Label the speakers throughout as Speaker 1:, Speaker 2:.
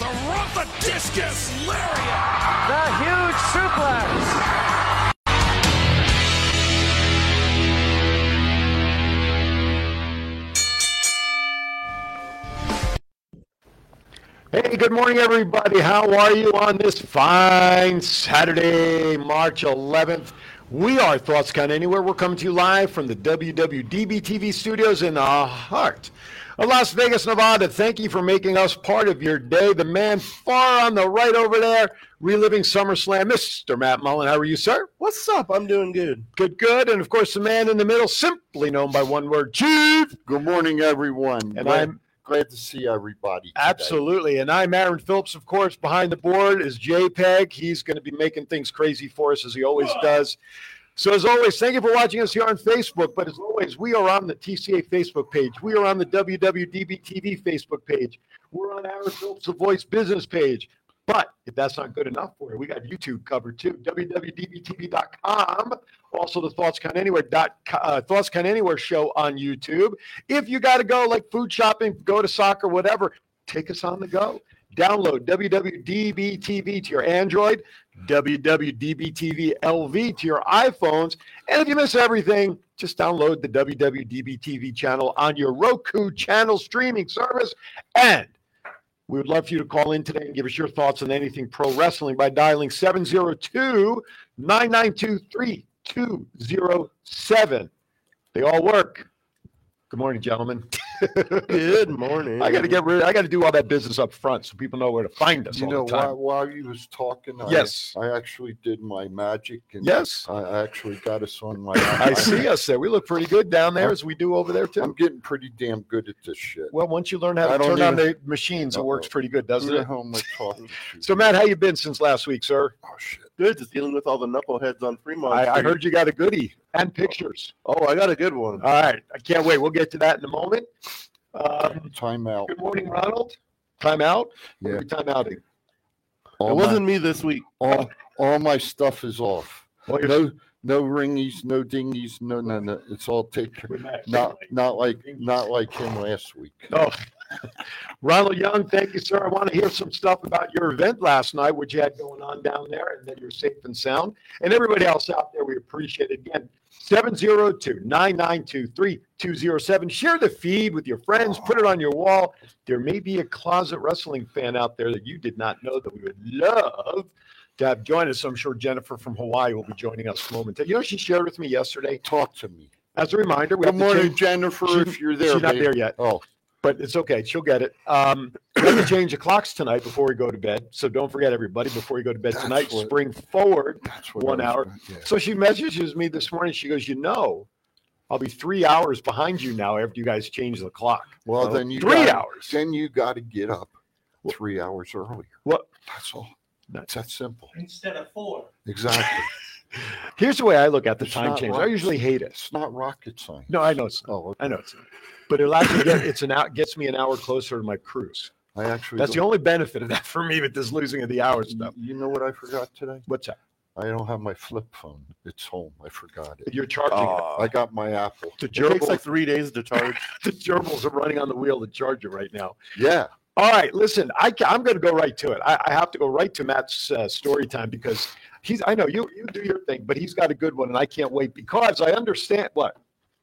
Speaker 1: the roof, the discus lariat.
Speaker 2: The huge suplex.
Speaker 3: Hey, good morning, everybody. How are you on this fine Saturday, March 11th? We are Thoughts Count Anywhere. We're coming to you live from the WWDB TV studios in the heart of Las Vegas, Nevada. Thank you for making us part of your day. The man far on the right over there, reliving SummerSlam, Mr. Matt Mullen. How are you, sir?
Speaker 4: What's up? I'm doing good.
Speaker 3: Good, good. And of course, the man in the middle, simply known by one word, Jude.
Speaker 4: Good morning, everyone.
Speaker 3: And
Speaker 4: glad,
Speaker 3: I'm-
Speaker 4: glad to see everybody. today.
Speaker 3: Absolutely. And I'm Aaron Phillips, of course. Behind the board is JPEG. He's going to be making things crazy for us as he always does. So, as always, thank you for watching us here on Facebook. But as always, we are on the TCA Facebook page. We are on the WWDB TV Facebook page. We're on Aaron Phillips, the Voice business page. But if that's not good enough for you, we got YouTube covered too. www.dbtv.com. Also, the Thoughts Count Anywhere dot, co- uh, Thoughts Count Anywhere show on YouTube. If you got to go, like food shopping, go to soccer, whatever, take us on the go. Download WWDBTV to your Android, WWDBTV LV to your iPhones. And if you miss everything, just download the WWDBTV channel on your Roku channel streaming service. And we would love for you to call in today and give us your thoughts on anything pro wrestling by dialing 702 992 3207. They all work. Good morning, gentlemen.
Speaker 4: Good morning.
Speaker 3: I got to get rid. I got to do all that business up front so people know where to find us.
Speaker 4: You
Speaker 3: all
Speaker 4: know,
Speaker 3: the time.
Speaker 4: while, while you was talking, I-
Speaker 3: Yes.
Speaker 4: I, actually did my magic. And
Speaker 3: Yes,
Speaker 4: I actually got us on my.
Speaker 3: I see us there. We look pretty good down there as we do over there
Speaker 4: I'm
Speaker 3: too.
Speaker 4: getting pretty damn good at this shit.
Speaker 3: Well, once you learn how
Speaker 4: I
Speaker 3: to turn
Speaker 4: don't
Speaker 3: on
Speaker 4: even-
Speaker 3: the machines, it works
Speaker 4: Uh-oh.
Speaker 3: pretty good, doesn't
Speaker 4: Who the
Speaker 3: it?
Speaker 4: hell am I talking to?
Speaker 3: So, Matt, how you been since last week, sir?
Speaker 4: Oh, shit.
Speaker 5: good just dealing with all the knuckleheads on Fremont.
Speaker 3: I, I
Speaker 5: Street.
Speaker 3: heard you got a goodie and pictures.
Speaker 5: Oh, I got a good one.
Speaker 3: All right, I can't wait. We'll get to that in a moment. Um,
Speaker 4: Time out.
Speaker 3: good morning, Ronald. Time out.
Speaker 4: Yeah.
Speaker 3: What are we time outing?
Speaker 4: All,
Speaker 5: it wasn't me this week.
Speaker 4: my, all, all my stuff is off.
Speaker 3: Well, you're-
Speaker 4: No, no ringies, no dingies, no, no, no. It's all taken.
Speaker 3: with Matt.
Speaker 4: Not, not like, not like him last week.
Speaker 3: Oh, Ronald Young, thank you, sir. I want to hear some stuff about your event last night, what you had going on down there, and that you're safe and sound. And everybody else out there, we appreciate it. Again, 702 992 3207. Share the feed with your friends, put it on your wall. There may be a closet wrestling fan out there that you did not know that we would love to have join us. I'm sure Jennifer from Hawaii will be joining us momentarily. You know, she shared with me yesterday.
Speaker 4: Talk to me.
Speaker 3: As a reminder, we
Speaker 4: Good
Speaker 3: have to
Speaker 4: morning,
Speaker 3: change-
Speaker 4: Jennifer.
Speaker 3: She-
Speaker 4: if you're there,
Speaker 3: she's not
Speaker 4: babe.
Speaker 3: there yet
Speaker 4: Oh,
Speaker 3: but it's okay. She'll get it. Um, we have to change the clocks tonight before we go to bed. So don't forget, everybody, before you go to bed
Speaker 4: That's
Speaker 3: tonight,
Speaker 4: what-
Speaker 3: spring forward.
Speaker 4: that's what
Speaker 3: One
Speaker 4: I was
Speaker 3: hour.
Speaker 4: gonna- yeah.
Speaker 3: So she messages me this morning. She goes, You know, I'll be three hours behind you now after you guys change the clock.
Speaker 4: Well, then you
Speaker 3: Oh, three
Speaker 4: gotta-
Speaker 3: hours.
Speaker 4: Then you got to get up three hours earlier.
Speaker 3: What-
Speaker 4: That's all. That's
Speaker 3: That's-
Speaker 4: that simple.
Speaker 6: instead of four.
Speaker 4: Exactly.
Speaker 3: Here's the way I look at the
Speaker 4: It's
Speaker 3: time
Speaker 4: not
Speaker 3: change.
Speaker 4: wrong.
Speaker 3: I usually hate it.
Speaker 4: it's not rocket science.
Speaker 3: No, I know it's.
Speaker 4: Oh, okay.
Speaker 3: I know it's. But it'll actually get it's an out gets me an hour closer to my cruise.
Speaker 4: I actually.
Speaker 3: That's the
Speaker 4: don't-
Speaker 3: only benefit of that for me with this losing of the hour stuff.
Speaker 4: You know what I forgot today?
Speaker 3: What's that?
Speaker 4: I don't have my flip phone. It's home. I forgot it.
Speaker 3: You're charging. it.
Speaker 5: Aw.
Speaker 4: I got my Apple.
Speaker 3: The
Speaker 5: it takes
Speaker 3: gerbils,
Speaker 5: like three days to charge.
Speaker 3: the gerbils are running on the wheel to charge it right now.
Speaker 4: Yeah.
Speaker 3: All right, listen, I, ca- I'm going to go right to it. I, I have to go right to Matt's uh, story time because he's. I know you you do your thing, but he's got a good one, and I can't wait because I understand what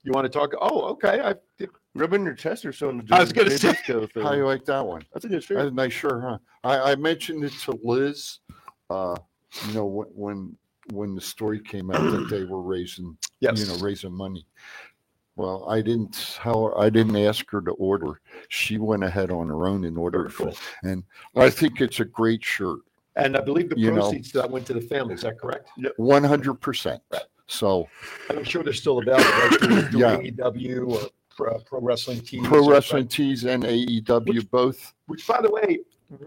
Speaker 3: you want to talk. Oh, okay. I,
Speaker 5: Rubbing your chest or something.
Speaker 3: I was gonna
Speaker 5: Jay
Speaker 3: say.
Speaker 5: Disco thing.
Speaker 4: How you like that one?
Speaker 5: That's a good
Speaker 4: That's
Speaker 5: shirt.
Speaker 4: a nice shirt, huh? I, I mentioned it to Liz. Uh, you know when when when the story came out that they were raising
Speaker 3: yes.
Speaker 4: you know, raising money. Well, I didn't tell her, I didn't ask her to order. She went ahead on her own and ordered
Speaker 3: Very
Speaker 4: it.
Speaker 3: cool.
Speaker 4: And I think it's a great shirt,
Speaker 3: And I believe the
Speaker 4: you know.
Speaker 3: proceeds that went to the family. Is that correct?
Speaker 4: one hundred percent. So
Speaker 3: And I'm sure they're still available right through, through
Speaker 4: Yeah.
Speaker 3: AEW E or pro, pro wrestling teams.
Speaker 4: pro
Speaker 3: or-
Speaker 4: wrestling tees and AEW both.
Speaker 3: which by the way,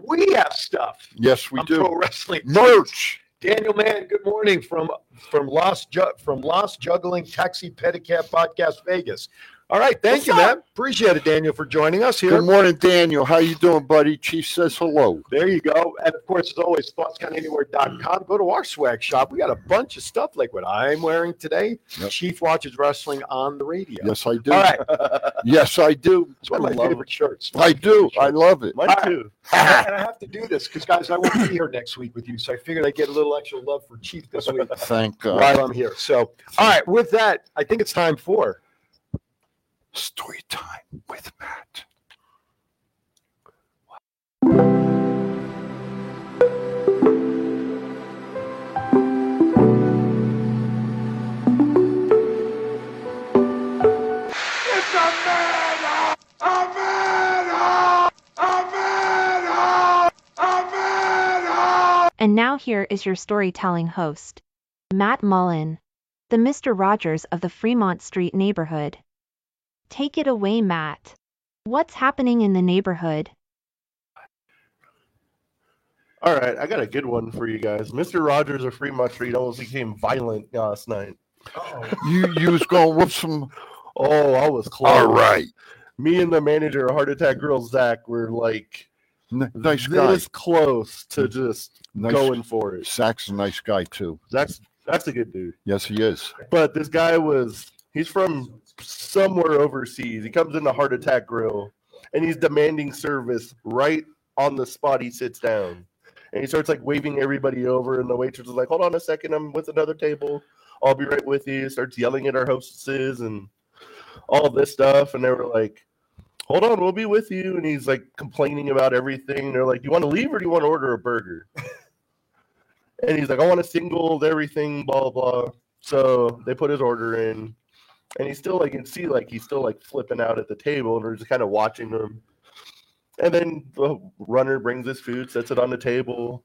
Speaker 3: we have stuff.
Speaker 4: Yes, we
Speaker 3: on
Speaker 4: do.
Speaker 3: pro wrestling tees.
Speaker 4: Merch.
Speaker 3: Daniel Mann, good morning from from Lost Ju- from Lost Juggling Taxi Pedicab Podcast Vegas. All right. Thank
Speaker 5: What's
Speaker 3: you,
Speaker 5: up?
Speaker 3: man. Appreciate it, Daniel, for joining us here.
Speaker 4: Good morning, Daniel. How you doing, buddy? Chief says hello.
Speaker 3: There you go. And of course, as always, thoughtscountanywhere.com. Go to our swag shop. We got a bunch of stuff like what I'm wearing today.
Speaker 4: Yep.
Speaker 3: Chief watches wrestling on the radio.
Speaker 4: Yes, I do.
Speaker 3: All right.
Speaker 4: Yes, I do.
Speaker 3: It's one of my
Speaker 5: love
Speaker 3: favorite shirts.
Speaker 4: I do. I love it.
Speaker 5: Mine
Speaker 3: All right.
Speaker 5: too.
Speaker 3: and I have to do this because, guys, I won't be here next week with you. So I figured I'd get a little extra love for Chief this week
Speaker 4: Thank God.
Speaker 3: while I'm here. So, all right. With that, I think it's time for.
Speaker 4: Story time with Matt.
Speaker 6: And now here is your storytelling host, Matt Mullen, the Mr. Rogers of the Fremont Street neighborhood. Take it away, Matt. What's happening in the neighborhood?
Speaker 5: All right, I got a good one for you guys. Mr. Rogers of Fremont Street almost became violent last night.
Speaker 4: You you was going with some.
Speaker 5: Oh, I was close.
Speaker 4: All right.
Speaker 5: Me and the manager of Heart Attack Grill, Zach, were like
Speaker 4: N- nice guy.
Speaker 5: this close to just
Speaker 4: Nice.
Speaker 5: going for it.
Speaker 4: Zach's a nice guy too.
Speaker 5: That's that's a good dude.
Speaker 4: Yes, he is.
Speaker 5: But this guy was he's from somewhere overseas. He comes into Heart Attack Grill and he's demanding service right on the spot he sits down. And he starts like waving everybody over, and the waitress is like, Hold on a second, I'm with another table. I'll be right with you. Starts yelling at our hostesses and all this stuff. And they were like, Hold on, we'll be with you. And he's like complaining about everything. They're like, You want to leave or do you want to order a burger? and he's like, I want a single, with everything, blah, blah. blah." So they put his order in, and he's still like, you can see like he's still like flipping out at the table, and we're just kind of watching him. And then the runner brings his food, sets it on the table,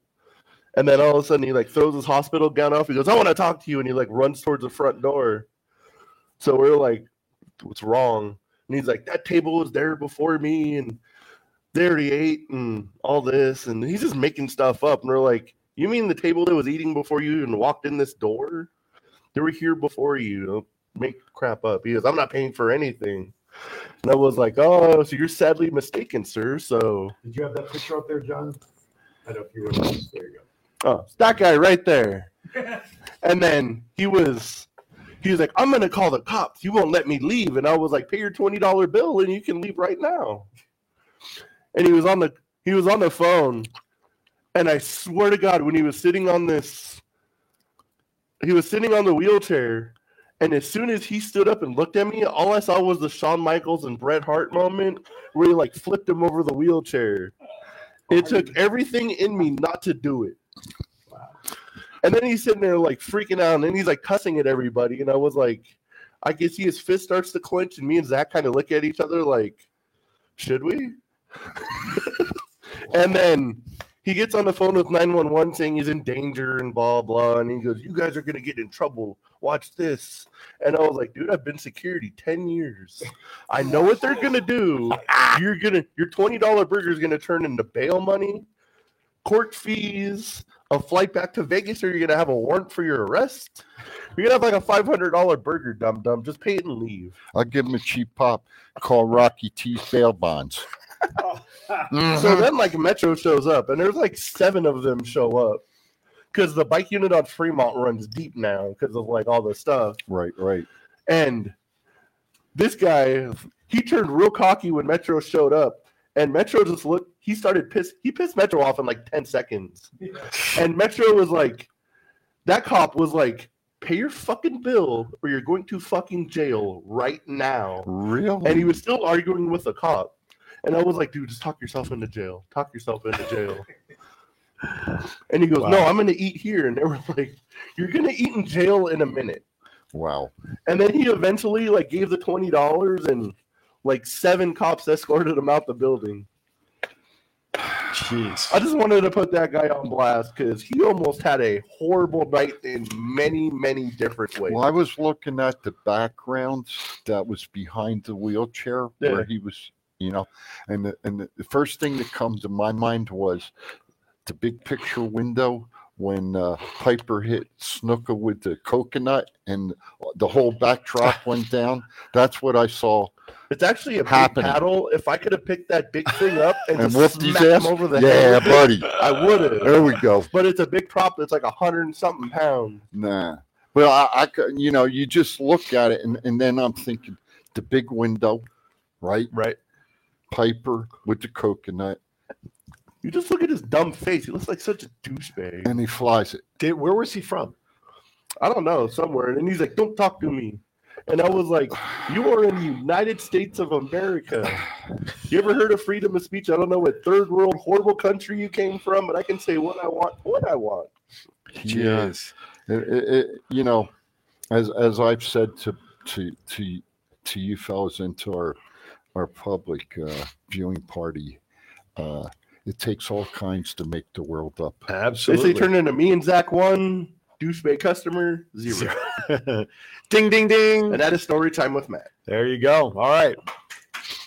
Speaker 5: and then all of a sudden he like throws his hospital gown off. He goes, "I want to talk to you," and he like runs towards the front door. So we're like, "What's wrong?" And he's like, "That table was there before me, and they already ate, and all this." And he's just making stuff up, and we're like, "You mean the table that was eating before you even walked in this door?" they were here before you. Don't make crap up. He goes, I'm not paying for anything. And I was like, oh, so you're sadly mistaken, sir. So
Speaker 3: Did you have that picture up there, John? I don't know if you were. There you go.
Speaker 5: oh, it's that guy right there. and then he was, he was like, I'm gonna call the cops. You won't let me leave. And I was like, pay your twenty dollar bill and you can leave right now. And he was on the he was on the phone, and I swear to God, when he was sitting on this, he was sitting on the wheelchair. And as soon as he stood up and looked at me, all I saw was the Shawn Michaels and Bret Hart moment where he like flipped him over the wheelchair. It took everything in me not to do it. And then he's sitting there like freaking out, and then he's like cussing at everybody. And I was like, I can see his fist starts to clench, and me and Zach kind of look at each other like, should we? and then he gets on the phone with 911 saying he's in danger and blah blah. And he goes, You guys are gonna get in trouble. Watch this. And I was like, dude, I've been security 10 years. I know what they're gonna do. You're gonna your $20 burger is gonna turn into bail money, court fees, a flight back to Vegas, or you're gonna have a warrant for your arrest. You're gonna have like a $500 burger, dum dum. Just pay it and leave.
Speaker 4: I'll give him a cheap pop. Call Rocky T's bail bonds.
Speaker 5: So
Speaker 4: Mhm.
Speaker 5: then, like Metro shows up, and there's like seven of them show up because the bike unit on Fremont runs deep now because of like all the stuff.
Speaker 4: Right, right.
Speaker 5: And this guy, he turned real cocky when Metro showed up, and Metro just looked. He started piss. He pissed Metro off in like ten seconds, and Metro was like, "That cop was like." Pay your fucking bill, or you're going to fucking jail right now
Speaker 4: Really?
Speaker 5: and he was still arguing with the cop. And I was like, dude, just talk yourself into jail. Talk yourself into jail. and he goes, no, I'm going to eat here. And they were like, you're going to eat in jail in a minute.
Speaker 4: wow.
Speaker 5: And then he eventually like gave the twenty dollars and like seven cops escorted him out the building.
Speaker 3: Jeez.
Speaker 5: I just wanted to put that guy on blast because he almost had a horrible night in many, many different ways.
Speaker 4: Well, I was looking at the background that was behind the wheelchair
Speaker 5: Yeah.
Speaker 4: where he was, you know, and the, and the, the first thing that comes to my mind was the big picture window when uh, Piper hit Snooker with the coconut and the whole backdrop went down. That's what I saw.
Speaker 5: It's actually a
Speaker 4: Happening.
Speaker 5: big paddle. If I could have picked that big thing up and,
Speaker 4: And
Speaker 5: just
Speaker 4: whooped his
Speaker 5: smacked him
Speaker 4: ass.
Speaker 5: over the
Speaker 4: Yeah,
Speaker 5: head,
Speaker 4: buddy.
Speaker 5: I would have.
Speaker 4: There we go.
Speaker 5: But it's a big prop that's like a hundred and something pounds.
Speaker 4: Nah. Well, I, I could, you know, you just look at it, and, and then I'm thinking the big window, right?
Speaker 5: Right.
Speaker 4: Piper with the coconut,
Speaker 5: You just look at his dumb face. He looks like such a douchebag.
Speaker 4: and he flies it.
Speaker 3: Did, where was he from?
Speaker 5: I don't know, somewhere. And he's like, don't talk to me. And I was like, you are in the United States of America. You ever heard of freedom of speech? I don't know what third world horrible country you came from, but I can say what I want, what I want.
Speaker 4: Yeah. It- it- it- you know, as as I've said to to to to you fellas and to our our public uh, viewing party, uh, it takes all kinds to make the world up.
Speaker 3: Absolutely.
Speaker 5: They say turn into me and Zach one, douchebag customer, zero.
Speaker 3: ding, ding, ding.
Speaker 5: And that is story time with Matt.
Speaker 3: There you go. All right.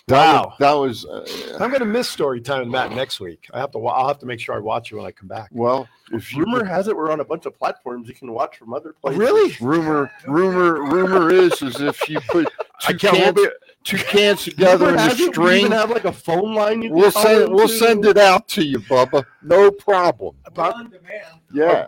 Speaker 4: That
Speaker 3: Wow.
Speaker 4: was- that was uh,
Speaker 3: I'm going to miss story time with Matt next week. I have to. wa- I'll have to make sure I watch you when I come back.
Speaker 4: well. If you
Speaker 5: Rumor has it we're on a bunch of platforms you can watch from other places.
Speaker 4: rumor rumor rumor is is if you put
Speaker 3: I
Speaker 4: two
Speaker 3: can't.
Speaker 4: cans,
Speaker 3: We'll be,
Speaker 4: two cans
Speaker 5: Rumor
Speaker 4: together in a
Speaker 5: has it we even
Speaker 4: string,
Speaker 5: have like a phone line you can
Speaker 4: we'll
Speaker 5: call
Speaker 4: send we'll
Speaker 5: into.
Speaker 4: send it out to you, Bubba. No problem. Yeah,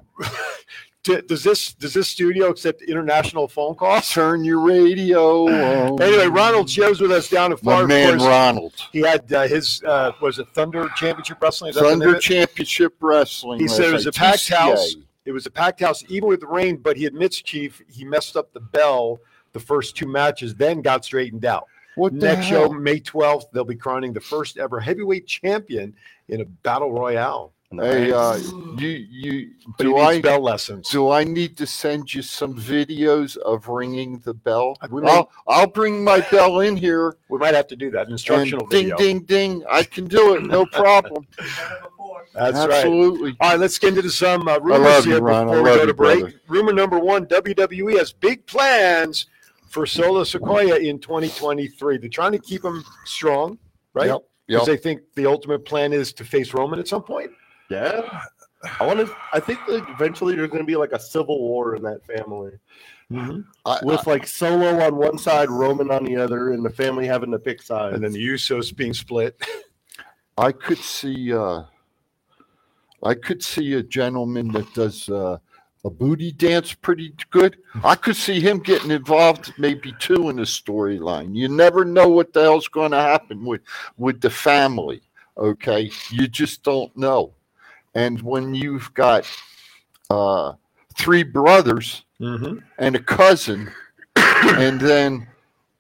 Speaker 3: d- does this does this studio accept international phone calls?
Speaker 4: turn your radio. On.
Speaker 3: Anyway, Ronald Joe's with us down in
Speaker 4: my
Speaker 3: Florida. of
Speaker 4: man
Speaker 3: course.
Speaker 4: Ronald,
Speaker 3: He had uh, his uh, was it Thunder Championship Wrestling? Is that the name
Speaker 4: Thunder
Speaker 3: of it?
Speaker 4: Championship Wrestling.
Speaker 3: He said it
Speaker 4: that's
Speaker 3: was
Speaker 4: a
Speaker 3: a packed
Speaker 4: TCA.
Speaker 3: house. It was a packed house, even with the rain. But he admits, Chief, he messed up the bell the first two matches, then got straightened out.
Speaker 4: What the
Speaker 3: Next show,
Speaker 4: hell?
Speaker 3: May 12th, they'll be crowning the first ever heavyweight champion in a battle royale.
Speaker 4: Hey, uh, you you
Speaker 3: But
Speaker 4: do
Speaker 3: he needs
Speaker 4: I
Speaker 3: bell lessons?
Speaker 4: do I need to send you some videos of ringing the bell?
Speaker 3: We may-
Speaker 4: I'll I'll bring my bell in here.
Speaker 3: we might have to do that. An
Speaker 4: And
Speaker 3: instructional
Speaker 4: ding,
Speaker 3: video.
Speaker 4: ding, ding. I can do it. No problem.
Speaker 3: That's right.
Speaker 4: Absolutely.
Speaker 3: All right, let's get into some uh, rumors
Speaker 4: love you,
Speaker 3: here
Speaker 4: Ron. I
Speaker 3: before we
Speaker 4: love
Speaker 3: go
Speaker 4: you,
Speaker 3: to break.
Speaker 4: brother.
Speaker 3: Rumor number one: WWE has big plans for Solo Sequoia in 2023. They're trying to keep him strong, right?
Speaker 4: Yep.
Speaker 3: Because
Speaker 4: Yep.
Speaker 3: they think the ultimate plan is to face Roman at some point.
Speaker 5: Yeah. I want to. I think like eventually there's going to be like a civil war in that family,
Speaker 4: I-
Speaker 5: with like Solo on one side, Roman on the other, and the family having to pick sides.
Speaker 3: And then the Usos being split.
Speaker 4: I could see uh I could see a gentleman that does uh a booty dance pretty good. I could see him getting involved maybe too in a storyline. You never know what the hell's going to happen with with the family, okay? You just don't know. And when you've got uh three brothers
Speaker 3: Mm-hmm.
Speaker 4: and a cousin and then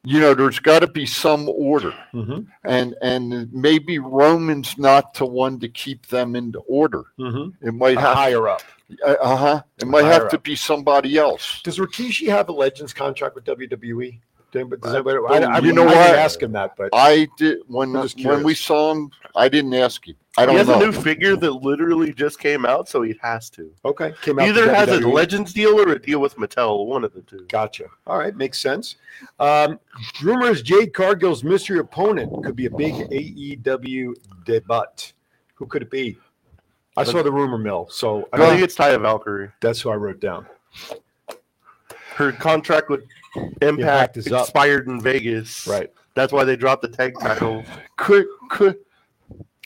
Speaker 4: you know there's got to be some order
Speaker 3: Mm-hmm.
Speaker 4: and and maybe Roman's not the one to keep them into order.
Speaker 3: Mm-hmm.
Speaker 4: It might have
Speaker 3: Higher up.
Speaker 4: uh huh. It might
Speaker 3: Higher
Speaker 4: have to
Speaker 3: up.
Speaker 4: be somebody else.
Speaker 3: Does Rikishi have a Legends contract with WWE? Does anybody- does
Speaker 5: I
Speaker 3: anybody- I, I,
Speaker 4: Uh, You know
Speaker 3: I didn't
Speaker 4: what?
Speaker 3: ask him that, but
Speaker 4: I did when
Speaker 3: I'm just
Speaker 4: when we
Speaker 3: curious.
Speaker 4: saw him. I didn't ask him. I
Speaker 5: he
Speaker 4: don't
Speaker 5: has
Speaker 4: know.
Speaker 5: a new figure that literally just came out, so he has to.
Speaker 3: okay. Came out
Speaker 5: Either
Speaker 3: to
Speaker 5: has a
Speaker 4: E.
Speaker 3: WWE.
Speaker 5: Legends deal or a deal with Mattel, one of the two.
Speaker 3: Gotcha. All right, makes sense. Um, rumors Jade Cargill's mystery opponent could be a big AEW debut. Who could it be? I saw the rumor mill, so
Speaker 5: I think
Speaker 3: I,
Speaker 5: it's Taya Valkyrie.
Speaker 3: that's who I wrote down.
Speaker 5: Her contract with
Speaker 3: Impact
Speaker 5: Impact
Speaker 3: is up.
Speaker 5: expired in Vegas.
Speaker 3: Right.
Speaker 5: That's why they dropped the tag title.
Speaker 4: could could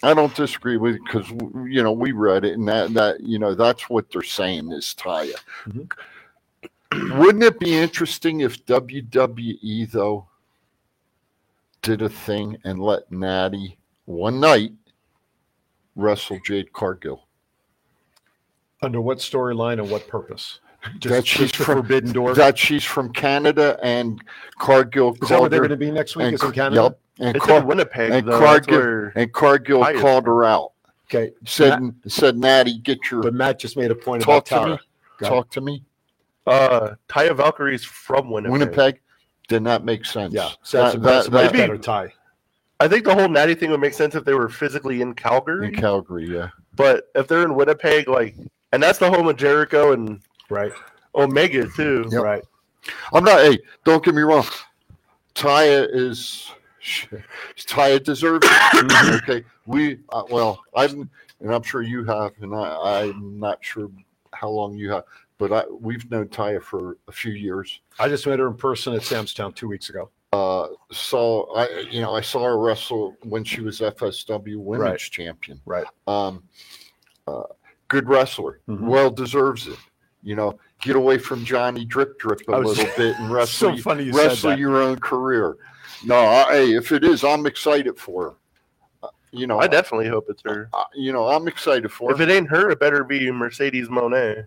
Speaker 4: I don't disagree with because you know we read it and that that you know that's what they're saying is Taya.
Speaker 3: Mm-hmm.
Speaker 4: Wouldn't it be interesting if WWE though did a thing and let Natty one night wrestle Jade Cargill?
Speaker 3: Under what storyline and what purpose? Just,
Speaker 4: That she's
Speaker 3: just the
Speaker 4: from-
Speaker 3: Forbidden Door.
Speaker 4: That she's from Canada and Cargill
Speaker 3: is that where
Speaker 4: called
Speaker 3: they're
Speaker 4: her
Speaker 3: going to be next week?
Speaker 4: and,
Speaker 3: Is in Canada?
Speaker 4: Yep, and,
Speaker 5: It's
Speaker 4: Car-
Speaker 5: in Winnipeg,
Speaker 4: and
Speaker 5: though. That's
Speaker 4: Cargill-
Speaker 5: where-
Speaker 4: and Cargill
Speaker 5: Taya-
Speaker 4: called her out.
Speaker 3: Okay,
Speaker 4: Said said Natty, get your
Speaker 3: but Matt just made a point
Speaker 4: talk
Speaker 3: about
Speaker 4: to me.
Speaker 3: Tara. Got it.
Speaker 4: Talk to me.
Speaker 5: uh, Taya Valkyrie's from Winnipeg.
Speaker 4: Winnipeg did not make sense.
Speaker 3: Yeah, so that's, a-
Speaker 4: That-
Speaker 3: that's a
Speaker 4: that-
Speaker 3: much
Speaker 4: that-
Speaker 3: better tie.
Speaker 5: I think the whole Natty thing would make sense if they were physically in Calgary,
Speaker 4: in Calgary, yeah.
Speaker 5: but if they're in Winnipeg, like, and that's the home of Jericho and
Speaker 3: Right,
Speaker 5: Omega too.
Speaker 4: Yep.
Speaker 3: right.
Speaker 4: I'm not. Hey, don't get me wrong. Taya is Taya deserves. it. okay, we uh, well, I'm and I'm sure you have, and I, I'm not sure how long you have, but I we've known Taya for a few years.
Speaker 3: I just met her in person at Sam's Town two weeks ago.
Speaker 4: Uh, saw I you know I saw her wrestle when she was FSW Women's
Speaker 5: Right.
Speaker 4: Champion.
Speaker 5: Right.
Speaker 4: Um, uh, good wrestler,
Speaker 3: Mhm.
Speaker 4: well deserves it. You know, get away from Johnny Drip Drip a
Speaker 3: I was-
Speaker 4: little bit and
Speaker 3: so
Speaker 4: wrestle
Speaker 3: funny you said
Speaker 4: wrestle
Speaker 3: that.
Speaker 4: your own career. No, I, hey, if it is, I'm excited for her. Uh, You know,
Speaker 5: I definitely hope it's her.
Speaker 4: I- you know, I'm excited for
Speaker 5: If
Speaker 4: her.
Speaker 5: it ain't her, it better be Mercedes Monet.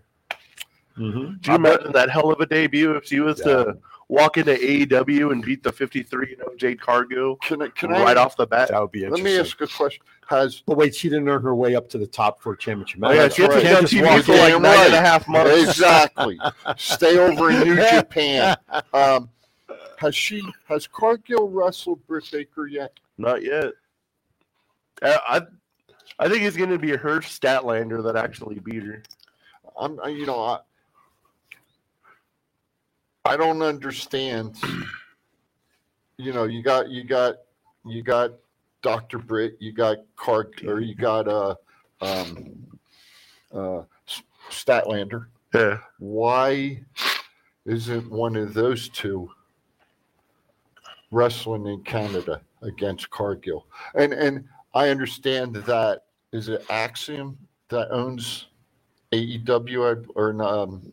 Speaker 3: Mhm.
Speaker 5: Do you imagine that hell of a debut if she was to walk into AEW and beat the 53 you know, Jade Cargo
Speaker 4: Can I? Can
Speaker 5: right
Speaker 4: I?
Speaker 5: off the bat?
Speaker 3: That would be
Speaker 4: Let
Speaker 3: interesting.
Speaker 4: me ask a question. Has
Speaker 3: But wait, she didn't earn her way up to the top for a championship
Speaker 5: Oh,
Speaker 3: match.
Speaker 5: yeah,
Speaker 4: that's
Speaker 5: she has
Speaker 4: right.
Speaker 5: been on
Speaker 3: Can't just
Speaker 5: TV
Speaker 3: walk
Speaker 5: for like
Speaker 4: in.
Speaker 5: nine and a half months.
Speaker 4: exactly stay over in New Japan? Um, has she? Has Cargill wrestled Britt Baker yet?
Speaker 5: Not yet. Uh, I, I think it's going to be her Statlander that actually beat her.
Speaker 4: I'm. I- You know, I. I don't understand. You know, you got you got you got Doctor Britt, you got Card, or you got uh, um, uh, S- Statlander.
Speaker 5: Yeah.
Speaker 4: why isn't one of those two wrestling in Canada against Cargill? And and I understand that is it Axiom that owns AEW I- or um,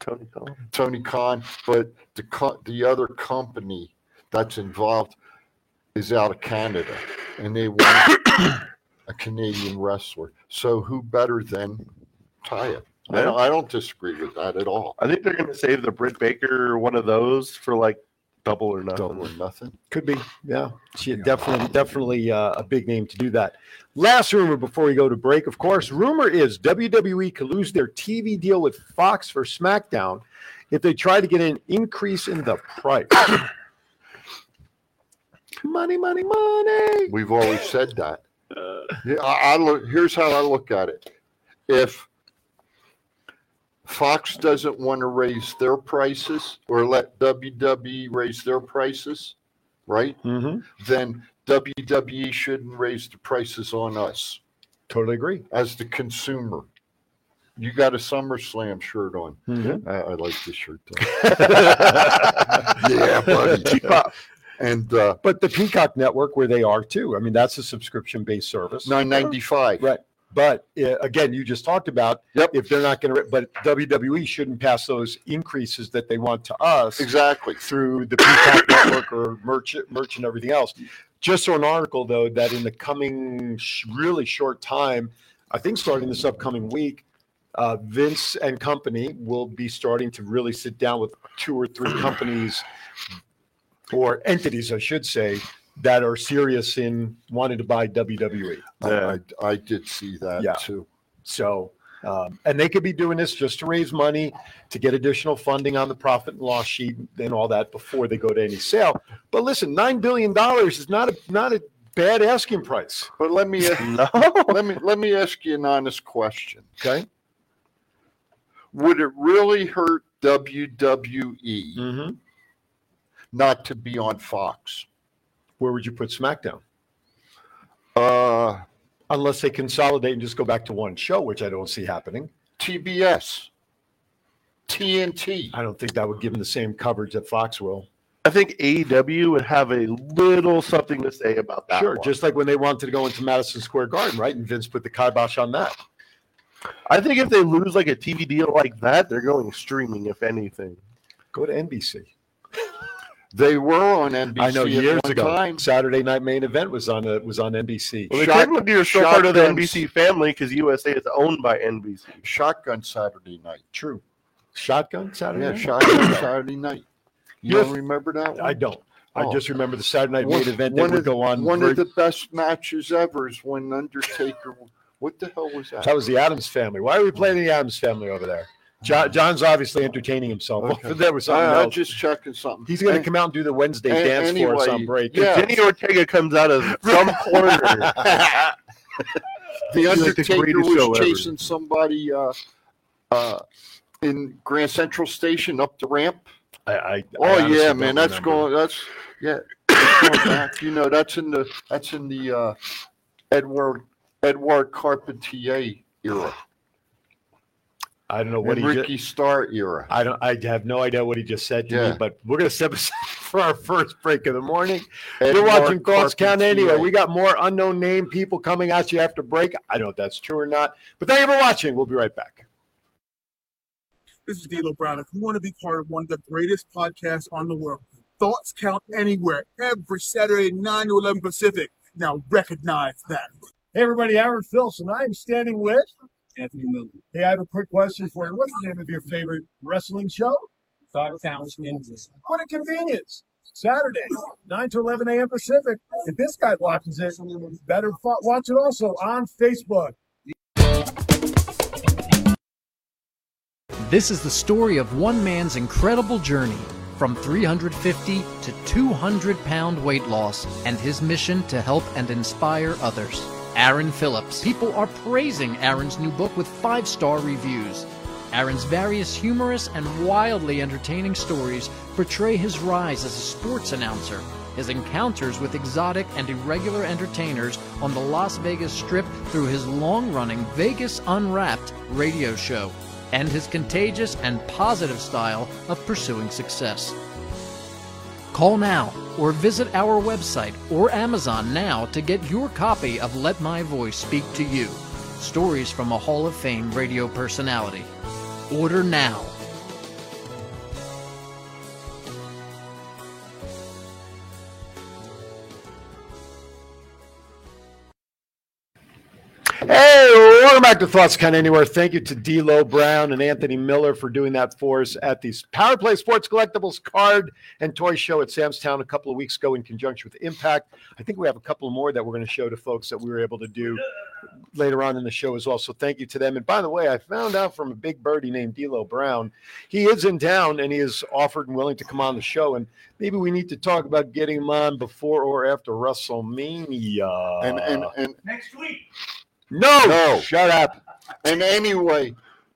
Speaker 5: Tony Khan.
Speaker 4: Tony Khan, but the co- the other company that's involved is out of Canada, and they want a Canadian wrestler. So who better than Taya? I, don't, I don't disagree with that at all.
Speaker 5: I think they're going to save the Britt Baker or one of those for like double or nothing.
Speaker 4: Double or nothing.
Speaker 3: Could be, yeah. She definitely, definitely uh, a big name to do that. Last rumor before we go to break, of course. Rumor is WWE could lose their TV deal with Fox for SmackDown if they try to get an increase in the price. money, money, money.
Speaker 4: We've always said that. Yeah, I, I look. Here's how I look at it. If Fox doesn't want to raise their prices or let WWE raise their prices, right?
Speaker 3: Mm-hmm.
Speaker 4: Then WWE shouldn't raise the prices on us
Speaker 3: Totally agree.
Speaker 4: as the consumer. You got a SummerSlam shirt on.
Speaker 3: Mm-hmm.
Speaker 4: I, I like this shirt. though. yeah, buddy. And uh,
Speaker 3: But the Peacock Network, where they are too. I mean, that's a subscription-based service.
Speaker 4: nine ninety five.
Speaker 3: Right. But uh, again, you just talked about
Speaker 4: Yep.
Speaker 3: if they're not going to, but WWE shouldn't pass those increases that they want to us
Speaker 4: Exactly.
Speaker 3: through the Peacock Network or merch, merch and everything else. Just saw an article though that in the coming sh- really short time, I think starting this upcoming week, uh, Vince and company will be starting to really sit down with two or three companies or entities, I should say, that are serious in wanting to buy E. WWE.
Speaker 4: I, I, I did see that
Speaker 3: Yeah.
Speaker 4: too.
Speaker 3: So, um, and they could be doing this just to raise money to get additional funding on the profit and loss sheet and all that before they go to any sale. But listen, nine billion dollars is not a not a bad asking price.
Speaker 4: But let me
Speaker 5: No.
Speaker 4: let me let me ask you an honest question.
Speaker 3: Okay.
Speaker 4: Would it really hurt WWE
Speaker 3: Mm-hmm.
Speaker 4: not to be on Fox?
Speaker 3: Where would you put SmackDown?
Speaker 4: Uh,
Speaker 3: Unless they consolidate and just go back to one show, which I don't see happening.
Speaker 4: TBS, TNT.
Speaker 3: I don't think that would give them the same coverage that Fox will.
Speaker 5: I think AEW would have a little something to say about that.
Speaker 3: sure,
Speaker 5: one.
Speaker 3: just like when they wanted to go into Madison Square Garden, right? And Vince put the kibosh on that.
Speaker 5: I think if they lose like a TV deal like that, they're going streaming, if anything.
Speaker 3: Go to NBC.
Speaker 4: They were on NBC.
Speaker 3: I know
Speaker 4: at
Speaker 3: years
Speaker 4: one
Speaker 3: ago,
Speaker 4: time.
Speaker 3: Saturday Night Main Event was on a, was on NBC.
Speaker 5: Well, they
Speaker 4: Shot-
Speaker 5: technically are still part of the
Speaker 4: shotguns.
Speaker 5: NBC family because USA is owned by NBC.
Speaker 4: Shotgun Saturday night.
Speaker 3: True. Shotgun Saturday.
Speaker 4: Yeah,
Speaker 3: night?
Speaker 4: Shotgun Saturday night. You
Speaker 3: Yes.
Speaker 4: don't remember that one?
Speaker 3: I don't. I
Speaker 4: Oh.
Speaker 3: just remember the Saturday Night
Speaker 4: One-
Speaker 3: Main Event that
Speaker 4: one
Speaker 3: would
Speaker 4: of-
Speaker 3: go on.
Speaker 4: One
Speaker 3: very-
Speaker 4: of the best matches ever is when Undertaker. What the hell was that?
Speaker 3: that was the Adams Family. Why are we playing the Adams Family over there? John, John's obviously entertaining himself.
Speaker 4: Uh-huh. Okay. Uh,
Speaker 3: There was something
Speaker 4: I, am
Speaker 3: else.
Speaker 4: just checking something.
Speaker 3: He's going to
Speaker 4: And-
Speaker 3: come out and do the Wednesday
Speaker 4: and-
Speaker 3: dance for us on
Speaker 4: anyway,
Speaker 3: break.
Speaker 4: yeah.
Speaker 5: Jenny Ortega comes out of some corner.
Speaker 4: The
Speaker 5: It'd be like the
Speaker 4: Undertaker
Speaker 5: greatest show
Speaker 4: was
Speaker 5: ever.
Speaker 4: chasing somebody uh, uh, in Grand Central Station up the ramp.
Speaker 3: I, I, I
Speaker 4: Oh
Speaker 3: honestly
Speaker 4: yeah,
Speaker 3: don't
Speaker 4: man, that's
Speaker 3: remember.
Speaker 4: going. That's yeah. that's going back. You know, that's in the that's in the uh, Edward Edward Carpentier era.
Speaker 3: I don't know what
Speaker 4: in
Speaker 3: he. ju-
Speaker 4: Ricky Starr era.
Speaker 3: I don't. I have no idea what he just said to
Speaker 4: Yeah.
Speaker 3: me. But we're gonna step aside for our first break of the morning.
Speaker 4: And
Speaker 3: You're
Speaker 4: Mark
Speaker 3: watching Thoughts Count
Speaker 4: Carpentier.
Speaker 3: anyway. We got more unknown name people coming at you after break. I don't know if that's true or not, but thank you for watching. We'll be right back.
Speaker 7: This is D'Lo Brown. If you want to be part of one of the greatest podcasts on the world, thoughts count anywhere, every Saturday, 9 to 11 Pacific. Now recognize that.
Speaker 8: Hey, everybody, Aaron Phillips, and I'm standing with.
Speaker 7: Anthony Miller.
Speaker 8: Hey, I have a quick question for you. What's the name of your favorite wrestling show?
Speaker 7: Thought counts endless.
Speaker 8: What a convenience. Saturday, 9 to 11 a.m. Pacific. If this guy watches it, better fo- watch it also on Facebook.
Speaker 9: This is the story of one man's incredible journey from 350 to 200 pound weight loss and his mission to help and inspire others. Aaron Phillips. People are praising Aaron's new book with five star reviews. Aaron's various humorous and wildly entertaining stories portray his rise as a sports announcer, his encounters with exotic and irregular entertainers on the Las Vegas Strip through his long running Vegas Unwrapped radio show, and his contagious and positive style of pursuing success. Call now or visit our website or Amazon now to get your copy of Let My Voice Speak to You Stories from a Hall of Fame radio personality. Order now.
Speaker 3: Hey, welcome back to Thoughts Count Anywhere. Thank you to D'Lo Brown and Anthony Miller for doing that for us at the Power Play Sports Collectibles Card and Toy Show at Sam's Town a couple of weeks ago in conjunction with Impact. I think we have a couple more that we're going to show to folks that we were able to do later on in the show as well. So thank you to them. And by the way, I found out from a big birdie named D'Lo Brown, he is in town and he is offered and willing to come on the show. And maybe we need to talk about getting him on before or after WrestleMania.
Speaker 4: And and and
Speaker 1: Next week.
Speaker 3: no,
Speaker 4: No.
Speaker 3: shut up.
Speaker 4: and anyway,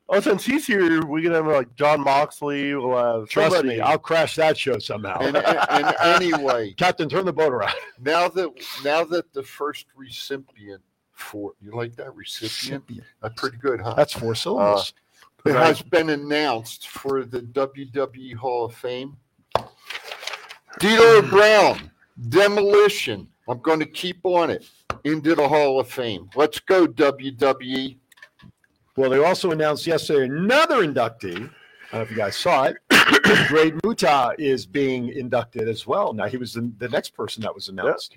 Speaker 5: Oh, since he's here, we can have like John Moxley. We'll have
Speaker 3: Trust
Speaker 5: somebody.
Speaker 3: me, I'll crash that show somehow.
Speaker 4: and, and, and anyway.
Speaker 3: Captain, turn the boat around.
Speaker 4: Now that now that the first recipient for you like that recipient, that's pretty good, huh?
Speaker 3: That's four syllables.
Speaker 4: it has been announced for the WWE Hall of Fame. Dieter Brown, Demolition. I'm going to keep on it into the Hall of Fame. Let's go E. WWE.
Speaker 3: Uh, well, they also announced yesterday another inductee. I don't know if you guys saw it. Great Muta is being inducted as well. Now he was the, the next person that was announced.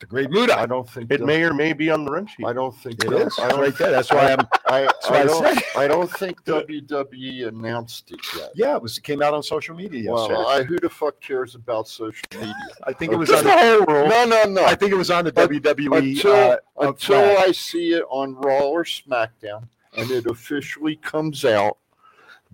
Speaker 3: The Great Muta.
Speaker 4: I don't think
Speaker 5: It
Speaker 4: they'll-
Speaker 5: may or may be on the run sheet.
Speaker 4: I don't think
Speaker 3: It
Speaker 4: they'll-
Speaker 3: is
Speaker 4: I don't,
Speaker 3: right there. That's why I'm.
Speaker 4: I,
Speaker 3: why
Speaker 4: I,
Speaker 3: I
Speaker 4: don't,
Speaker 3: said
Speaker 4: I don't think WWE announced it yet.
Speaker 3: Yeah, it was. It came out on social media yesterday.
Speaker 4: Well, I, who the fuck cares about social media?
Speaker 3: I, think it was
Speaker 4: Just
Speaker 3: on.
Speaker 4: the
Speaker 3: The,
Speaker 4: No, no, no.
Speaker 3: I think it was on the
Speaker 4: But-
Speaker 3: WWE.
Speaker 4: until
Speaker 3: uh, uh,
Speaker 4: until
Speaker 3: flag.
Speaker 4: I see it on Raw or SmackDown and it officially comes out,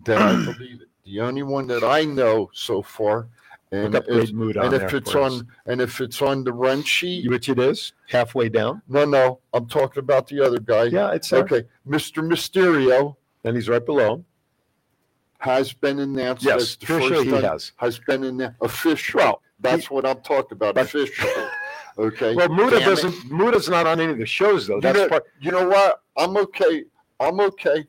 Speaker 4: then I believe it. The only one that I know so far, and,
Speaker 3: Look up
Speaker 4: is,
Speaker 3: Great Muta.
Speaker 4: and
Speaker 3: on
Speaker 4: if
Speaker 3: there
Speaker 4: it's
Speaker 3: for us.
Speaker 4: on and if it's on the run sheet,
Speaker 3: which it is halfway down.
Speaker 4: no, no, I'm talking about the other guy.
Speaker 3: Yeah, it's okay.
Speaker 4: Okay, Mr. Mysterio
Speaker 3: And he's right below.
Speaker 4: has been announced.
Speaker 3: Yes,
Speaker 4: as the
Speaker 3: for
Speaker 4: first
Speaker 3: sure he
Speaker 4: un-
Speaker 3: has.
Speaker 4: has been announced official.
Speaker 3: Well,
Speaker 4: That's what I'm talking about. Official. Okay.
Speaker 3: Well, Muda
Speaker 4: Damn it.
Speaker 3: doesn't. Muda's not on any of the shows though. That's
Speaker 4: you know,
Speaker 3: part.
Speaker 4: You know what? I'm okay. I'm okay.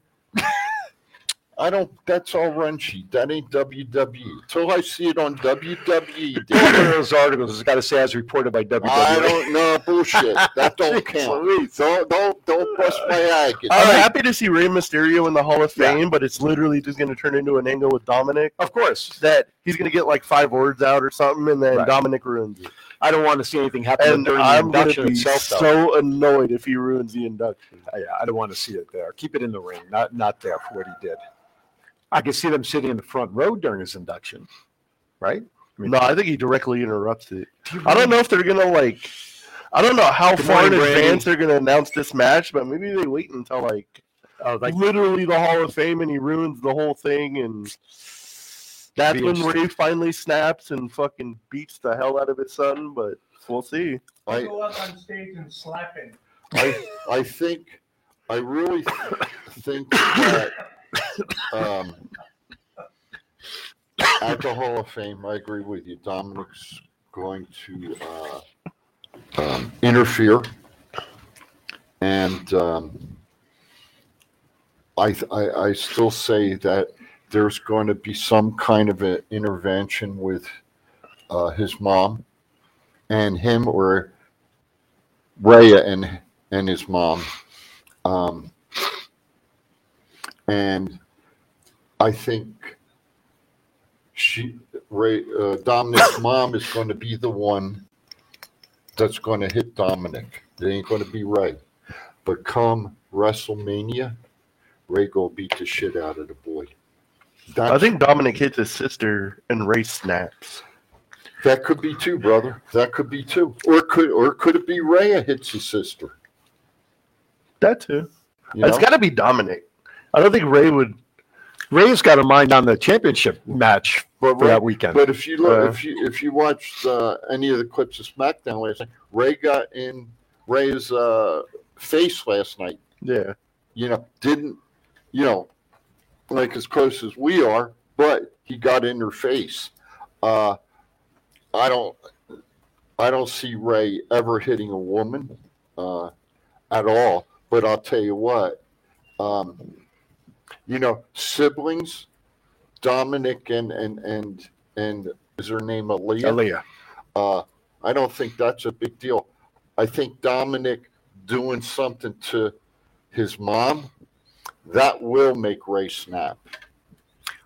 Speaker 4: I don't. That's all run sheet. That ain't WWE. Till I see it on WWE,
Speaker 3: One of
Speaker 4: dude,
Speaker 3: those articles has got to say as reported by WWE.
Speaker 4: I don't know bullshit. That don't
Speaker 3: Jeez
Speaker 4: count.
Speaker 3: Louise.
Speaker 4: Don't don't don't bust my agate.
Speaker 5: I'm happy to see Rey Mysterio in the Hall of Fame, but it's literally just going to turn into an angle with Dominic
Speaker 3: Of course,
Speaker 5: that he's going to get like five words out or something, and then
Speaker 3: Right.
Speaker 5: Dominic ruins it.
Speaker 3: I don't want to see anything happen
Speaker 5: And
Speaker 3: during
Speaker 5: I'm
Speaker 3: the
Speaker 5: going to
Speaker 3: induction
Speaker 5: be
Speaker 3: itself. though.
Speaker 5: so annoyed if he ruins the induction.
Speaker 3: I, I don't want to see it there. Keep it in the ring, not not there for what he did. I could see them sitting in the front row during his induction, right? I mean,
Speaker 5: No, I think he directly interrupts it. I don't know if they're gonna like. I don't know how
Speaker 3: Good
Speaker 5: far in
Speaker 3: morning, Brady.
Speaker 5: advance they're gonna announce this match, but maybe they wait until Oh, like, literally the Hall of Fame, and he ruins the whole thing, and that's
Speaker 3: Be
Speaker 5: when
Speaker 3: interesting.
Speaker 5: Ray finally snaps and fucking beats the hell out of his son. But we'll see.
Speaker 4: I,
Speaker 8: Go up on stage and slap him.
Speaker 4: I I think I really think that um, at the Hall of Fame, I agree with you. Dominic's going to uh, um, interfere, and um, I, I, I still say that there's going to be some kind of an intervention with uh, his mom and him or Raya and and his mom. Um, and I think she Ray, uh, Dominic's mom is going to be the one that's going to hit Dominic. It ain't going to be Ray. But come WrestleMania, Ray gonna beat the shit out of the boy.
Speaker 5: I think Dominic hits his sister and Ray snaps.
Speaker 4: That could be too, brother. That could be too. Or could or could it be Rhea hits his sister?
Speaker 5: That too.
Speaker 4: You
Speaker 5: It's
Speaker 4: know?
Speaker 5: got to be Dominic. I don't think Ray would.
Speaker 3: Ray's got a mind on the championship match
Speaker 4: But
Speaker 3: for that
Speaker 4: Ray-
Speaker 3: weekend.
Speaker 4: But if you look,
Speaker 5: Uh,
Speaker 4: if you if you watched uh, any of the clips of SmackDown last night, Ray got in Ray's uh, face last night.
Speaker 5: Yeah,
Speaker 4: You know, didn't you know, like as close as we are, but he got in her face. Uh, I don't, I don't see Ray ever hitting a woman uh, at all. But I'll tell you what, um, you know, siblings, Dominic and and and and is her name Aaliyah?
Speaker 3: Aaliyah.
Speaker 4: Uh, I don't think that's a big deal. I think Dominic doing something to his mom that will make Ray snap.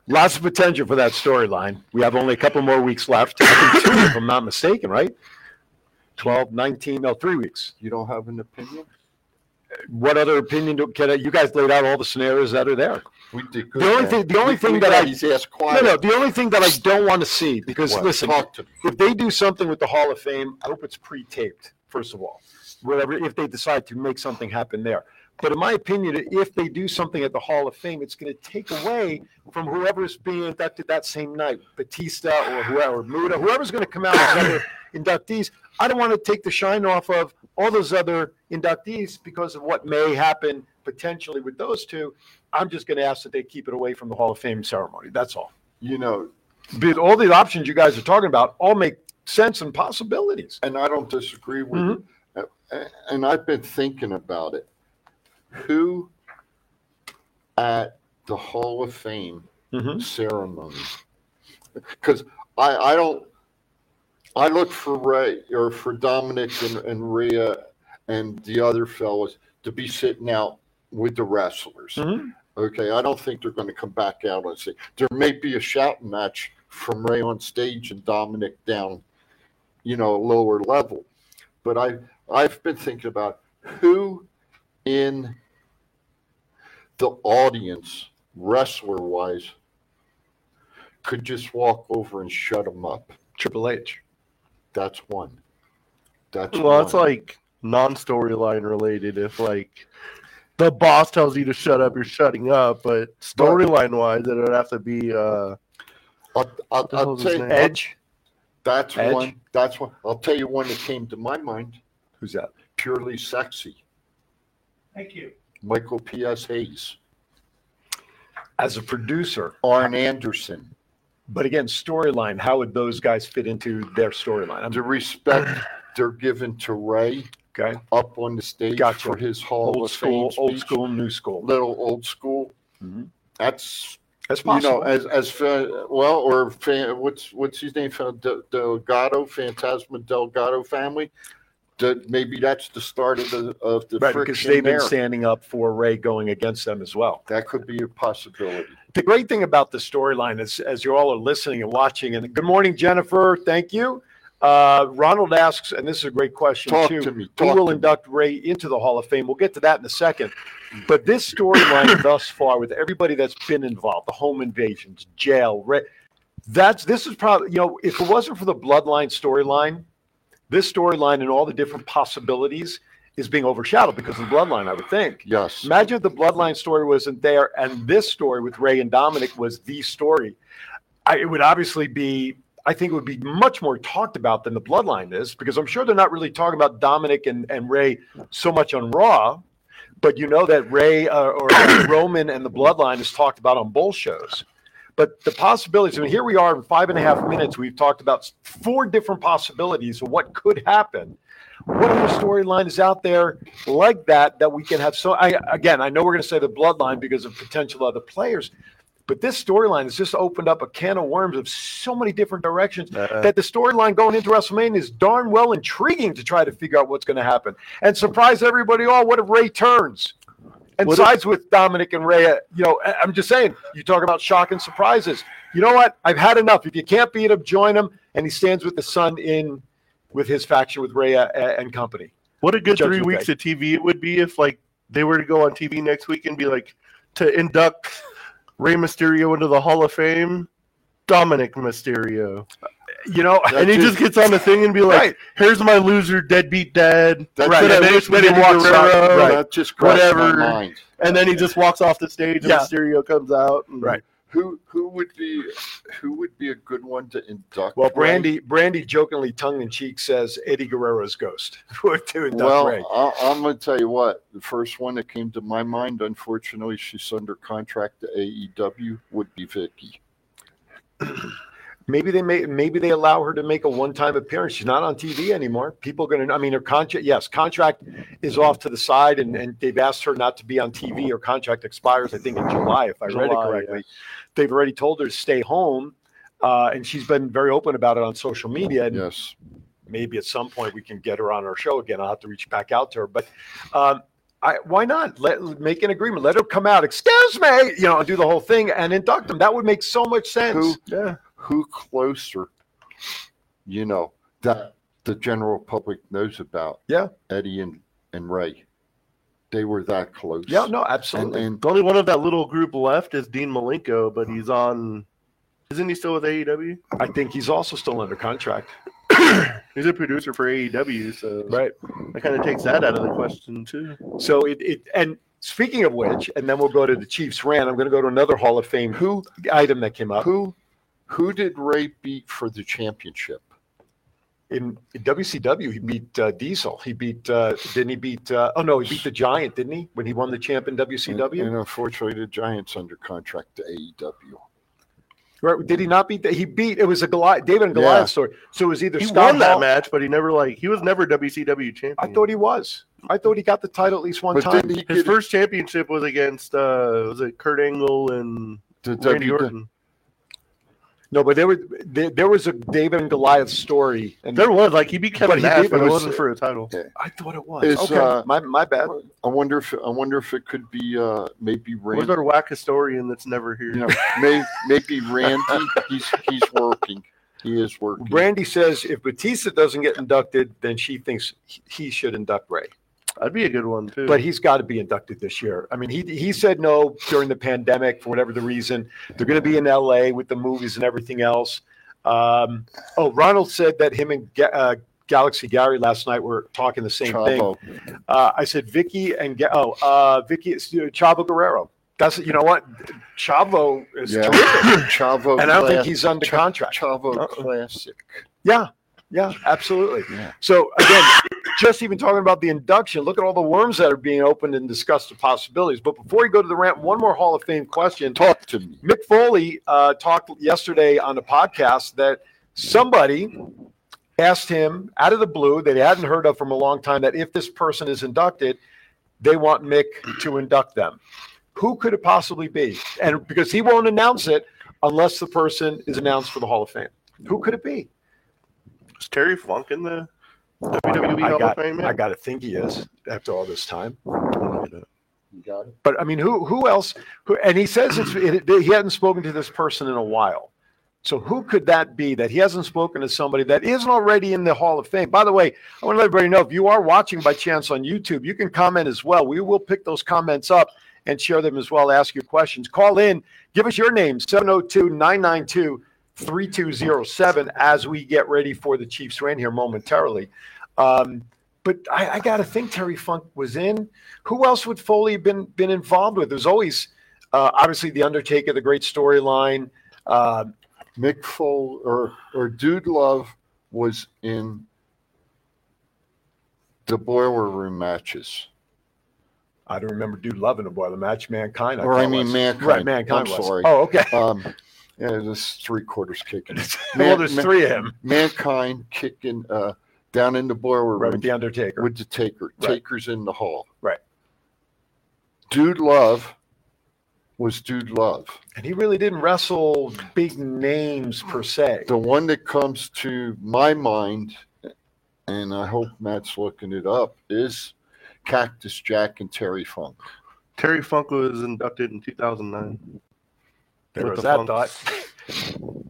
Speaker 3: Lots of potential for that storyline. We have only a couple more weeks left. I think two, if I'm not mistaken, right? 12, 19, no, three weeks.
Speaker 4: You don't have an opinion?
Speaker 3: What other opinion do can I, you guys laid out all the scenarios that are there?
Speaker 4: We did
Speaker 3: The only thing- the only thing that I-
Speaker 4: he's asked
Speaker 3: No,
Speaker 4: quiet.
Speaker 3: no. The only thing that I don't want to see because
Speaker 4: What?
Speaker 3: listen,
Speaker 4: Talk to me.
Speaker 3: if they do something with the Hall of Fame, I hope it's pre-taped. First of all, whatever if they decide to make something happen there. But in my opinion, if they do something at the Hall of Fame, it's going to take away from whoever's being inducted that same night, Batista or whoever, Muda, whoever's going to come out as other inductees. I don't want to take the shine off of all those other inductees because of what may happen potentially with those two. I'm just going to ask that they keep it away from the Hall of Fame ceremony. That's all
Speaker 4: You know,
Speaker 3: but all the options you guys are talking about all make sense and possibilities.
Speaker 4: and I don't disagree with
Speaker 3: Mm-hmm.
Speaker 4: you. A- And I've been thinking about it. Who at the Hall of Fame ceremony? Because I, I don't. I look for Ray or for Dominic and, and Rhea and the other fellas to be sitting out with the wrestlers. Okay, I don't think they're going to come back out and say there may be a shouting match from Ray on stage and Dominic down you know, lower level. But I I've been thinking about who in the audience, wrestler wise, could just walk over and shut them up.
Speaker 3: Triple H.
Speaker 4: That's one. That's
Speaker 5: well, it's
Speaker 4: one.
Speaker 5: like non-storyline related. If like the boss tells you to shut up, you're shutting up. But storyline wise, it would have to be uh,
Speaker 4: I'll, I'll,
Speaker 5: the
Speaker 4: I'll
Speaker 5: hell's
Speaker 4: tell
Speaker 5: his
Speaker 4: you,
Speaker 5: name?
Speaker 3: Edge.
Speaker 4: that's
Speaker 3: Edge?
Speaker 4: one. That's one. I'll tell you one that came to my mind.
Speaker 3: Who's that?
Speaker 4: Purely sexy.
Speaker 8: Thank you.
Speaker 4: Michael P.S. Hayes,
Speaker 3: As a producer.
Speaker 4: Arn Anderson.
Speaker 3: But again, storyline, how would those guys fit into their storyline?
Speaker 4: The
Speaker 3: I'm
Speaker 4: respect they're given to Ray
Speaker 3: okay.
Speaker 4: up on the stage
Speaker 3: Gotcha.
Speaker 4: for his Hall
Speaker 3: Old
Speaker 4: of Fame
Speaker 3: school, old
Speaker 4: speech.
Speaker 3: school, new school.
Speaker 4: little old school.
Speaker 3: Mhm.
Speaker 4: That's
Speaker 3: That's
Speaker 4: you know
Speaker 3: possible.
Speaker 4: as as fa- well or fa- what's what's his name Fa- Del- Delgado Phantasma Delgado family. That maybe that's the start of the of the
Speaker 3: right, because
Speaker 4: friction
Speaker 3: they've been
Speaker 4: there.
Speaker 3: standing up for Ray going against them as well.
Speaker 4: that could be a possibility.
Speaker 3: the great thing about the storyline is as you all are listening and watching and good morning jennifer thank you uh, ronald asks and this is a great question
Speaker 4: Talk
Speaker 3: too
Speaker 4: to me,
Speaker 3: who
Speaker 4: talk
Speaker 3: will
Speaker 4: to me.
Speaker 3: induct ray into the hall of fame we'll get to that in a second but this storyline thus far with everybody that's been involved the home invasions jail ray that's this is probably you know if it wasn't for the bloodline storyline this storyline and all the different possibilities is being overshadowed because of the bloodline i would think
Speaker 4: Yes,
Speaker 3: Imagine if the bloodline story wasn't there, and this story with Ray and Dominic was the story. I, it would obviously be, I think, it would be much more talked about than the bloodline is, because I'm sure they're not really talking about Dominic and, and Ray so much on Raw, but you know that Ray uh, or Roman and the bloodline is talked about on both shows. But the possibilities, I mean, here we are in five and a half minutes. We've talked about four different possibilities of what could happen. What other storyline is out there like that that we can have? So, I, again, I know we're going to say the bloodline because of potential other players, but this storyline has just opened up a can of worms of so many different directions
Speaker 5: Uh-uh.
Speaker 3: that the storyline going into WrestleMania is darn well intriguing to try to figure out what's going to happen and surprise everybody all. What if Ray turns and
Speaker 5: What if-
Speaker 3: sides with Dominic and Ray? uh, You know, I- I'm just saying, you talk about shock and surprises. You know what? I've had enough. If you can't beat him, join him. And he stands with the sun in with his faction with Ray uh, and company.
Speaker 5: What a good three
Speaker 3: Judgment
Speaker 5: weeks of TV it would be if like they were to go on TV next week and be like to induct Rey Mysterio into the Hall of Fame, Dominic Mysterio,
Speaker 3: You know,
Speaker 5: and he
Speaker 4: That's
Speaker 5: just gets on the thing and be like,
Speaker 3: Right.
Speaker 5: "Here's my loser, deadbeat dad,"
Speaker 4: That's
Speaker 5: Right. And
Speaker 4: right. That
Speaker 5: then
Speaker 4: just
Speaker 5: Eddie
Speaker 4: made me walk
Speaker 5: Guerrero,
Speaker 4: out.
Speaker 5: right.
Speaker 4: That just crossed
Speaker 5: Whatever.
Speaker 4: my mind.
Speaker 5: and then he just walks off the stage and
Speaker 3: Yeah.
Speaker 5: Mysterio comes out. And,
Speaker 3: Right.
Speaker 4: Who who would be who would be a good one to induct?
Speaker 3: well,
Speaker 4: Ray?
Speaker 3: Brandy, Brandy jokingly tongue in cheek says Eddie Guerrero's ghost. to induct
Speaker 4: Well,
Speaker 3: Ray.
Speaker 4: I, I'm going to tell you what. The first one that came to my mind, unfortunately, she's under contract to AEW, would be Vicky.
Speaker 3: Maybe they may maybe they allow her to make a one-time appearance. She's not on TV anymore. People are gonna I mean her contract yes, contract is off to the side and, and they've asked her not to be on TV. Her contract expires, I think, in July, if I
Speaker 5: July,
Speaker 3: read it correctly. They've already told her to stay home. Uh, and she's been very open about it on social media. And
Speaker 4: Yes.
Speaker 3: maybe at some point we can get her on our show again. I'll have to reach back out to her. But um, I, why not let make an agreement? Let her come out. Excuse me, you know, and do the whole thing and induct them. That would make so much sense.
Speaker 4: Who
Speaker 5: Yeah.
Speaker 4: who closer? You know that the general public knows about.
Speaker 3: Yeah.
Speaker 4: Eddie and and Ray, they were that close.
Speaker 3: Yeah, no,
Speaker 4: And,
Speaker 3: absolutely.
Speaker 4: and
Speaker 5: The only one of that little group left is Dean Malenko, but he's on. Isn't he still with E AEW?
Speaker 3: I think he's also still under contract.
Speaker 5: He's a producer for AEW, so
Speaker 3: Right.
Speaker 5: that kind of takes that out of the question too.
Speaker 3: So it, it and speaking of which, and then we'll go to the Chiefs rant. I'm going to go to another Hall of Fame
Speaker 4: who
Speaker 3: item that came up
Speaker 4: who who did Ray beat for the championship?
Speaker 3: in, in WCW. He beat uh, Diesel. He beat uh, didn't he beat? Uh, oh no, he beat the Giant, didn't he? When he won the champ in
Speaker 4: And-
Speaker 3: WCW,
Speaker 4: And, unfortunately, the Giants under contract to E AEW.
Speaker 3: right? Did he not beat that? He beat. It was a Goliath, David and Goliath
Speaker 4: Yeah.
Speaker 3: story. So it was either
Speaker 5: He
Speaker 3: Scott
Speaker 5: won that
Speaker 3: Hall-
Speaker 5: match, but he never like he was never WCW champion.
Speaker 3: I thought he was. I thought he got the title at least one
Speaker 4: But
Speaker 3: time.
Speaker 4: didn't he
Speaker 5: his
Speaker 4: get
Speaker 5: first championship was against uh was it Kurt Angle and
Speaker 4: the
Speaker 5: Randy
Speaker 4: WW
Speaker 5: Orton.
Speaker 3: no, but there was there, there was a David and Goliath story, and
Speaker 5: There was like he beat
Speaker 3: But
Speaker 5: Kevin
Speaker 3: he
Speaker 5: Nash,
Speaker 3: did-
Speaker 5: but
Speaker 3: it
Speaker 5: it
Speaker 3: was-
Speaker 5: wasn't for a title.
Speaker 3: I thought it was.
Speaker 4: Is,
Speaker 3: okay,
Speaker 4: uh,
Speaker 3: my my bad.
Speaker 4: I wonder if I wonder if it could be uh maybe
Speaker 5: Where's
Speaker 4: Randy.
Speaker 5: our whack historian that's never here?
Speaker 4: You know, may, maybe Randy. He's he's working. He is working.
Speaker 3: Brandy says if Batista doesn't get inducted, then she thinks he- he should induct Ray.
Speaker 5: That'd be a good one too.
Speaker 3: But he's got to be inducted this year. I mean, he he said no during the pandemic for whatever the reason. They're going to be in L.A. with the movies and everything else. Um, oh, Ronald said that him and Ga- uh, Galaxy Gary last night were talking the same thing.
Speaker 4: Chavo.
Speaker 3: Uh, I said Vicky and Ga- oh, uh, Vicky it's, you know, Chavo Guerrero. That's you know what, Chavo is,
Speaker 4: Yeah. Chavo.
Speaker 3: and I don't think
Speaker 4: Class-
Speaker 3: he's under contract.
Speaker 4: Chavo Classic.
Speaker 3: Yeah, yeah, absolutely.
Speaker 4: Yeah.
Speaker 3: So again, just even talking about the induction, look at all the worms that are being opened and discussed the possibilities. But before we go to the rant, one more Hall of Fame question.
Speaker 4: Talk to me.
Speaker 3: Mick Foley uh, talked yesterday on the podcast that somebody asked him out of the blue that he hadn't heard of from a long time that if this person is inducted, they want Mick to induct them. Who could it possibly be? And because he won't announce it unless the person is announced for the Hall of Fame. Who could it be?
Speaker 5: is Terry Funk in the WWE
Speaker 3: I
Speaker 5: Hall
Speaker 3: got,
Speaker 5: of Fame?
Speaker 3: I got to think he is after all this time.
Speaker 4: You got it.
Speaker 3: But I mean, who who else? Who, and he says it's it, he hadn't spoken to this person in a while. So who could that be that he hasn't spoken to somebody that isn't already in the Hall of Fame? By the way, I want to let everybody know if you are watching by chance on YouTube, you can comment as well. We will pick those comments up and share them as well. Ask your questions. Call in. Give us your name 702 992 3207 as we get ready for the Chiefs rant here momentarily. Um, but I, I got to think Terry Funk was in. Who else would Foley have been been involved with? There's always uh, obviously the Undertaker, the great storyline. Um
Speaker 4: Mick Fol or or Dude Love was in the boiler room matches.
Speaker 3: I don't remember Dude Love in a boiler match. Mankind,
Speaker 4: Or I
Speaker 3: thought
Speaker 4: mean
Speaker 3: was.
Speaker 4: Mankind.
Speaker 3: right? Mankind
Speaker 4: I'm
Speaker 3: was.
Speaker 4: sorry.
Speaker 3: Oh, okay.
Speaker 4: Um, Yeah, this three quarters kicking.
Speaker 3: well, there's three of him.
Speaker 4: Mankind kicking uh, down in the boiler
Speaker 3: Right
Speaker 4: room
Speaker 3: with the Undertaker.
Speaker 4: with the Taker.
Speaker 3: Right.
Speaker 4: Taker's in the hall.
Speaker 3: Right.
Speaker 4: Dude Love was Dude Love.
Speaker 3: and he really didn't wrestle big names per se.
Speaker 4: The one that comes to my mind, and I hope Matt's looking it up, is Cactus Jack and Terry Funk.
Speaker 5: Terry Funk was inducted in 2009.
Speaker 3: There
Speaker 5: With
Speaker 3: was
Speaker 5: the
Speaker 3: that
Speaker 5: Funks.
Speaker 3: thought.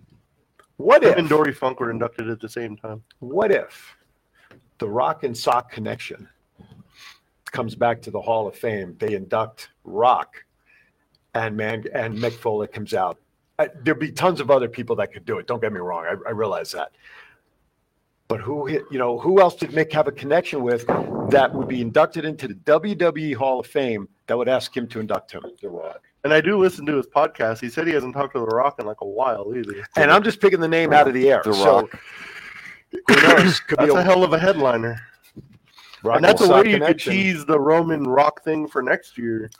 Speaker 3: What
Speaker 5: Him and
Speaker 3: if?
Speaker 5: Dory Funk were inducted at the same time.
Speaker 3: What if the Rock and Sock connection comes back to the Hall of Fame? They induct Rock, and man, and Mick Foley comes out. I, there'd be tons of other people that could do it. Don't get me wrong. I, I realize that. But who, hit- you know, who else did Mick have a connection with that would be inducted into the WWE Hall of Fame that would ask him to induct him? The Rock.
Speaker 5: And I do listen to his podcast. He said he hasn't talked to The Rock in like a while either.
Speaker 3: And I'm just picking the name out of the air.
Speaker 4: The
Speaker 3: so
Speaker 4: Rock.
Speaker 3: who knows? Could
Speaker 5: that's
Speaker 3: be
Speaker 5: a
Speaker 3: a,
Speaker 5: hell of a headliner.
Speaker 3: Rock
Speaker 5: and that's a
Speaker 3: Sock
Speaker 5: way you could
Speaker 3: connection.
Speaker 5: tease the Roman Rock thing for next year.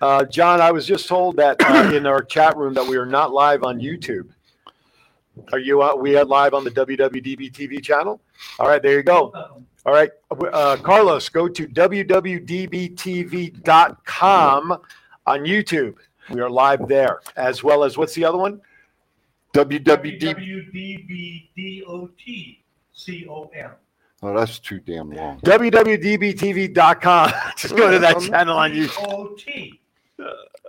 Speaker 3: Uh, John, I was just told that uh, in our chat room that we are not live on YouTube. Are you? Uh, we are live on the WWDB TV channel. All right, there you go. All right, uh, Carlos, go to www.dbtv.com on YouTube. We are live there, as well as what's the other one?
Speaker 4: WWD.
Speaker 10: WWDBDOTCOM.
Speaker 4: Oh, that's too damn long.
Speaker 3: www.dbtv.com. Just go to that channel on YouTube.
Speaker 10: O-T.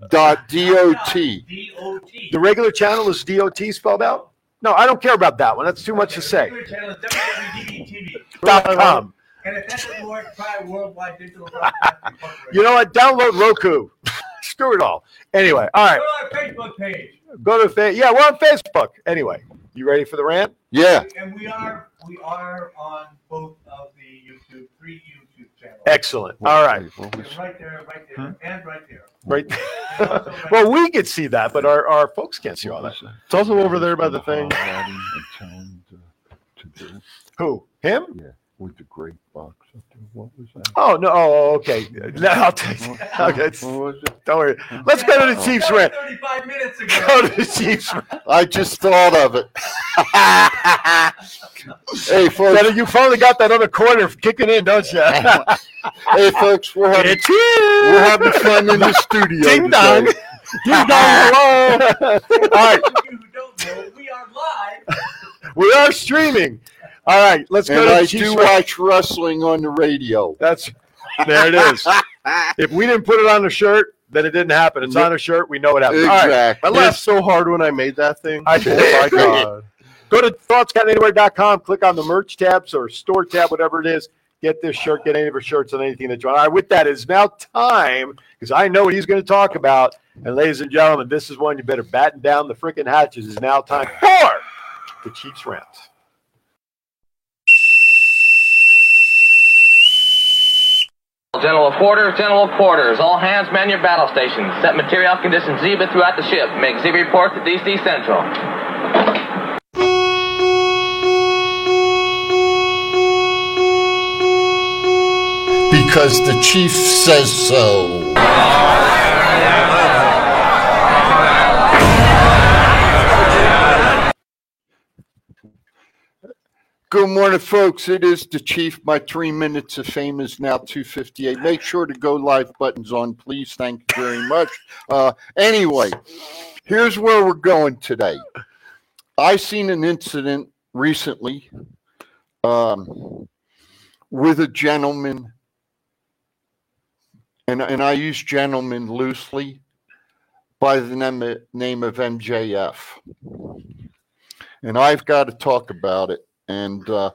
Speaker 4: Dot DOT.
Speaker 10: D-O-T.
Speaker 3: The regular channel is DOT spelled out. No, I don't care about that one. That's too much to say.
Speaker 10: Your channel is WWDBTV.
Speaker 3: Dot com.
Speaker 10: And if that's a word, try Worldwide Digital Broadcasting Corporation.
Speaker 3: You know what? Download Roku. Screw it all. Anyway, all right.
Speaker 10: Go to our Facebook page.
Speaker 3: Go to fa- yeah, we're on Facebook. Anyway, you ready for the rant?
Speaker 4: Yeah.
Speaker 10: And we are we are on both of the YouTube, three YouTube channels.
Speaker 3: Excellent. All right,
Speaker 4: What was-
Speaker 10: And right there, right there, and right there.
Speaker 3: right. well, we could see that, but our, our folks can't see all that.
Speaker 5: It's also over there by the thing.
Speaker 4: Aladdin and tell him to- to do it
Speaker 3: Who? Him?
Speaker 4: With the great box. up there. What was that?
Speaker 3: Oh no. Oh, okay. No, I'll take that. Okay. it's-
Speaker 4: What was it?
Speaker 3: Don't worry. Let's go to the Chiefs rant.
Speaker 10: 35 minutes
Speaker 3: Go
Speaker 10: ago.
Speaker 3: to the Chiefs rant.
Speaker 4: I just thought of it. hey folks,
Speaker 3: Better, you finally got that other corner kicking in, don't you?
Speaker 4: hey folks, we're having
Speaker 3: it's you.
Speaker 4: we're having fun in the studio.
Speaker 3: Ding dong.
Speaker 4: today.
Speaker 3: Ding dong. hello. All right.
Speaker 10: you who don't know, we are live.
Speaker 3: We are streaming. All right, let's go
Speaker 4: And
Speaker 3: to
Speaker 4: I
Speaker 3: Chiefs
Speaker 4: do
Speaker 3: rant.
Speaker 4: watch wrestling on the radio.
Speaker 3: That's there. It is. if we didn't put it on a shirt, then it didn't happen. It's on a shirt. We know it happened. All right,
Speaker 4: Exactly.
Speaker 5: I
Speaker 3: I
Speaker 5: laughed
Speaker 3: left.
Speaker 5: so hard when I made that thing.
Speaker 3: I
Speaker 5: oh my
Speaker 3: did.
Speaker 5: god.
Speaker 3: Go to thoughtscountanywhere.com. Click on the merch tabs or store tab, whatever it is. Get this shirt. Get any of her shirts and anything that you want. All right. With that, it's now time because I know what he's going to talk about. And ladies and gentlemen, this is one you better batten down the freaking hatches. It's now time for the Chiefs rant.
Speaker 11: General of quarters, general of quarters. All hands man your battle stations. Set material condition Zebra throughout the ship. Make Zebra report to DC Central.
Speaker 4: Because the chief says so. Good morning, folks. It is the chief. My three minutes of fame is now two fifty eight. Make sure to go live buttons on, please. Thank you very much. Uh, anyway, here's where we're going today. I seen an incident recently. Um, with a gentleman, and and I use gentleman loosely, by the name, name of MJF, and I've got to talk about it, and uh,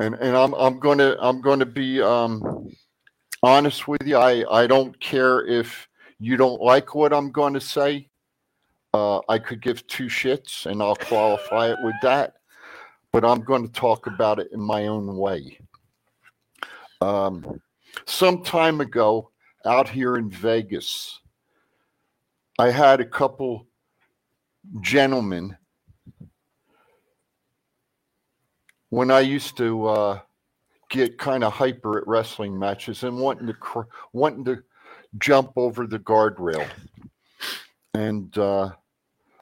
Speaker 4: and and I'm I'm gonna I'm gonna be um, honest with you. I I don't care if you don't like what I'm going to say. Uh, I could give two shits, and I'll qualify it with that. But I'm going to talk about it in my own way um, some time ago out here in Vegas, I had a couple gentlemen when I used to uh, get kind of hyper at wrestling matches and wanting to cr- wanting to jump over the guardrail, and uh,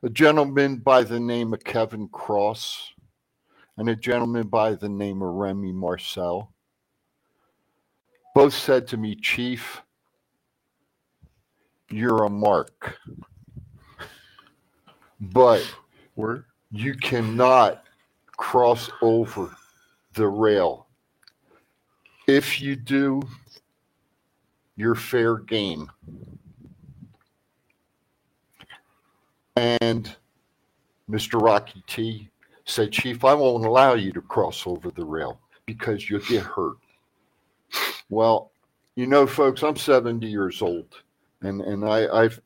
Speaker 4: a gentleman by the name of Kevin Cross and a gentleman by the name of Remy Marcel. Both said to me, Chief, you're a mark, but you cannot cross over the rail. If you do, you're fair game. And Mr. Rocky T said, Chief, I won't allow you to cross over the rail because you'll get hurt. Well, you know, folks, I'm 70 years old and, and I, I've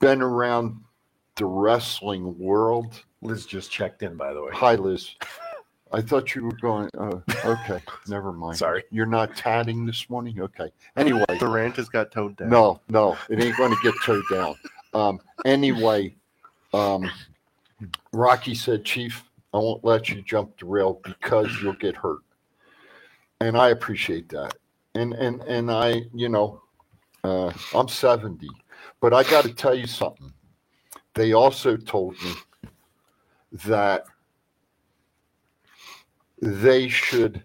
Speaker 4: been around the wrestling world.
Speaker 3: Liz just checked in, by the way.
Speaker 4: Hi, Liz. I thought you were going. Uh, okay, never mind.
Speaker 3: Sorry.
Speaker 4: You're not tatting this morning? Okay. Anyway.
Speaker 5: The rant has got towed down.
Speaker 4: No, no, it ain't going to get towed down. Um, anyway, um, Rocky said, Chief, I won't let you jump the rail because you'll get hurt. And I appreciate that. And and and I, you know, uh, I'm 70, but I got to tell you something. They also told me that they should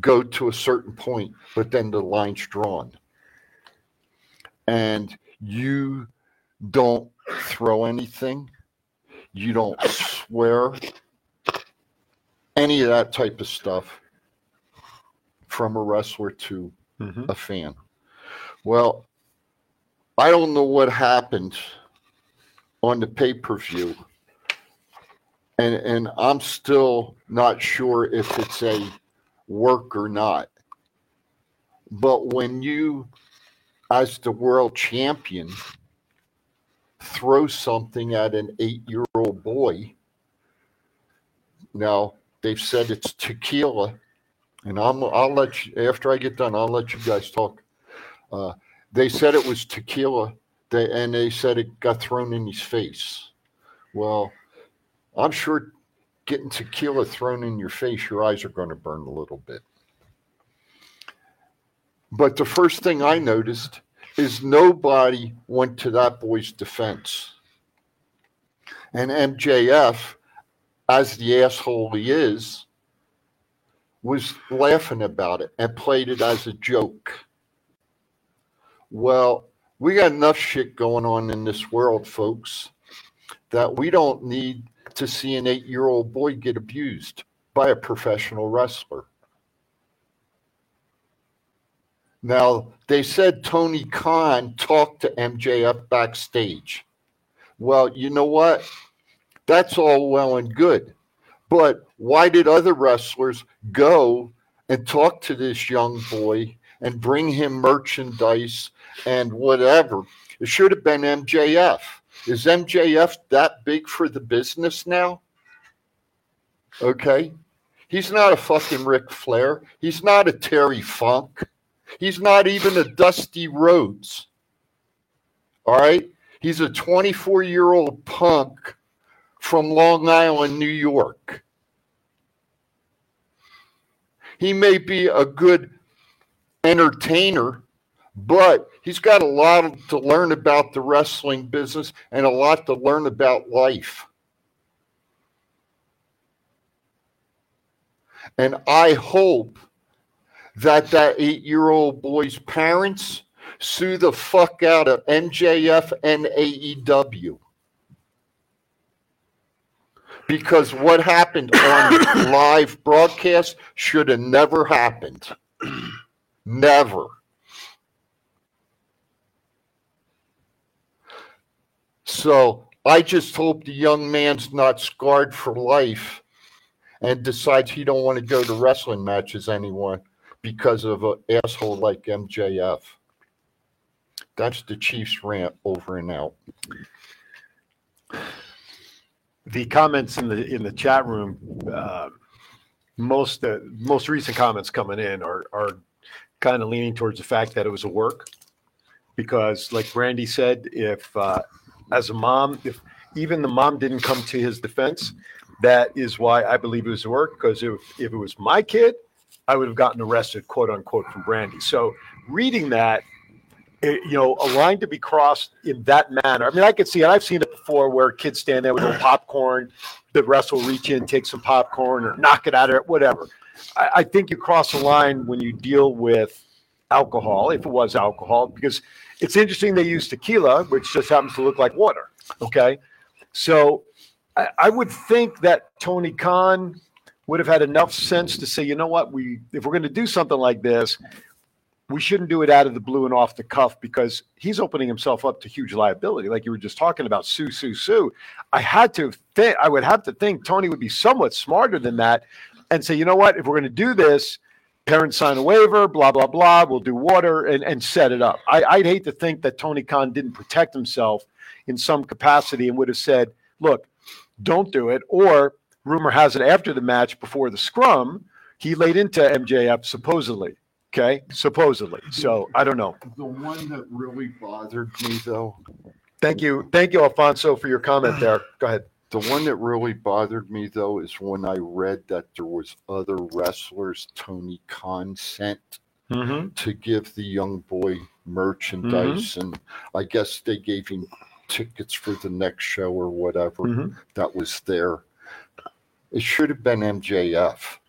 Speaker 4: go to a certain point, but then the line's drawn. And you don't throw anything, you don't swear, any of that type of stuff from a wrestler to
Speaker 3: Mhm.
Speaker 4: a fan. Well, I don't know what happened on the pay per view and and I'm still not sure if it's a work or not. But when you, as the world champion, throw something at an eight-year-old boy, now they've said it's tequila, and I'm I'll let you after I get done. I'll let you guys talk. Uh, they said it was tequila, they, and they said it got thrown in his face. Well. I'm sure getting tequila thrown in your face, your eyes are going to burn a little bit. But the first thing I noticed is nobody went to that boy's defense. And MJF, as the asshole he is, was laughing about it and played it as a joke. Well, we got enough shit going on in this world, folks that we don't need to see an eight year old boy get abused by a professional wrestler. Now, they said Tony Khan talked to MJF backstage. Well, you know what? That's all well and good. But why did other wrestlers go and talk to this young boy and bring him merchandise and whatever? It should have been MJF. Is MJF that big for the business now? Okay. He's not a fucking Ric Flair. He's not a Terry Funk. He's not even a Dusty Rhodes. All right. He's a 24 year old punk from Long Island, New York. He may be a good entertainer, but he's got a lot to learn about the wrestling business and a lot to learn about life. And I hope that that eight-year-old boy's parents sue the fuck out of MJF and E AEW. Because what happened on live broadcast should have never happened. never. So I just hope the young man's not scarred for life and decides he don't want to go to wrestling matches anymore because of an asshole like MJF. That's the Chiefs rant over and out.
Speaker 3: the comments in the in the chat room uh, most uh, most recent comments coming in are are kind of leaning towards the fact that it was a work because like brandy said if uh, as a mom if even the mom didn't come to his defense that is why i believe it was a work because if, if it was my kid i would have gotten arrested quote unquote from brandy so reading that eh, you know, a line to be crossed in that manner. I mean, I could see it. I've seen it before where kids stand there with their popcorn. The wrestler will reach in, take some popcorn, or knock it out of it, whatever. I, I think you cross the line when you deal with alcohol, if it was alcohol, because it's interesting they use tequila, which just happens to look like water. Okay. So I, I would think that Tony Khan would have had enough sense to say, you know what, we if we're going to do something like this, we shouldn't do it out of the blue and off the cuff because he's opening himself up to huge liability. Like you were just talking about, sue, sue, sue. I had to think I would have to think Tony would be somewhat smarter than that and say, you know what, if we're going to do this, parents sign a waiver, blah blah blah. We'll do water and and set it up. I, I'd hate to think that Tony Khan didn't protect himself in some capacity and would have said, look, don't do it, or rumor has it after the match before the scrum he laid into MJF supposedly. Okay, supposedly. So I don't know.
Speaker 4: The one that really bothered me, though,
Speaker 3: Thank you, thank you, Alfonso, for your comment there. Go ahead.
Speaker 4: the one that really bothered me, though, is when I read that there was other wrestlers Tony Khan sent to give the young boy merchandise, and I guess they gave him tickets for the next show or whatever
Speaker 3: Mhm.
Speaker 4: that was there. It should have been MJF.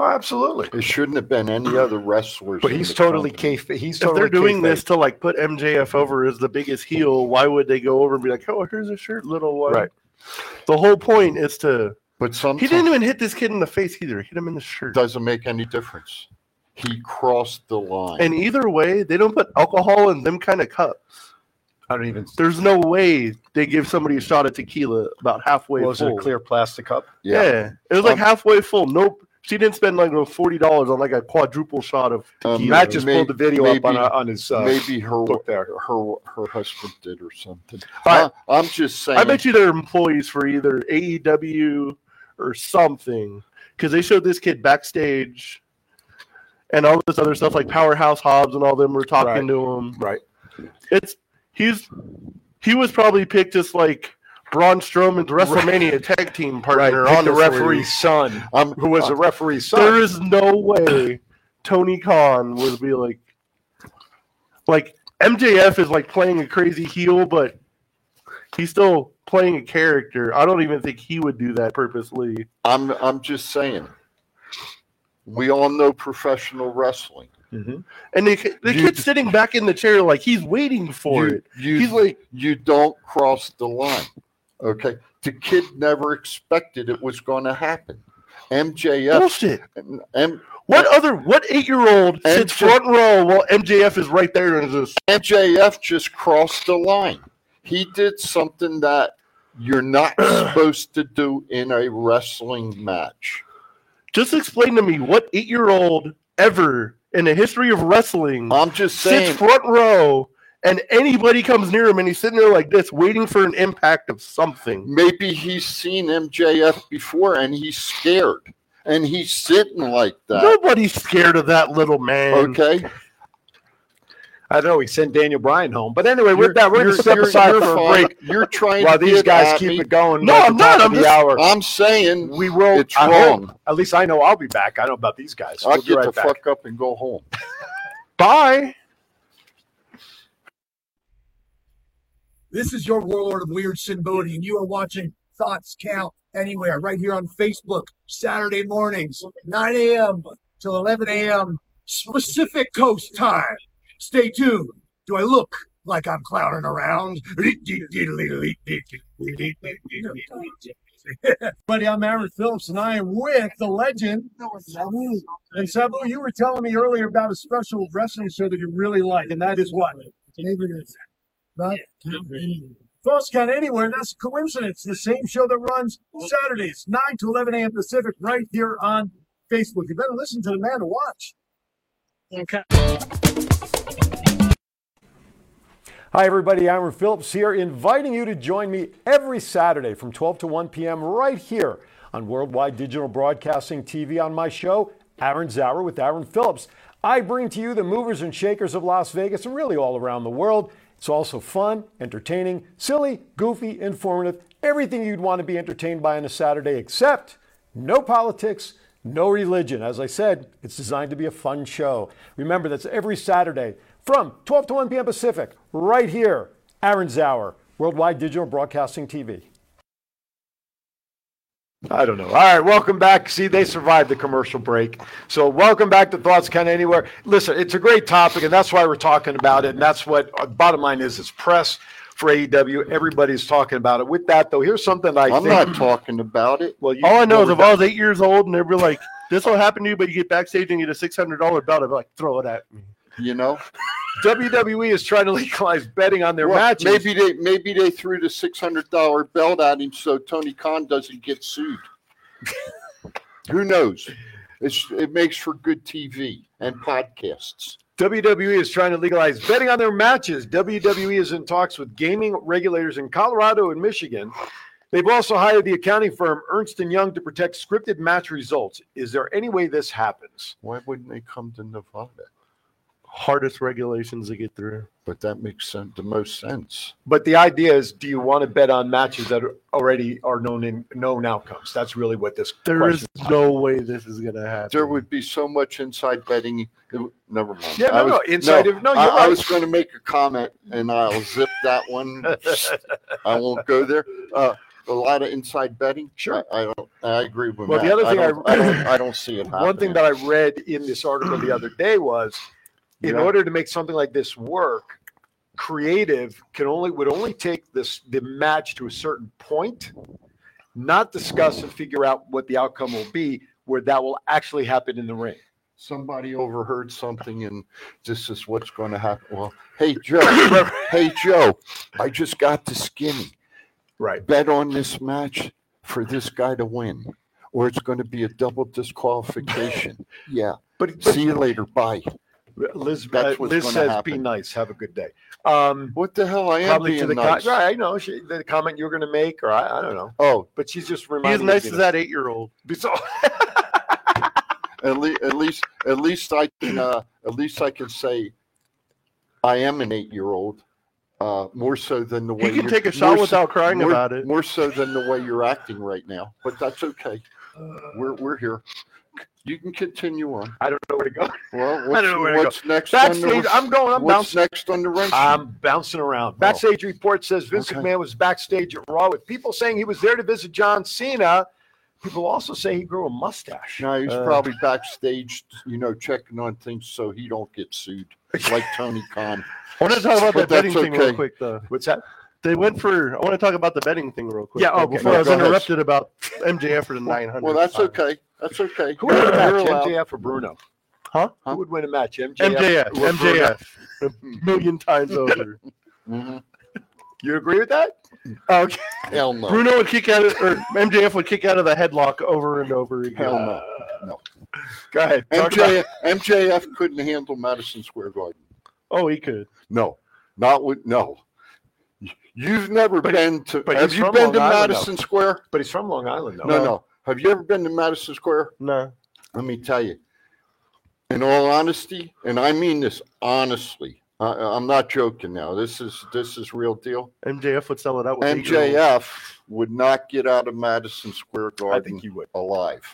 Speaker 3: absolutely.
Speaker 4: It shouldn't have been any other wrestlers.
Speaker 3: But
Speaker 4: in
Speaker 3: he's
Speaker 4: the
Speaker 3: totally
Speaker 4: company.
Speaker 3: kayf- He's
Speaker 5: if
Speaker 3: totally
Speaker 5: they're doing
Speaker 3: kayfabe.
Speaker 5: this to like put MJF over as the biggest heel, why would they go over and be like, "Oh, here's a shirt, little one"?
Speaker 3: Right.
Speaker 5: The whole point is to.
Speaker 4: But some
Speaker 5: He didn't even hit this kid in the face either. He hit him in the shirt.
Speaker 4: doesn't make any difference. He crossed the line.
Speaker 5: And either way, they don't put alcohol in them kind of cups.
Speaker 3: I don't even.
Speaker 5: There's no way they give somebody a shot of tequila about halfway
Speaker 3: Was it
Speaker 5: full.
Speaker 3: a clear plastic cup?
Speaker 5: Yeah. it was like
Speaker 4: Um,
Speaker 5: halfway full. Nope. She didn't spend like no forty dollars on like a quadruple shot of.
Speaker 4: Um,
Speaker 5: tequila.
Speaker 3: Matt just
Speaker 4: may-
Speaker 3: pulled the video up on,
Speaker 4: maybe-
Speaker 3: uh, on his uh,
Speaker 4: maybe her
Speaker 3: book there.
Speaker 4: her her husband did or something.
Speaker 5: I-
Speaker 4: I, am just saying.
Speaker 5: I bet you they're employees for either AEW or something because they showed this kid backstage, and all this other stuff like Powerhouse Hobbs and all them were talking
Speaker 3: Right.
Speaker 5: to him.
Speaker 3: Right.
Speaker 5: It's he's he was probably picked as like Braun Strowman's WrestleMania tag team
Speaker 3: Right,
Speaker 5: partner
Speaker 3: pick
Speaker 5: on
Speaker 3: the referee's son,
Speaker 4: I'm,
Speaker 3: who was the referee's son.
Speaker 5: There is no way Tony Khan would be like like MJF is like playing a crazy heel, but he's still playing a character. I don't even think he would do that purposely.
Speaker 4: I'm I'm just saying. We all know professional wrestling.
Speaker 3: Mm-hmm.
Speaker 5: And the, ki- the
Speaker 4: You-
Speaker 5: kid's sitting back in the chair like he's waiting for
Speaker 4: you,
Speaker 5: it.
Speaker 4: You,
Speaker 5: He's like-
Speaker 4: you don't cross the line. Okay, the kid never expected it was going to happen. MJF,
Speaker 5: Bullshit.
Speaker 4: and, and
Speaker 5: What other what eight year old sits
Speaker 4: MJ
Speaker 5: front row while MJF is right there and is just
Speaker 4: MJF just crossed the line. He did something that you're not supposed to do in a wrestling match.
Speaker 5: just explain to me what eight year old ever in the history of wrestling
Speaker 4: I'm just
Speaker 5: sits
Speaker 4: saying.
Speaker 5: front row and anybody comes near him and he's sitting there like this waiting for an impact of something
Speaker 4: maybe he's seen MJF before and he's scared and he's sitting like that.
Speaker 5: nobody's scared of that little man
Speaker 4: Okay,
Speaker 3: I don't know. He sent Daniel Bryan home. But anyway,
Speaker 4: You're-
Speaker 3: with that, we're going
Speaker 4: you're-
Speaker 3: to step
Speaker 4: you're-
Speaker 3: aside
Speaker 4: you're
Speaker 3: for a
Speaker 4: fine.
Speaker 3: break
Speaker 4: You're trying
Speaker 3: while
Speaker 4: to
Speaker 3: these
Speaker 4: get
Speaker 3: guys
Speaker 4: at
Speaker 3: keep
Speaker 4: me.
Speaker 3: it going.
Speaker 5: No,
Speaker 3: We're at
Speaker 5: I'm
Speaker 3: the
Speaker 5: not.
Speaker 3: top of
Speaker 5: I'm
Speaker 3: the
Speaker 5: just-
Speaker 3: hour.
Speaker 4: I'm saying
Speaker 3: we will.
Speaker 4: It's
Speaker 3: I
Speaker 4: wrong.
Speaker 3: hope. At least I know I'll be back. I don't know about these guys.
Speaker 4: I'll
Speaker 3: We'll be
Speaker 4: get the
Speaker 3: right back.
Speaker 4: fuck up and go home.
Speaker 5: bye
Speaker 8: This is your warlord of weird Sinbody, and you are watching Thoughts Count Anywhere right here on Facebook, Saturday mornings, 9 a.m. till 11 a.m. Pacific Coast time. Stay tuned. Do I look like I'm clowning around? Buddy, I'm Aaron Phillips, and I am with the legend. Sabu. And Sabu, you were telling me earlier about a special wrestling show that you really like, and that is what? Not First Count Anywhere, that's a coincidence. The same show that runs Saturdays, 9 to 11 a.m. Pacific, right here on Facebook. You better listen to the man to watch.
Speaker 12: Hi, everybody. Aaron Phillips here, inviting you to join me every Saturday from 12 to 1 p.m. right here on Worldwide Digital Broadcasting TV on my show, Aaron's Hour with Aaron Phillips. I bring to you the movers and shakers of Las Vegas and really all around the world. It's also fun, entertaining, silly, goofy, informative, everything you'd want to be entertained by on a Saturday, except no politics, no religion. As I said, it's designed to be a fun show. Remember, that's every Saturday from 12 to 1 p.m. Pacific, right here, Aaron Zauer, Worldwide Digital Broadcasting TV.
Speaker 3: I don't know. All right, welcome back. See, they survived the commercial break. So, welcome back to Thoughts Kind of Anywhere. Listen, it's a great topic, and that's why we're talking about it. And that's what uh, bottom line is: is press for AEW. Everybody's talking about it. With that, though, here's something I
Speaker 4: I'm
Speaker 3: think.
Speaker 4: not talking about it.
Speaker 3: Well, you,
Speaker 5: All I know is if I
Speaker 3: all
Speaker 5: was eight years old and they were like, "This will happen to you," but you get backstage and you get a six hundred dollar belt, I'd be like, "Throw it at me."
Speaker 4: You know,
Speaker 3: WWE E is trying to legalize betting on their
Speaker 4: Well,
Speaker 3: matches.
Speaker 4: maybe they maybe they threw the six hundred dollar belt at him so Tony Khan doesn't get sued. Who knows? It's, it makes for good TV and podcasts.
Speaker 3: WWE E is trying to legalize betting on their matches. WWE is in talks with gaming regulators in Colorado and Michigan. They've also hired the accounting firm Ernst & Young to protect scripted match results. Is there any way this happens?
Speaker 4: Why wouldn't they come to Nevada?
Speaker 5: Hardest regulations to get through.
Speaker 4: But that makes sen- the most sense.
Speaker 3: But the idea is, do you want to bet on matches that are already are known in known outcomes? That's really what this
Speaker 5: There is
Speaker 3: question
Speaker 5: no way this is gonna happen.
Speaker 4: There would be so much inside betting. it w- Never mind.
Speaker 3: Yeah,
Speaker 4: I
Speaker 3: no,
Speaker 4: was,
Speaker 3: no, inside of- no,
Speaker 4: I,
Speaker 3: you're
Speaker 4: I
Speaker 3: right.
Speaker 4: was going to make a comment, and I'll zip that one. I won't go there. Uh, a lot of inside betting.
Speaker 3: Sure.
Speaker 4: I, I don't. I agree with.
Speaker 3: Well, the
Speaker 4: Matt.
Speaker 3: other thing I-
Speaker 4: don't- I, don't, I don't see it. Happening.
Speaker 3: One thing that I read in this article the other day was in
Speaker 4: Yeah.
Speaker 3: order to make something like this work, creative can only would only take this the match to a certain point, not discuss and figure out what the outcome will be, where that will actually happen in the ring.
Speaker 4: somebody overheard something and this is what's going to happen. Well, hey Joe, hey Joe, I just got the skinny.
Speaker 3: Right.
Speaker 4: Bet on this match for this guy to win, or it's going to be a double disqualification. yeah.
Speaker 3: But-
Speaker 4: see you later. Bye.
Speaker 3: Liz,
Speaker 4: That's
Speaker 3: uh,
Speaker 4: what's
Speaker 3: Liz
Speaker 4: gonna
Speaker 3: says, "Be
Speaker 4: happen.
Speaker 3: nice. Have a good day." Um,
Speaker 4: What the hell? I am
Speaker 3: probably to
Speaker 4: being
Speaker 3: the co-
Speaker 4: nice.
Speaker 3: right, I know she, the comment you're going to make, or I, I don't know,
Speaker 4: Oh,
Speaker 3: but she's just
Speaker 5: Be as
Speaker 3: reminding.
Speaker 5: nice
Speaker 3: me
Speaker 5: as that eight year old.
Speaker 3: So-
Speaker 4: at, le- at least, at least I can, uh, at least I can say, I am an eight-year-old. Uh, more so than the way
Speaker 5: can
Speaker 4: you're-
Speaker 5: take a shot
Speaker 4: more so-
Speaker 5: without crying
Speaker 4: more-
Speaker 5: about it.
Speaker 4: More so than the way you're acting right now, but that's okay. We're we're here. You can continue on.
Speaker 3: I don't know where to go.
Speaker 4: Well,
Speaker 3: I
Speaker 4: what's,
Speaker 3: don't know where to go.
Speaker 4: what's next? on
Speaker 3: Backstage,
Speaker 4: the,
Speaker 3: I'm going. I'm
Speaker 4: what's
Speaker 3: bouncing.
Speaker 4: next on the ranking?
Speaker 3: I'm bouncing around. Backstage report says Vince
Speaker 4: Okay.
Speaker 3: McMahon was backstage at Raw with people saying he was there to visit John Cena. People also say he grew a mustache.
Speaker 4: no, he's
Speaker 3: Uh,
Speaker 4: probably backstage, you know, checking on things so he don't get sued like Tony Khan.
Speaker 5: I want to talk about that
Speaker 4: But
Speaker 5: betting
Speaker 4: that's
Speaker 5: thing real
Speaker 4: okay.
Speaker 5: quick, though.
Speaker 3: Uh, What's that?
Speaker 5: They went for. I want to talk about the betting thing real quick.
Speaker 3: Yeah,
Speaker 5: though,
Speaker 3: okay.
Speaker 5: Before I was
Speaker 4: Go ahead.
Speaker 5: interrupted about MJF for the nine hundred.
Speaker 4: Well, that's okay. That's okay.
Speaker 3: Who would win a
Speaker 4: You're
Speaker 3: match,
Speaker 4: allowed.
Speaker 3: MJF or Bruno?
Speaker 5: Huh?
Speaker 3: Who would win a match, MJF?
Speaker 5: MJF,
Speaker 3: or Bruno?
Speaker 5: MJF,
Speaker 4: Hmm.
Speaker 5: a million times over.
Speaker 4: Mhm.
Speaker 3: You agree with that? Oh, Okay.
Speaker 4: Hell no.
Speaker 5: Bruno would kick out of, or MJF would kick out of the headlock over and over again.
Speaker 4: Hell no. No.
Speaker 3: Go ahead. Talk about-
Speaker 4: MJF, MJF couldn't handle Madison Square Garden.
Speaker 5: Oh, he could.
Speaker 4: No, not with no. You've never been to.
Speaker 3: but
Speaker 4: have
Speaker 3: he's
Speaker 4: you
Speaker 3: from
Speaker 4: been
Speaker 3: Long
Speaker 4: to
Speaker 3: Island, though.
Speaker 4: Madison Square?
Speaker 3: but he's from Long Island, though.
Speaker 4: No, no. Have you ever been to Madison Square?
Speaker 5: No.
Speaker 4: Let me tell you. In all honesty, and I mean this honestly, I, I'm not joking. Now, this is this is real deal.
Speaker 5: MJF would sell it out with eight-year-olds.
Speaker 4: MJF would not get out of Madison Square
Speaker 3: I
Speaker 4: Garden
Speaker 3: think he would. Oh,
Speaker 4: alive.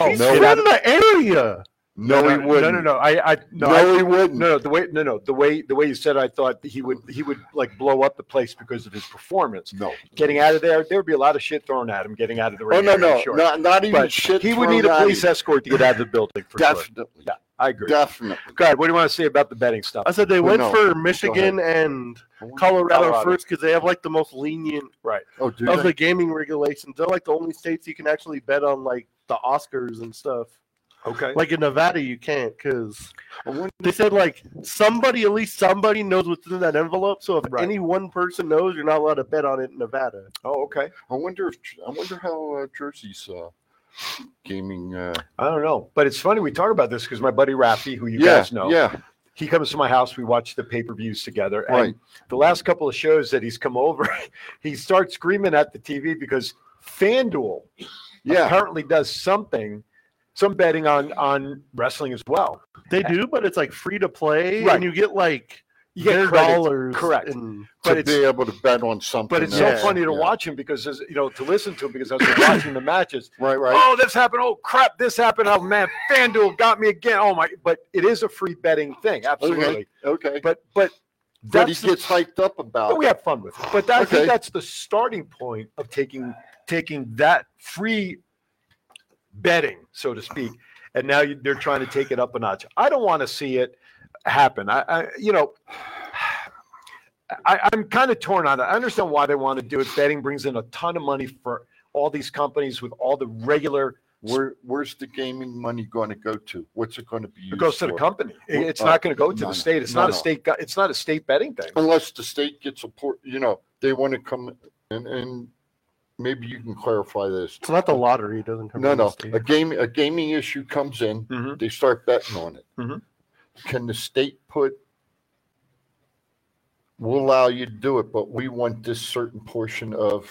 Speaker 5: He's
Speaker 4: no,
Speaker 5: from the area.
Speaker 4: no, he wouldn't.
Speaker 3: No, no, no. I, I, no,
Speaker 4: No,
Speaker 3: I-
Speaker 4: he wouldn't.
Speaker 3: No, no, the way no, no, the way the way you said, it, I thought that he would he would like blow up the place because of his performance.
Speaker 4: No.
Speaker 3: Getting out of there, there would be a lot of shit thrown at him getting out of the ring.
Speaker 4: Oh no,
Speaker 3: I'm
Speaker 4: no,
Speaker 3: sure.
Speaker 4: not, not even
Speaker 3: But
Speaker 4: shit.
Speaker 3: he would
Speaker 4: thrown
Speaker 3: need a
Speaker 4: at
Speaker 3: police
Speaker 4: him.
Speaker 3: escort to get out of the building. For sure.
Speaker 4: Definitely,
Speaker 3: Yeah, I agree.
Speaker 4: definitely.
Speaker 3: Go ahead. What do you want to say about the betting stuff?
Speaker 5: I said they
Speaker 4: Well,
Speaker 5: went
Speaker 4: no.
Speaker 5: for Michigan and Colorado,
Speaker 3: Colorado.
Speaker 5: first because they have like the most lenient
Speaker 4: Oh, dude.
Speaker 5: of the gaming regulations. They're like the only states you can actually bet on like the Oscars and stuff.
Speaker 3: Okay.
Speaker 5: Like in Nevada, you can't because
Speaker 4: I wouldn't-
Speaker 5: they said like somebody, at least somebody knows what's in that envelope. So if
Speaker 3: Right.
Speaker 5: any one person knows, you're not allowed to bet on it in Nevada.
Speaker 3: Oh, okay.
Speaker 4: I wonder if I wonder how uh, Jersey's uh, gaming. Uh,
Speaker 3: I don't know, but it's funny we talk about this because my buddy Rafi, who you
Speaker 4: yeah,
Speaker 3: guys know,
Speaker 4: yeah,
Speaker 3: he comes to my house. We watch the pay per views together. And
Speaker 4: Right.
Speaker 3: the last couple of shows that he's come over, he starts screaming at the TV because FanDuel
Speaker 4: yeah.
Speaker 3: apparently does something, some betting on on wrestling as well.
Speaker 5: They do, but it's like free to play,
Speaker 3: Right.
Speaker 5: and you get like
Speaker 3: you get
Speaker 5: their
Speaker 3: credit,
Speaker 5: dollars
Speaker 3: correct.
Speaker 5: and-
Speaker 3: But
Speaker 4: to
Speaker 3: it's-
Speaker 4: be able to bet on something.
Speaker 3: But it's
Speaker 4: else.
Speaker 3: so funny to
Speaker 4: Yeah.
Speaker 3: watch him because as, you know to listen to him because I was watching the matches.
Speaker 4: Right, right.
Speaker 3: Oh, this happened. Oh crap, this happened. Oh man, FanDuel got me again. Oh my! But it is a free betting thing, absolutely.
Speaker 4: Okay. okay.
Speaker 3: But but
Speaker 4: But he
Speaker 3: that's the-
Speaker 4: gets hyped up about
Speaker 3: But we
Speaker 4: it.
Speaker 3: have fun with it. But that, I
Speaker 4: Okay.
Speaker 3: think that's the starting point of taking taking that free betting, so to speak, and now you, they're trying to take it up a notch. I don't want to see it happen. I, I you know. I, I'm kind of torn on it. I understand why they want to do it. Betting brings in a ton of money for all these companies with all the regular.
Speaker 4: Where, where's the gaming money going to go to? What's it going to be?
Speaker 3: It goes
Speaker 4: used
Speaker 3: to the
Speaker 4: for?
Speaker 3: company. It-
Speaker 4: Well,
Speaker 3: It's
Speaker 4: uh,
Speaker 3: not going to go to
Speaker 4: no,
Speaker 3: the
Speaker 4: no,
Speaker 3: state. It's
Speaker 4: no,
Speaker 3: not a
Speaker 4: no.
Speaker 3: state. go- It's not a state betting thing.
Speaker 4: unless the state gets a port, you know, they want to come and, and maybe you can clarify this.
Speaker 5: It's not the lottery. It doesn't come.
Speaker 4: No,
Speaker 5: from the
Speaker 4: no,
Speaker 5: state.
Speaker 4: a game, a gaming issue comes in, they start betting on it.
Speaker 3: Mm-hmm.
Speaker 4: Can the state put, we'll allow you to do it, but we want this certain portion of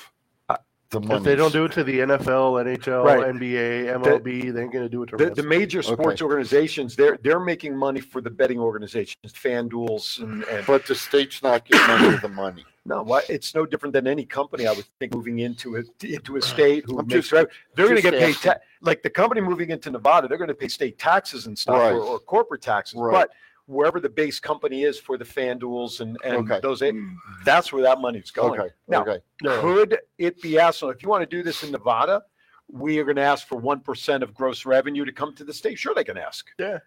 Speaker 3: Uh,
Speaker 4: the money.
Speaker 5: If they don't do it to the NFL, NHL,
Speaker 3: Right.
Speaker 5: NBA, MLB, they ain't gonna do it to
Speaker 3: the, the
Speaker 5: wrestling.
Speaker 3: major sports organizations they're they're making money for the betting organizations fanduels and, and
Speaker 4: But the state's not getting any of the money.
Speaker 3: no why- it's no different than any company i would think moving into it into a state who
Speaker 4: I'm
Speaker 3: makes
Speaker 4: just-
Speaker 3: rev- they're going to
Speaker 4: just
Speaker 3: get paid
Speaker 4: asking.
Speaker 3: ta- like the company moving into nevada they're going to pay state taxes and stuff
Speaker 4: Right.
Speaker 3: or, or corporate taxes
Speaker 4: Right.
Speaker 3: but wherever the base company is for the fanduels and and
Speaker 4: Okay.
Speaker 3: those eh, that's where that money's going
Speaker 4: Okay,
Speaker 3: now
Speaker 4: okay.
Speaker 3: could it be asked if you want to do this in nevada we are going to ask for 1% of gross revenue to come to the state sure they can ask
Speaker 5: yeah.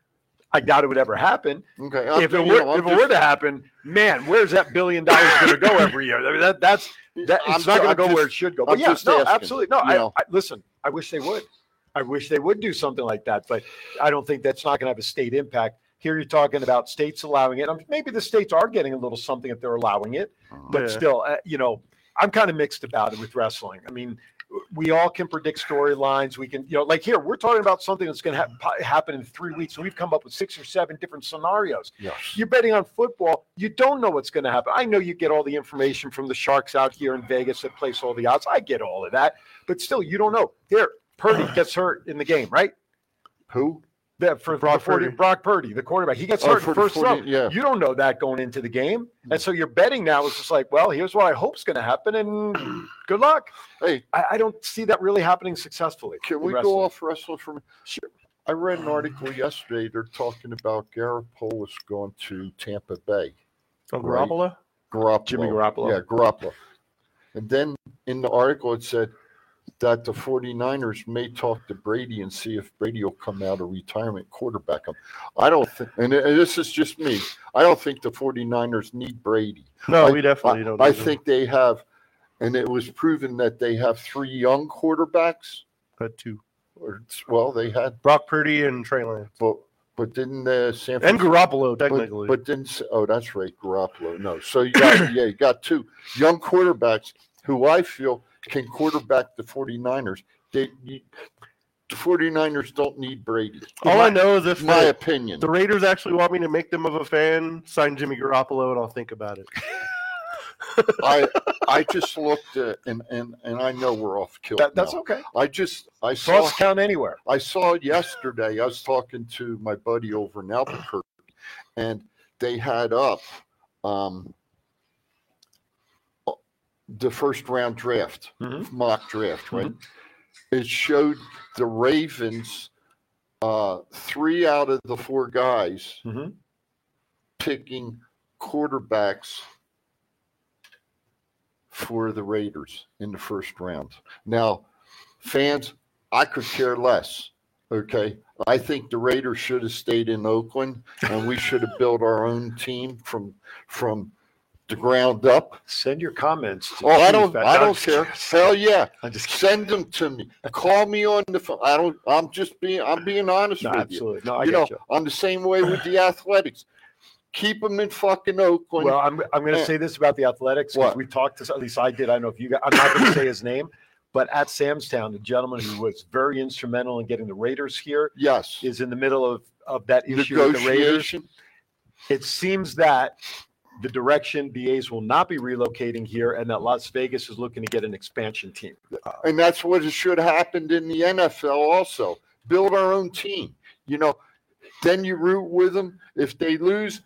Speaker 3: I doubt it would ever happen.
Speaker 4: Okay. I'm-
Speaker 3: If it
Speaker 4: you
Speaker 3: were,
Speaker 4: know, I'm
Speaker 3: if it
Speaker 4: just-
Speaker 3: were to happen, man, where's that billion dollars going to go every year? I mean, that, that's that,
Speaker 4: I'm
Speaker 3: it's not going
Speaker 4: ju-
Speaker 3: to go
Speaker 4: I'm
Speaker 3: where it
Speaker 4: just-
Speaker 3: should go.
Speaker 4: I'm
Speaker 3: But yeah,
Speaker 4: just
Speaker 3: no,
Speaker 4: asking,
Speaker 3: absolutely, no.
Speaker 4: you
Speaker 3: I,
Speaker 4: know.
Speaker 3: I, listen, I wish they would. I wish they would do something like that, but I don't think that's not going to have a state impact. Here you're talking about states allowing it. I mean, maybe the states are getting a little something if they're allowing it, but
Speaker 5: Yeah.
Speaker 3: still, uh, you know, I'm kind of mixed about it with wrestling. I mean, we all can predict storylines. We can, you know, like here, we're talking about something that's going to ha- happen in three weeks. and We've come up with six or seven different scenarios.
Speaker 4: Yes.
Speaker 3: You're betting on football. You don't know what's going to happen. I know you get all the information from the sharks out here in Vegas that place all the odds. I get all of that, but still, you don't know. Here, Purdy gets hurt in the game, right?
Speaker 4: Who?
Speaker 3: That for
Speaker 5: Brock
Speaker 3: Brock Purdy,
Speaker 5: Purdy.
Speaker 3: Brock Purdy, the quarterback, he gets
Speaker 4: Oh,
Speaker 3: hurt in
Speaker 4: for
Speaker 3: the
Speaker 4: the
Speaker 3: first
Speaker 4: 40
Speaker 3: row.
Speaker 4: yeah. Hmm.
Speaker 3: You don't know that going into the game, and so you're betting now. It's just like, well, here's what I hope's going to happen, and good luck.
Speaker 4: Hey,
Speaker 3: I, I don't see that really happening successfully.
Speaker 4: Can
Speaker 3: in
Speaker 4: we
Speaker 3: wrestling.
Speaker 4: go off wrestling for? Sure. I read an article yesterday. They're talking about Garoppolo is going to Tampa Bay.
Speaker 5: Oh, Garoppolo?
Speaker 4: Garoppolo.
Speaker 3: Jimmy Garoppolo.
Speaker 4: Yeah, Garoppolo. And then in the article, it said that the 49ers may talk to Brady and see if Brady will come out of retirement quarterback him. I don't think, and and this is just me, I don't think the 49ers need Brady.
Speaker 5: No,
Speaker 4: I-
Speaker 5: we definitely
Speaker 4: I-
Speaker 5: don't.
Speaker 4: I
Speaker 5: need them.
Speaker 4: think they have, and it was proven that they have three young quarterbacks.
Speaker 5: But two.
Speaker 4: Or, well, they had
Speaker 5: Brock Purdy and Trey Lance.
Speaker 4: but but didn't uh, San
Speaker 5: And
Speaker 4: Fran-
Speaker 5: Garoppolo,
Speaker 4: but-
Speaker 5: technically.
Speaker 4: But, didn't s- oh that's right, Garoppolo. No, so you got yeah, you got two young quarterbacks who I feel can quarterback the 49ers. They you- the 49ers don't need Brady.
Speaker 5: All I know is if
Speaker 4: my
Speaker 5: the,
Speaker 4: opinion.
Speaker 5: the Raiders actually want me to make them of a fan, sign Jimmy Garoppolo, and I'll think about it.
Speaker 4: I I just looked at, and and and I know we're off kilter.
Speaker 3: That, that's
Speaker 4: now.
Speaker 3: okay.
Speaker 4: I just I saw
Speaker 3: Thoughts count anywhere.
Speaker 4: I saw yesterday, I was talking to my buddy over in Albuquerque, and they had up um, uh, the first round draft,
Speaker 3: Mhm.
Speaker 4: mock draft, right? It showed the Ravens, uh, three out of the four guys
Speaker 3: Mhm.
Speaker 4: picking quarterbacks for the Raiders in the first round. Now, fans, I could care less. Okay. I think the Raiders should have stayed in Oakland and we should have built our own team from from the ground up.
Speaker 3: Send your comments. To
Speaker 4: Oh, I
Speaker 3: Keith
Speaker 4: don't
Speaker 3: at-
Speaker 4: I don't care. Hell yeah.
Speaker 3: I'm just kidding.
Speaker 4: Send them to me. Call me on the phone. I don't I'm just being I'm being honest
Speaker 3: No,
Speaker 4: with you.
Speaker 3: absolutely. No, I
Speaker 4: you know,
Speaker 3: get you.
Speaker 4: I'm the same way with the athletics. Keep them in fucking Oakland.
Speaker 3: Well, I'm, I'm going to
Speaker 4: Yeah.
Speaker 3: say this about the athletics because
Speaker 4: What?
Speaker 3: we talked to, at least I did. I don't know if you got, I'm not going to say his name, but at Samstown, a gentleman who was very instrumental in getting the Raiders here
Speaker 4: yes.
Speaker 3: is in the middle of, of that issue with the Raiders.
Speaker 4: Negotiation.
Speaker 3: It seems that the direction the A's will not be relocating here and that Las Vegas is looking to get an expansion team.
Speaker 4: And that's what it should have happened in the NFL also. Build our own team. You know, then you root with them. If they lose,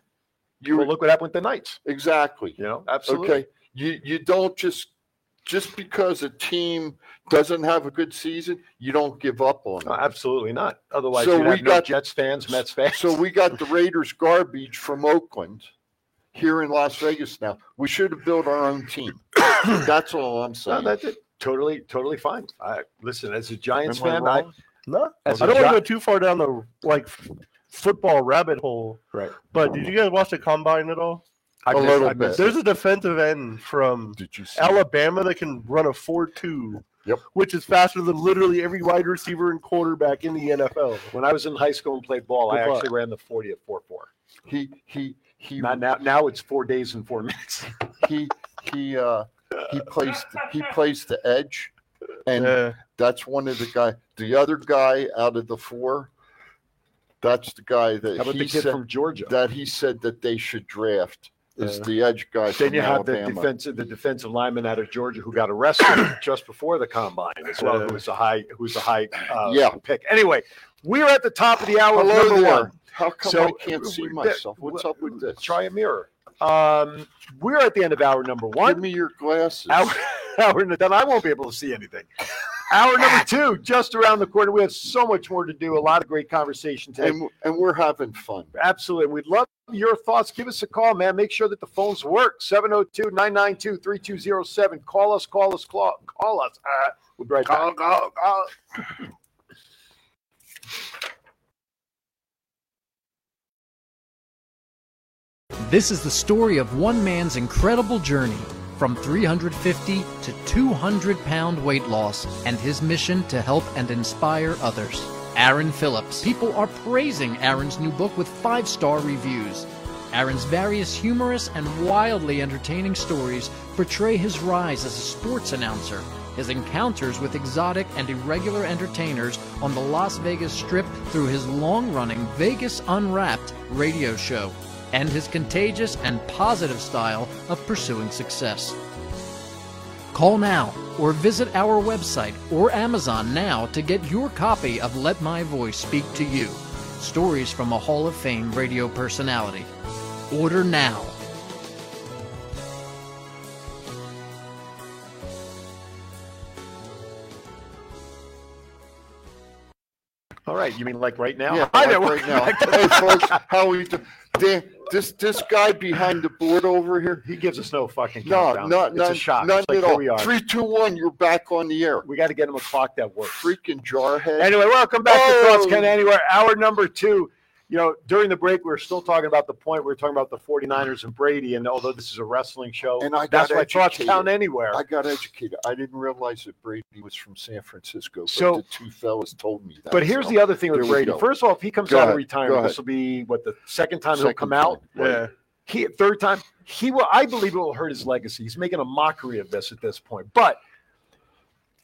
Speaker 3: You well, look what happened with the Knights.
Speaker 4: Exactly.
Speaker 3: You know, absolutely. Okay.
Speaker 4: You you don't just just because a team doesn't have a good season, you don't give up on them.
Speaker 3: No, absolutely not. Otherwise, so we got no Jets fans, Mets fans.
Speaker 4: So we got the Raiders garbage from Oakland here in Las Vegas. Now we should have built our own team. that's all I'm saying.
Speaker 3: No, that's it. Totally, totally fine. I, listen, as a Giants Am fan, I, I
Speaker 5: no, I don't want to go too far down the like football rabbit hole.
Speaker 3: Right.
Speaker 5: But did you guys watch the combine at all?
Speaker 4: I a little bit.
Speaker 5: There's a defensive end from Alabama that? that can run a 4 2,
Speaker 4: yep.
Speaker 5: which is faster than literally every wide receiver and quarterback in the NFL.
Speaker 3: When I was in high school and played ball, Good I luck. actually ran the 40 at 4 4.
Speaker 4: He, he, he,
Speaker 3: Not now, now it's four days and four minutes.
Speaker 4: he, he, uh, he plays, he plays the edge, and yeah. that's one of the guy. The other guy out of the four, that's the guy that
Speaker 3: he the
Speaker 4: said,
Speaker 3: from Georgia
Speaker 4: that he said that they should draft is yeah. the edge guy.
Speaker 3: Then you have
Speaker 4: Alabama.
Speaker 3: the defensive the defensive lineman out of Georgia who got arrested just before the combine as well, who was a high who's a high uh,
Speaker 4: yeah.
Speaker 3: pick. Anyway, we are at the top of the hour.
Speaker 4: Hello
Speaker 3: number
Speaker 4: there.
Speaker 3: one.
Speaker 4: Oh, How come so, I can't see myself? What's up with this?
Speaker 3: Try a mirror. Um, we're at the end of hour number one.
Speaker 4: Give me your glasses.
Speaker 3: Hour, hour, then I won't be able to see anything. Hour number two, just around the corner. We have so much more to do. A lot of great conversation today.
Speaker 4: And, and, we're having fun.
Speaker 3: Absolutely. We'd love your thoughts. Give us a call, man. Make sure that the phones work. 702 992 3207. Call us, call us, call, call us. Uh, we'll be right
Speaker 4: call,
Speaker 3: back.
Speaker 4: Call, call.
Speaker 9: This is the story of one man's incredible journey from 350 to 200 pound weight loss and his mission to help and inspire others. Aaron Phillips. People are praising Aaron's new book with five star reviews. Aaron's various humorous and wildly entertaining stories portray his rise as a sports announcer, his encounters with exotic and irregular entertainers on the Las Vegas Strip through his long running Vegas Unwrapped radio show and his contagious and positive style of pursuing success. Call now or visit our website or Amazon now to get your copy of Let My Voice Speak to You Stories from a Hall of Fame radio personality. Order now.
Speaker 3: All right, you mean like right now?
Speaker 4: Yeah, I like right now. hey folks, how are you doing? Dan, this this guy behind the board over here,
Speaker 3: he gives us no fucking
Speaker 4: no,
Speaker 3: countdown.
Speaker 4: no,
Speaker 3: it's
Speaker 4: none,
Speaker 3: a shock.
Speaker 4: none
Speaker 3: It's like,
Speaker 4: at
Speaker 3: here
Speaker 4: all.
Speaker 3: we are.
Speaker 4: Three, two, one. You're back on the air.
Speaker 3: We got to get him a clock that works.
Speaker 4: Freaking jarhead.
Speaker 3: Anyway, welcome back to Thoughts
Speaker 4: Oh.
Speaker 3: Can Anywhere. Hour number two. You know, during the break, we were still talking about the point. We were talking about the 49ers and Brady, and although this is a wrestling show,
Speaker 4: And I
Speaker 3: that's
Speaker 4: got
Speaker 3: why thoughts
Speaker 4: educated.
Speaker 3: count anywhere.
Speaker 4: I got educated. I didn't realize that Brady was from San Francisco. But
Speaker 3: So-
Speaker 4: the two fellas told me that.
Speaker 3: But here's
Speaker 4: so
Speaker 3: the other thing
Speaker 4: there
Speaker 3: with
Speaker 4: we
Speaker 3: Brady.
Speaker 4: go.
Speaker 3: First of all, if he comes
Speaker 4: Go
Speaker 3: out of
Speaker 4: ahead. Go
Speaker 3: retirement,
Speaker 4: ahead.
Speaker 3: this will be what the second time he'll
Speaker 4: Second
Speaker 3: come
Speaker 4: time.
Speaker 3: out.
Speaker 5: Yeah.
Speaker 3: He third time he will. I believe it will hurt his legacy. He's making a mockery of this at this point. But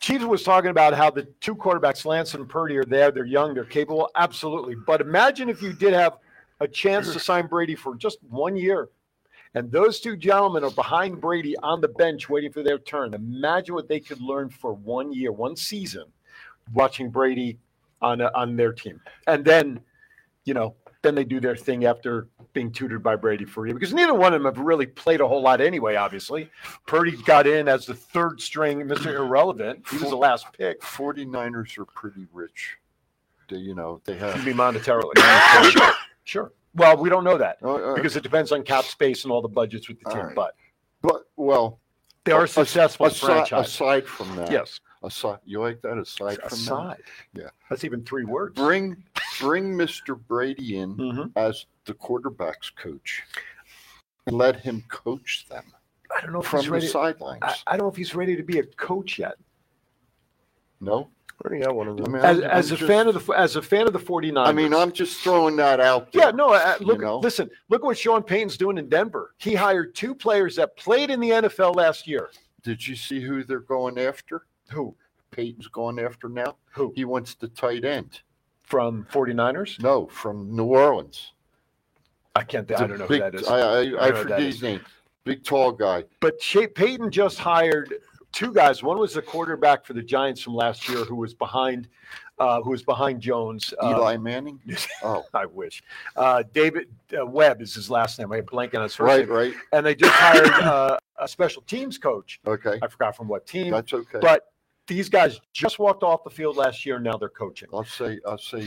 Speaker 3: Chiefs was talking about how the two quarterbacks, Lance and Purdy, are there. They're young. They're capable. Absolutely. But imagine if you did have a chance to sign Brady for just one year. And those two gentlemen are behind Brady on the bench waiting for their turn. Imagine what they could learn for one year, one season, watching Brady on a, on their team. And then, you know, then they do their thing after being tutored by Brady for a year because neither one of them have really played a whole lot anyway. Obviously, Purdy got in as the third string, Mister Irrelevant. He was the last pick.
Speaker 4: 49ers are pretty rich. They, you know, they have.
Speaker 3: You mean monetarily? sure, sure. Well, we don't know that
Speaker 4: Uh, uh,
Speaker 3: because it depends on cap space and all the budgets with the
Speaker 4: All
Speaker 3: team.
Speaker 4: right.
Speaker 3: But
Speaker 4: but well,
Speaker 3: they are a
Speaker 4: as-
Speaker 3: successful
Speaker 4: asi-
Speaker 3: franchise.
Speaker 4: Aside from that,
Speaker 3: yes,
Speaker 4: Aside, you like that? Aside from
Speaker 3: aside.
Speaker 4: Yeah.
Speaker 3: that's even three
Speaker 4: that,
Speaker 3: words.
Speaker 4: bring bring Mr. Brady in
Speaker 3: Mhm.
Speaker 4: as the quarterbacks coach, and let him coach them
Speaker 3: I don't know if
Speaker 4: from
Speaker 3: he's
Speaker 4: the
Speaker 3: ready.
Speaker 4: sidelines.
Speaker 3: I, I don't know if he's ready to be a coach yet.
Speaker 4: no,
Speaker 5: Already got one of
Speaker 4: I
Speaker 5: them.
Speaker 4: mean,
Speaker 3: As,
Speaker 4: I'm-
Speaker 3: as
Speaker 4: I'm
Speaker 3: a
Speaker 4: just-
Speaker 3: fan of the as a fan of the 49ers.
Speaker 4: I mean, I'm just throwing that out. There.
Speaker 3: Yeah, no. Uh,
Speaker 4: you
Speaker 3: look,
Speaker 4: know?
Speaker 3: listen. Look what Sean Payton's doing in Denver. He hired two players that played in the NFL last year.
Speaker 4: Did you see who they're going after?
Speaker 3: Who?
Speaker 4: Peyton's going after now.
Speaker 3: Who?
Speaker 4: He wants the tight end.
Speaker 3: From 49ers?
Speaker 4: No, from New Orleans.
Speaker 3: I can't. I don't know
Speaker 4: Big-
Speaker 3: who that is.
Speaker 4: I, I,
Speaker 3: know
Speaker 4: I,
Speaker 3: who that
Speaker 4: forget
Speaker 3: is.
Speaker 4: his name. Big tall guy.
Speaker 3: but Shea Payton just hired two guys. One was the quarterback for the Giants from last year, who was behind uh, who's behind Jones.
Speaker 4: Eli Manning.
Speaker 3: Oh, I wish. Uh, David uh, Webb is his last name. I blank on his first
Speaker 4: Right,
Speaker 3: name.
Speaker 4: right.
Speaker 3: And they just hired uh, a special teams coach.
Speaker 4: Okay.
Speaker 3: I forgot from what team.
Speaker 4: That's okay.
Speaker 3: But these guys just walked off the field last year. Now they're coaching.
Speaker 4: I'll say I'll say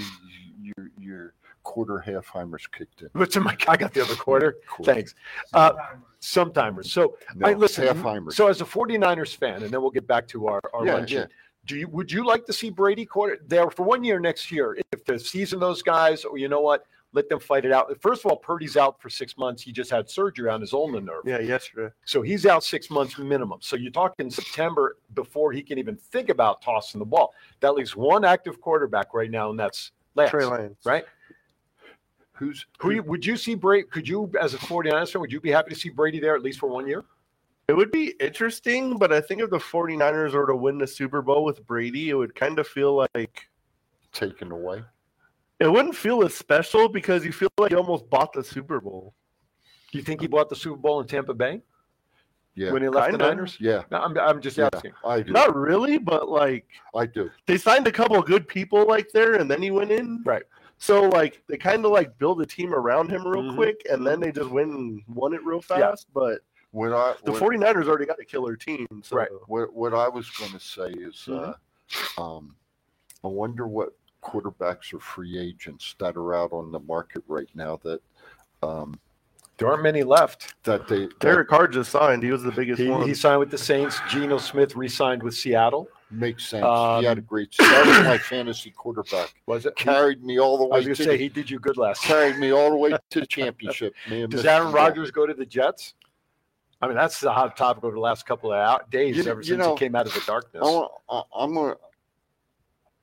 Speaker 4: your your quarter halfheimer's kicked in.
Speaker 3: What's in my? I got the other quarter. Thanks. Uh, sometimers. So
Speaker 4: No,
Speaker 3: I listen.
Speaker 4: halfheimer.
Speaker 3: So as a 49ers fan, and then we'll get back to our our
Speaker 4: Yeah,
Speaker 3: luncheon.
Speaker 4: yeah.
Speaker 3: Do you would you like to see Brady quarter there for one year next year? If the season those guys, or you know what, let them fight it out. First of all, Purdy's out for six months. He just had surgery on his ulnar nerve.
Speaker 5: Yeah, yesterday.
Speaker 3: So he's out six months minimum. So you're talking September before he can even think about tossing the ball. That leaves one active quarterback right now, and that's Lance.
Speaker 5: Trey Lance.
Speaker 3: Right?
Speaker 4: Who's
Speaker 3: who, you- would you see Brady? Could you, as a 49ers fan, would you be happy to see Brady there at least for one year?
Speaker 5: It would be interesting, but I think if the 49ers were to win the Super Bowl with Brady, it would kind of feel like
Speaker 4: taken away.
Speaker 5: It wouldn't feel as special because you feel like you almost bought the Super Bowl.
Speaker 3: Do you think he bought the Super Bowl in Tampa Bay
Speaker 4: Yeah.
Speaker 3: when he left the
Speaker 5: Kinda.
Speaker 3: Niners?
Speaker 4: Yeah.
Speaker 3: No, I'm, I'm just
Speaker 4: Yeah,
Speaker 3: asking.
Speaker 4: I do.
Speaker 5: Not really, but like
Speaker 4: I do.
Speaker 5: they signed a couple of good people like there, and then he went in.
Speaker 3: Right.
Speaker 5: So like they kind of like build a team around him real
Speaker 3: Mhm.
Speaker 5: quick, and then they just win and won it real
Speaker 3: Yeah.
Speaker 5: fast. But
Speaker 4: When I
Speaker 5: the
Speaker 4: when-
Speaker 5: 49ers already got a killer team, so
Speaker 3: Right.
Speaker 4: What what I was going to say is,
Speaker 3: Mm-hmm.
Speaker 4: uh, um, I wonder what quarterbacks or free agents that are out on the market right now that um,
Speaker 3: There aren't many left.
Speaker 4: that they that
Speaker 5: Derek Carr just signed. He was the biggest
Speaker 3: He,
Speaker 5: one.
Speaker 3: he signed with the Saints. Geno Smith re signed with Seattle.
Speaker 4: make sense.
Speaker 3: Um,
Speaker 4: he had a great. That was my fantasy quarterback.
Speaker 3: Was it?
Speaker 4: Carried me all the
Speaker 3: I
Speaker 4: way.
Speaker 3: was going
Speaker 4: to
Speaker 3: to say
Speaker 4: the,
Speaker 3: he did you good last year.
Speaker 4: carried me all the way to the championship. Me and
Speaker 3: Does
Speaker 4: Mr.
Speaker 3: Aaron
Speaker 4: Young.
Speaker 3: Rodgers go to the Jets? I mean, that's the hot topic over the last couple of out, days
Speaker 4: You-
Speaker 3: ever
Speaker 4: you
Speaker 3: since
Speaker 4: know,
Speaker 3: he came out of the darkness.
Speaker 4: I want, I, I'm gonna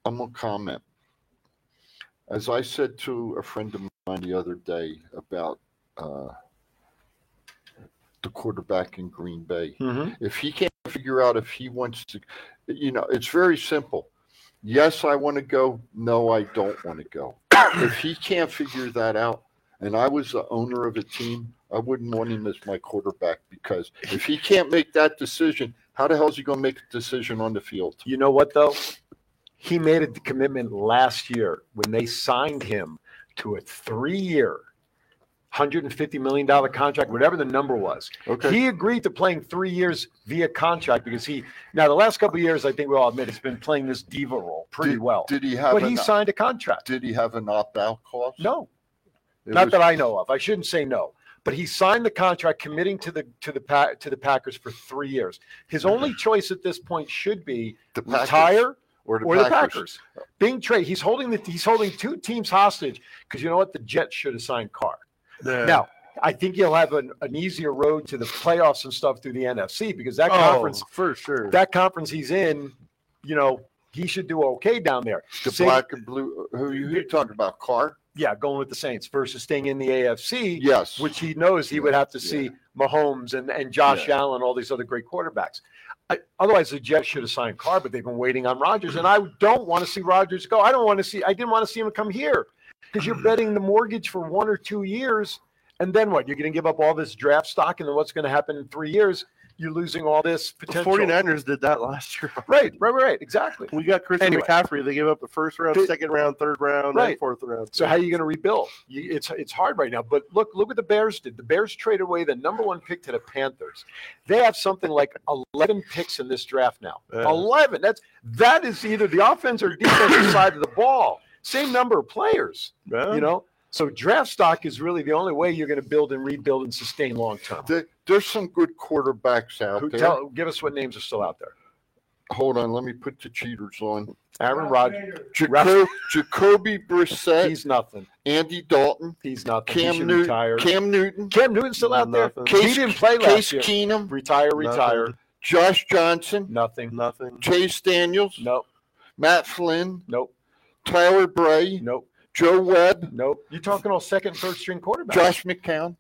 Speaker 4: I'm gonna comment. As I said to a friend of mine the other day about uh, the quarterback in Green Bay,
Speaker 3: Mhm.
Speaker 4: if he can't figure out if he wants to, you know, it's very simple. Yes, I want to go. No, I don't want to go. if he can't figure that out, and I was the owner of a team, I wouldn't want him as my quarterback because if he can't make that decision, how the hell is he going to make a decision on the field?
Speaker 3: You know what though? He made a commitment last year when they signed him to a three-year, hundred and fifty million dollar contract, whatever the number was.
Speaker 4: Okay.
Speaker 3: He agreed to playing three years via contract because he now the last couple of years, I think we all admit he's been playing this diva role pretty
Speaker 4: Did-
Speaker 3: well.
Speaker 4: Did he have?
Speaker 3: but he
Speaker 4: an-
Speaker 3: signed a contract.
Speaker 4: Did he have an opt-out clause?
Speaker 3: No,
Speaker 4: It
Speaker 3: not
Speaker 4: was-
Speaker 3: that I know of. I shouldn't say no, but he signed the contract committing to the to the pa- to the Packers for three years. His only choice at this point should be
Speaker 4: The Packers
Speaker 3: retire
Speaker 4: or the
Speaker 3: or the
Speaker 4: Packers.
Speaker 3: Packers. Being traded, he's holding the he's holding two teams hostage because you know what? The Jets should have signed Carr.
Speaker 5: Yeah.
Speaker 3: Now, I think you'll have an, an easier road to the playoffs and stuff through the NFC because that
Speaker 5: Oh,
Speaker 3: conference
Speaker 5: for sure.
Speaker 3: that conference he's in, you know, he should do okay down there.
Speaker 4: The
Speaker 3: Say-
Speaker 4: black and blue. uh, Who you, who you talking about? Carr?
Speaker 3: yeah, going with the Saints versus staying in the AFC.
Speaker 4: Yes.
Speaker 3: which he knows he would have to see Mahomes and, and Josh
Speaker 4: Yeah.
Speaker 3: Allen, all these other great quarterbacks. I, otherwise, the Jets should have signed Carr, but they've been waiting on Rodgers, and I don't want to see Rodgers go. I don't want to see. I didn't want to see him come here because you're betting the mortgage for one or two years, and then what? You're going to give up all this draft stock, and then what's going to happen in three years? You're losing all this
Speaker 5: the
Speaker 3: potential.
Speaker 5: 49ers did that last year.
Speaker 3: Right, right, right, exactly.
Speaker 5: We got Christian
Speaker 3: Anyway.
Speaker 5: McCaffrey. They gave up the first round,
Speaker 3: They-
Speaker 5: second round, third round,
Speaker 3: Right.
Speaker 5: and fourth round.
Speaker 3: So how are you going to rebuild? You, it's it's hard right now. But look, look what the Bears did. The Bears traded away the number one pick to the Panthers. They have something like eleven picks in this draft now.
Speaker 5: Yeah.
Speaker 3: Eleven. That's that is either the offense or defensive side of the ball. Same number of players.
Speaker 5: Yeah.
Speaker 3: You know. So draft stock is really the only way you're going to build and rebuild and sustain long term.
Speaker 4: There- there's some good quarterbacks out
Speaker 3: Who
Speaker 4: there.
Speaker 3: tell? Give us what names are still out there.
Speaker 4: Hold on, let me put the cheaters on.
Speaker 3: Aaron Rodgers.
Speaker 4: Jaco- Jacoby Brissett,
Speaker 3: He's nothing.
Speaker 4: Andy Dalton,
Speaker 3: He's nothing. he
Speaker 4: Cam
Speaker 3: should
Speaker 4: Newton,
Speaker 3: retire.
Speaker 4: Cam Newton,
Speaker 3: Cam Newton's still out there.
Speaker 5: Nothing.
Speaker 3: he didn't play last
Speaker 4: Case
Speaker 3: year.
Speaker 4: Keenum,
Speaker 3: Retire, retire.
Speaker 4: Josh Johnson,
Speaker 3: Nothing.
Speaker 5: Nothing.
Speaker 4: Chase Daniels,
Speaker 3: Nope.
Speaker 4: Matt Flynn,
Speaker 3: Nope.
Speaker 4: Tyler Bray,
Speaker 3: Nope.
Speaker 4: Joe Webb,
Speaker 3: Nope. You're talking all second, third string quarterbacks.
Speaker 4: Josh McCown.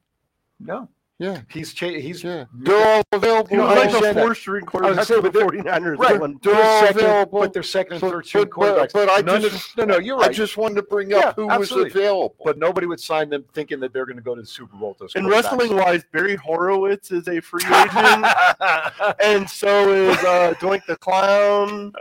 Speaker 3: No.
Speaker 4: Yeah,
Speaker 3: he's cha- he's
Speaker 4: They're all available.
Speaker 3: You know,
Speaker 4: I
Speaker 3: like the
Speaker 4: understand
Speaker 3: four
Speaker 4: that.
Speaker 3: string
Speaker 4: I was
Speaker 3: quarterbacks
Speaker 4: gonna say,
Speaker 3: for the
Speaker 4: but they're-
Speaker 3: 49ers.
Speaker 4: Right,
Speaker 3: One-
Speaker 4: they're
Speaker 3: they're
Speaker 4: all
Speaker 3: second-
Speaker 4: available.
Speaker 3: but they're second and
Speaker 4: So-
Speaker 3: third string
Speaker 4: but- but-
Speaker 3: quarterbacks.
Speaker 4: But I
Speaker 3: None
Speaker 4: just,
Speaker 3: of- no, no, you're right.
Speaker 4: I just wanted to bring up who was
Speaker 3: absolutely.
Speaker 4: available.
Speaker 3: But nobody would sign them thinking that they're going to go to the Super Bowl. with Those
Speaker 5: And
Speaker 3: quarterbacks.
Speaker 5: wrestling wise, Barry Horowitz is a free agent, and so is uh, Doink the Clown.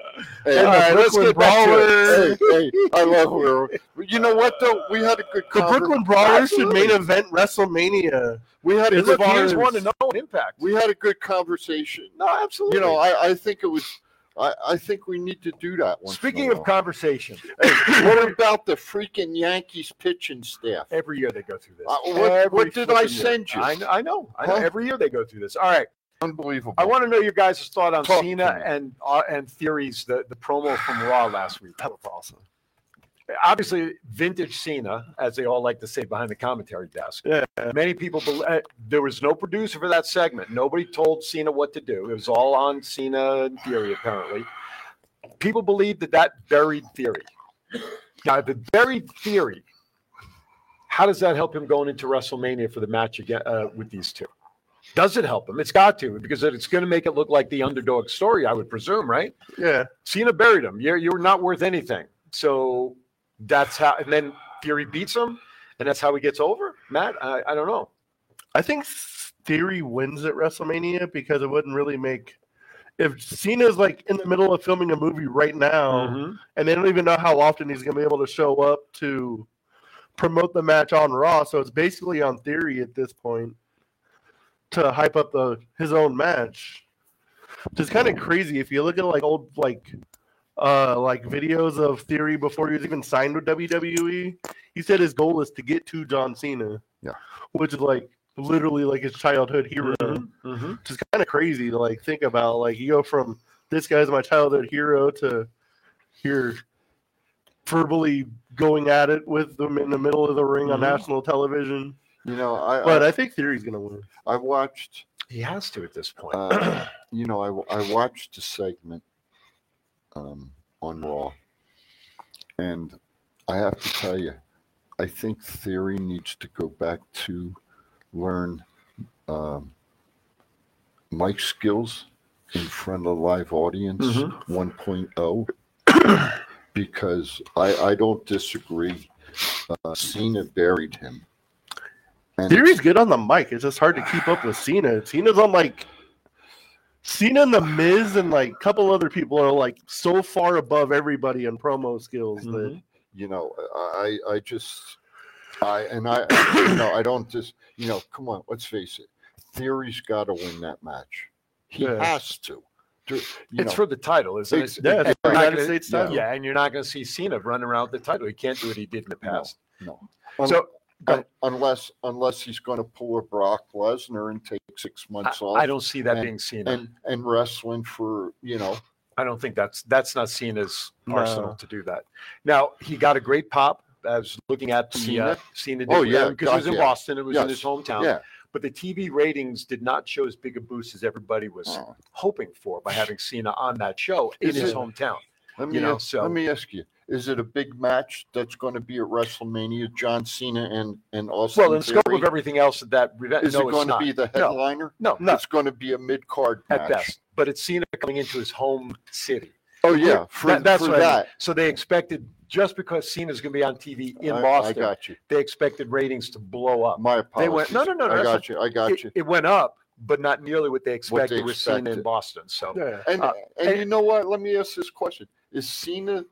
Speaker 4: Hey,
Speaker 5: All right, let's
Speaker 4: Brooklyn
Speaker 5: get back to it.
Speaker 4: Hey, hey, I love her. You know what though? We had a good.
Speaker 5: The Brooklyn Brawlers should main
Speaker 4: Absolutely.
Speaker 5: event WrestleMania.
Speaker 4: We had a
Speaker 5: It's
Speaker 4: good
Speaker 5: the Bears
Speaker 4: convers-
Speaker 5: won and
Speaker 3: impact.
Speaker 4: We had a good conversation.
Speaker 3: No, absolutely.
Speaker 4: You know, I, I think it was. I, I think we need to do that one.
Speaker 3: Speaking of conversation,
Speaker 4: what about the freaking Yankees pitching staff?
Speaker 3: Every year they go through this.
Speaker 4: Uh, what-
Speaker 3: Every
Speaker 4: what did I
Speaker 3: flipping year.
Speaker 4: send you?
Speaker 3: I know. I know. I know.
Speaker 4: Huh?
Speaker 3: Every year they go through this. All right.
Speaker 4: Unbelievable.
Speaker 3: I want to know your guys' thought on
Speaker 4: Talk to
Speaker 3: Cena
Speaker 4: me.
Speaker 3: and uh, and theories the the promo from Raw last week. That was awesome. Obviously, vintage Cena, as they all like to say behind the commentary desk.
Speaker 5: Yeah.
Speaker 3: Many people, bel- uh, there was no producer for that segment. Nobody told Cena what to do. It was all on Cena and Theory, apparently. People believe that that buried Theory. Now, if it buried Theory, how does that help him going into WrestleMania for the match again, uh, with these two? Does it help him? It's got to because it's going to make it look like the underdog story, I would presume, right?
Speaker 5: Yeah.
Speaker 3: Cena buried him. You're, you're not worth anything. So that's how, and then Fury beats him, and that's how he gets over. Matt, I, I don't know.
Speaker 5: I think Theory wins at WrestleMania because it wouldn't really make. If Cena's like in the middle of filming a movie right
Speaker 3: Mm-hmm.
Speaker 5: now,
Speaker 4: Mm-hmm.
Speaker 5: and they don't even know how often he's going to be able to show up to promote the match on Raw, so it's basically on Theory at this point to hype up the his own match. Which is kind of crazy if you look at like old like uh like videos of Theory before he was even signed with WWE. He said his goal is to get to John Cena.
Speaker 4: Yeah.
Speaker 5: Which is like literally like his childhood hero.
Speaker 4: Mm-hmm.
Speaker 5: Which is kind of crazy to like think about. Like you go from this guy's my childhood hero to here verbally going at it with them in the middle of the ring on
Speaker 4: Mhm.
Speaker 5: national television.
Speaker 4: You know, I.
Speaker 5: But I think Theory's gonna win.
Speaker 4: I watched.
Speaker 3: He has to at this point.
Speaker 4: Uh, you know, I, I watched a segment um, on Raw, and I have to tell you, I think Theory needs to go back to learn um, mic skills in front of live audience 1.0 because I, I don't disagree. Uh, Cena buried him. And
Speaker 5: Theory's good on the mic. It's just hard to keep up with Cena. Cena's on like Cena and the Miz and like a couple other people are like so far above everybody in promo skills that
Speaker 4: you know i i I just i and i you know i don't just you know come on let's face it theory's got to win that match he
Speaker 3: Yeah.
Speaker 4: has to There- you
Speaker 3: it's
Speaker 4: know,
Speaker 3: for the title, isn't
Speaker 4: It's-
Speaker 3: it?
Speaker 4: yeah, it's
Speaker 3: And
Speaker 4: for
Speaker 3: you're not
Speaker 4: United
Speaker 3: gonna-
Speaker 4: States title.
Speaker 3: Yeah, and you're not going to see Cena running around with the title. He can't do what he did in the past.
Speaker 4: no Un-
Speaker 3: So, Um, go
Speaker 4: un-
Speaker 3: ahead.
Speaker 4: unless unless he's going to pull a brock lesnar and take six months
Speaker 3: I-
Speaker 4: off
Speaker 3: I don't see that
Speaker 4: and-
Speaker 3: being Cena.
Speaker 4: and and wrestling for you know
Speaker 3: I don't think that's that's not seen as
Speaker 4: No.
Speaker 3: arsenal to do that. Now he got a great pop. I was looking at the
Speaker 4: Cena?
Speaker 3: uh, Cena.
Speaker 4: Oh,
Speaker 3: did,
Speaker 4: yeah,
Speaker 3: because
Speaker 4: God,
Speaker 3: it was in
Speaker 4: yeah.
Speaker 3: Boston. It was in
Speaker 4: Yes,
Speaker 3: his hometown.
Speaker 4: yeah.
Speaker 3: But the TV ratings did not show as big a boost as everybody was
Speaker 4: Oh.
Speaker 3: hoping for by having Cena on that show in
Speaker 4: Is
Speaker 3: his
Speaker 4: it-
Speaker 3: hometown.
Speaker 4: Let me
Speaker 3: you know,
Speaker 4: ask,
Speaker 3: so
Speaker 4: let me ask you: Is it a big match that's going to be at WrestleMania? John Cena and and Austin.
Speaker 3: well, in scope of
Speaker 4: Theory?
Speaker 3: everything else at that event,
Speaker 4: is
Speaker 3: no,
Speaker 4: it
Speaker 3: it's
Speaker 4: going to
Speaker 3: not.
Speaker 4: be the
Speaker 3: No,
Speaker 4: headliner?
Speaker 3: No,
Speaker 4: it's going to be a mid card
Speaker 3: at best. But it's Cena coming into his home city.
Speaker 4: Oh yeah, for,
Speaker 3: That- that's
Speaker 4: for
Speaker 3: what I mean.
Speaker 4: that.
Speaker 3: So they expected just because Cena's going to be on TV in
Speaker 4: I- I
Speaker 3: Boston,
Speaker 4: got you.
Speaker 3: they expected ratings to blow up.
Speaker 4: My
Speaker 3: They
Speaker 4: apologies.
Speaker 3: went no, no, no. no
Speaker 4: I
Speaker 3: that's
Speaker 4: got
Speaker 3: not-
Speaker 4: you. I got
Speaker 3: it,
Speaker 4: you.
Speaker 3: It went up, but not nearly what they expected with Cena in
Speaker 4: expected.
Speaker 3: Boston. So
Speaker 4: And,
Speaker 3: uh,
Speaker 4: and you know what? Let me ask this question: Is Cena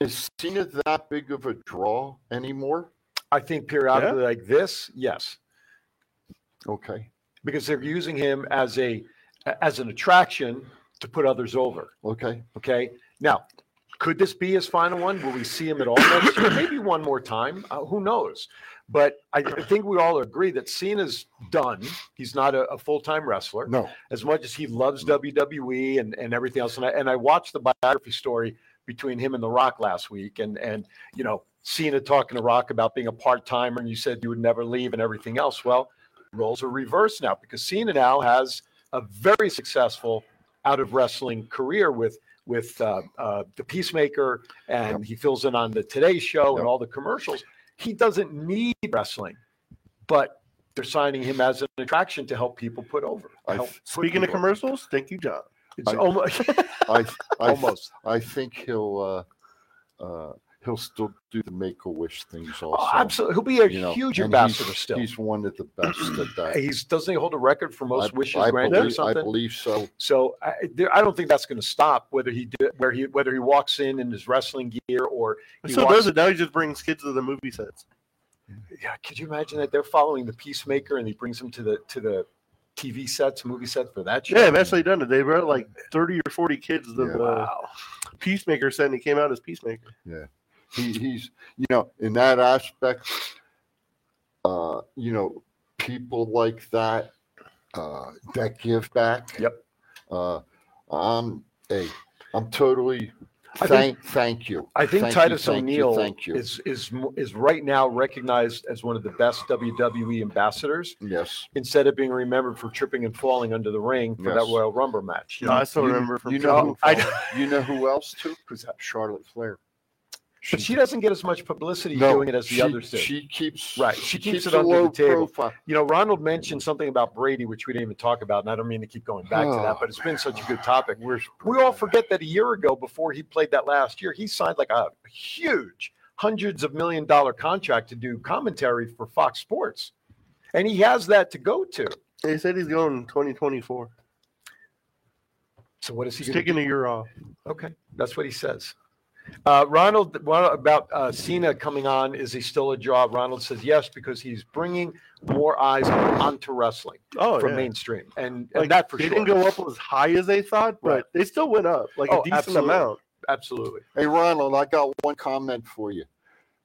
Speaker 4: is Cena that big of a draw anymore?
Speaker 3: I think periodically like this, yes,
Speaker 4: Okay.
Speaker 3: because they're using him as a as an attraction to put others over.
Speaker 4: Okay.
Speaker 3: Okay. Now, could this be his final one? Will we see him at all next year? Maybe one more time. Uh, who knows? But I I think we all agree that Cena's done. He's not a, a full time wrestler.
Speaker 4: No.
Speaker 3: As much as he loves WWE and, and everything else. And I, and I watched the biography story between him and The Rock last week and, and you know, Cena talking to Rock about being a part timer and you said you would never leave and everything else. Well, roles are reversed now because Cena now has a very successful out of wrestling career with with uh, uh, the Peacemaker, and he fills in on the Today Show and all the commercials. He doesn't need wrestling, but they're signing him as an attraction to help people put over.
Speaker 4: I-
Speaker 3: help put
Speaker 5: Speaking of
Speaker 3: people-
Speaker 5: commercials, thank you, John.
Speaker 3: It's
Speaker 4: I-
Speaker 3: almost
Speaker 4: I, I
Speaker 3: Almost.
Speaker 4: I think he'll uh, uh, he'll still do the make a wish things also.
Speaker 3: Oh, absolutely. He'll be a huge
Speaker 4: and he's-
Speaker 3: ambassador still.
Speaker 4: He's one of the best at that.
Speaker 3: he's doesn't he hold a record for most
Speaker 4: I-
Speaker 3: wishes
Speaker 4: I
Speaker 3: granted or
Speaker 4: believe- I
Speaker 3: something?
Speaker 4: believe so.
Speaker 3: So I, there, I don't think that's going to stop whether he did, where he whether he walks in in his wrestling gear or he
Speaker 5: So
Speaker 3: walks-
Speaker 5: does it now? He just brings kids to the movie sets.
Speaker 3: Yeah, could you imagine that they're following the peacemaker and he brings them to the to the TV sets, movie sets for that show?
Speaker 5: Yeah, I've actually done it. They brought like thirty or forty kids to
Speaker 4: uh,
Speaker 5: the
Speaker 3: Wow.
Speaker 5: Peacemaker set, and he came out as Peacemaker.
Speaker 4: Yeah, he, he's you know in that aspect, uh, you know, people like that uh, that give back.
Speaker 3: Yep.
Speaker 4: Uh, I'm hey, I'm totally
Speaker 3: I
Speaker 4: thank
Speaker 3: think-
Speaker 4: thank you.
Speaker 3: I think
Speaker 4: Thank you,
Speaker 3: Titus
Speaker 4: thank you,
Speaker 3: O'Neil
Speaker 4: Thank you.
Speaker 3: is is mo- is right now recognized as one of the best WWE ambassadors.
Speaker 4: Yes.
Speaker 3: Instead of being remembered for tripping and falling under the ring for that
Speaker 4: Yes.
Speaker 3: Royal Rumble match.
Speaker 5: No, I still
Speaker 4: You-
Speaker 5: remember from
Speaker 4: you know, who,
Speaker 3: I-
Speaker 4: you know who else too?
Speaker 3: Who's that?
Speaker 4: Charlotte Flair.
Speaker 3: But she doesn't get as much publicity
Speaker 4: No,
Speaker 3: doing it as the
Speaker 4: she-
Speaker 3: others do.
Speaker 4: she keeps-
Speaker 3: right. She keeps,
Speaker 4: keeps
Speaker 3: it
Speaker 4: a
Speaker 3: under
Speaker 4: low
Speaker 3: the table.
Speaker 4: profile.
Speaker 3: You know, Ronald mentioned something about Brady, which we didn't even talk about, and I don't mean to keep going back to
Speaker 4: Oh,
Speaker 3: that, but it's been such a good topic. We all forget that a year ago, before he played that last year, he signed like a huge hundreds of million dollar contract to do commentary for Fox Sports, and he has that to go to.
Speaker 5: They said he's going twenty twenty four.
Speaker 3: So what is he
Speaker 5: He's
Speaker 3: going to
Speaker 5: taking a year off.
Speaker 3: Okay, that's what he says. Uh, Ronald, what about uh, Cena coming on? Is he still a job? Ronald says yes because he's bringing more eyes onto wrestling
Speaker 5: Oh,
Speaker 3: from
Speaker 5: yeah.
Speaker 3: mainstream, and, and
Speaker 5: Like
Speaker 3: that for
Speaker 5: they
Speaker 3: sure.
Speaker 5: didn't go up as high as they thought, but
Speaker 3: Right.
Speaker 5: they still went up like
Speaker 3: Oh,
Speaker 5: a decent
Speaker 3: absolutely.
Speaker 5: amount.
Speaker 3: Absolutely.
Speaker 4: Hey Ronald, I got one comment for you.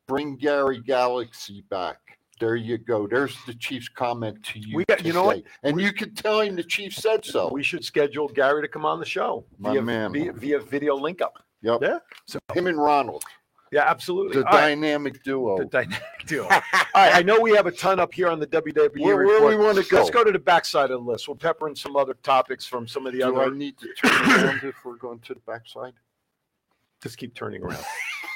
Speaker 4: Bring Gary Galaxy back. There you go. There's the Chief's comment to you.
Speaker 3: We got- you know what?
Speaker 4: today. and you can tell him the Chief said so.
Speaker 3: We should schedule Gary to come on the show
Speaker 4: Oh. My
Speaker 3: via,
Speaker 4: man.
Speaker 3: via via video link up.
Speaker 4: yep.
Speaker 5: Yeah.
Speaker 3: So
Speaker 4: Him and Ronald,
Speaker 3: yeah, absolutely.
Speaker 4: the
Speaker 3: All right,
Speaker 4: dynamic duo.
Speaker 3: the dynamic duo. All right, I know we have a ton up here on the WWE
Speaker 4: Where- where
Speaker 3: report.
Speaker 4: we wanna
Speaker 3: Let's
Speaker 4: go?
Speaker 3: go to the backside of the list. We'll pepper in some other topics from some of the
Speaker 4: Do I
Speaker 3: other.
Speaker 4: need to turn around if we're going to the backside?
Speaker 3: just keep turning around.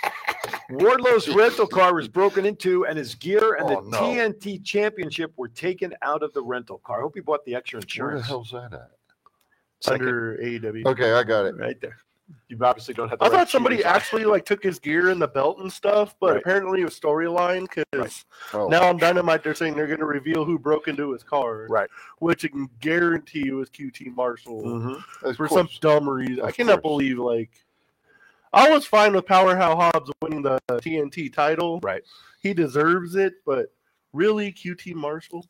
Speaker 3: Wardlow's rental car was broken into, and his gear and
Speaker 4: Oh,
Speaker 3: the
Speaker 4: no.
Speaker 3: TNT Championship were taken out of the rental car. I hope he bought the extra
Speaker 4: Where the
Speaker 3: insurance.
Speaker 4: hell's that at?
Speaker 3: Second, Oh,
Speaker 5: Under AEW.
Speaker 4: Okay, I got it.
Speaker 3: right there. You obviously don't have. The
Speaker 5: I
Speaker 3: right
Speaker 5: thought somebody
Speaker 3: shoes on.
Speaker 5: actually like took his gear and the belt and stuff, but
Speaker 3: Right.
Speaker 5: apparently it was storyline because
Speaker 4: Oh,
Speaker 5: now on Dynamite they're saying they're going to reveal who broke into his car,
Speaker 3: Right.
Speaker 5: Which I can guarantee it was QT Marshall
Speaker 3: Mhm.
Speaker 4: of
Speaker 5: for some
Speaker 4: course.
Speaker 5: dumb reason. I
Speaker 4: Of
Speaker 5: cannot
Speaker 4: course.
Speaker 5: believe like I was fine with Powerhouse Hobbs winning the TNT title,
Speaker 3: Right.
Speaker 5: He deserves it, but really, QT Marshall,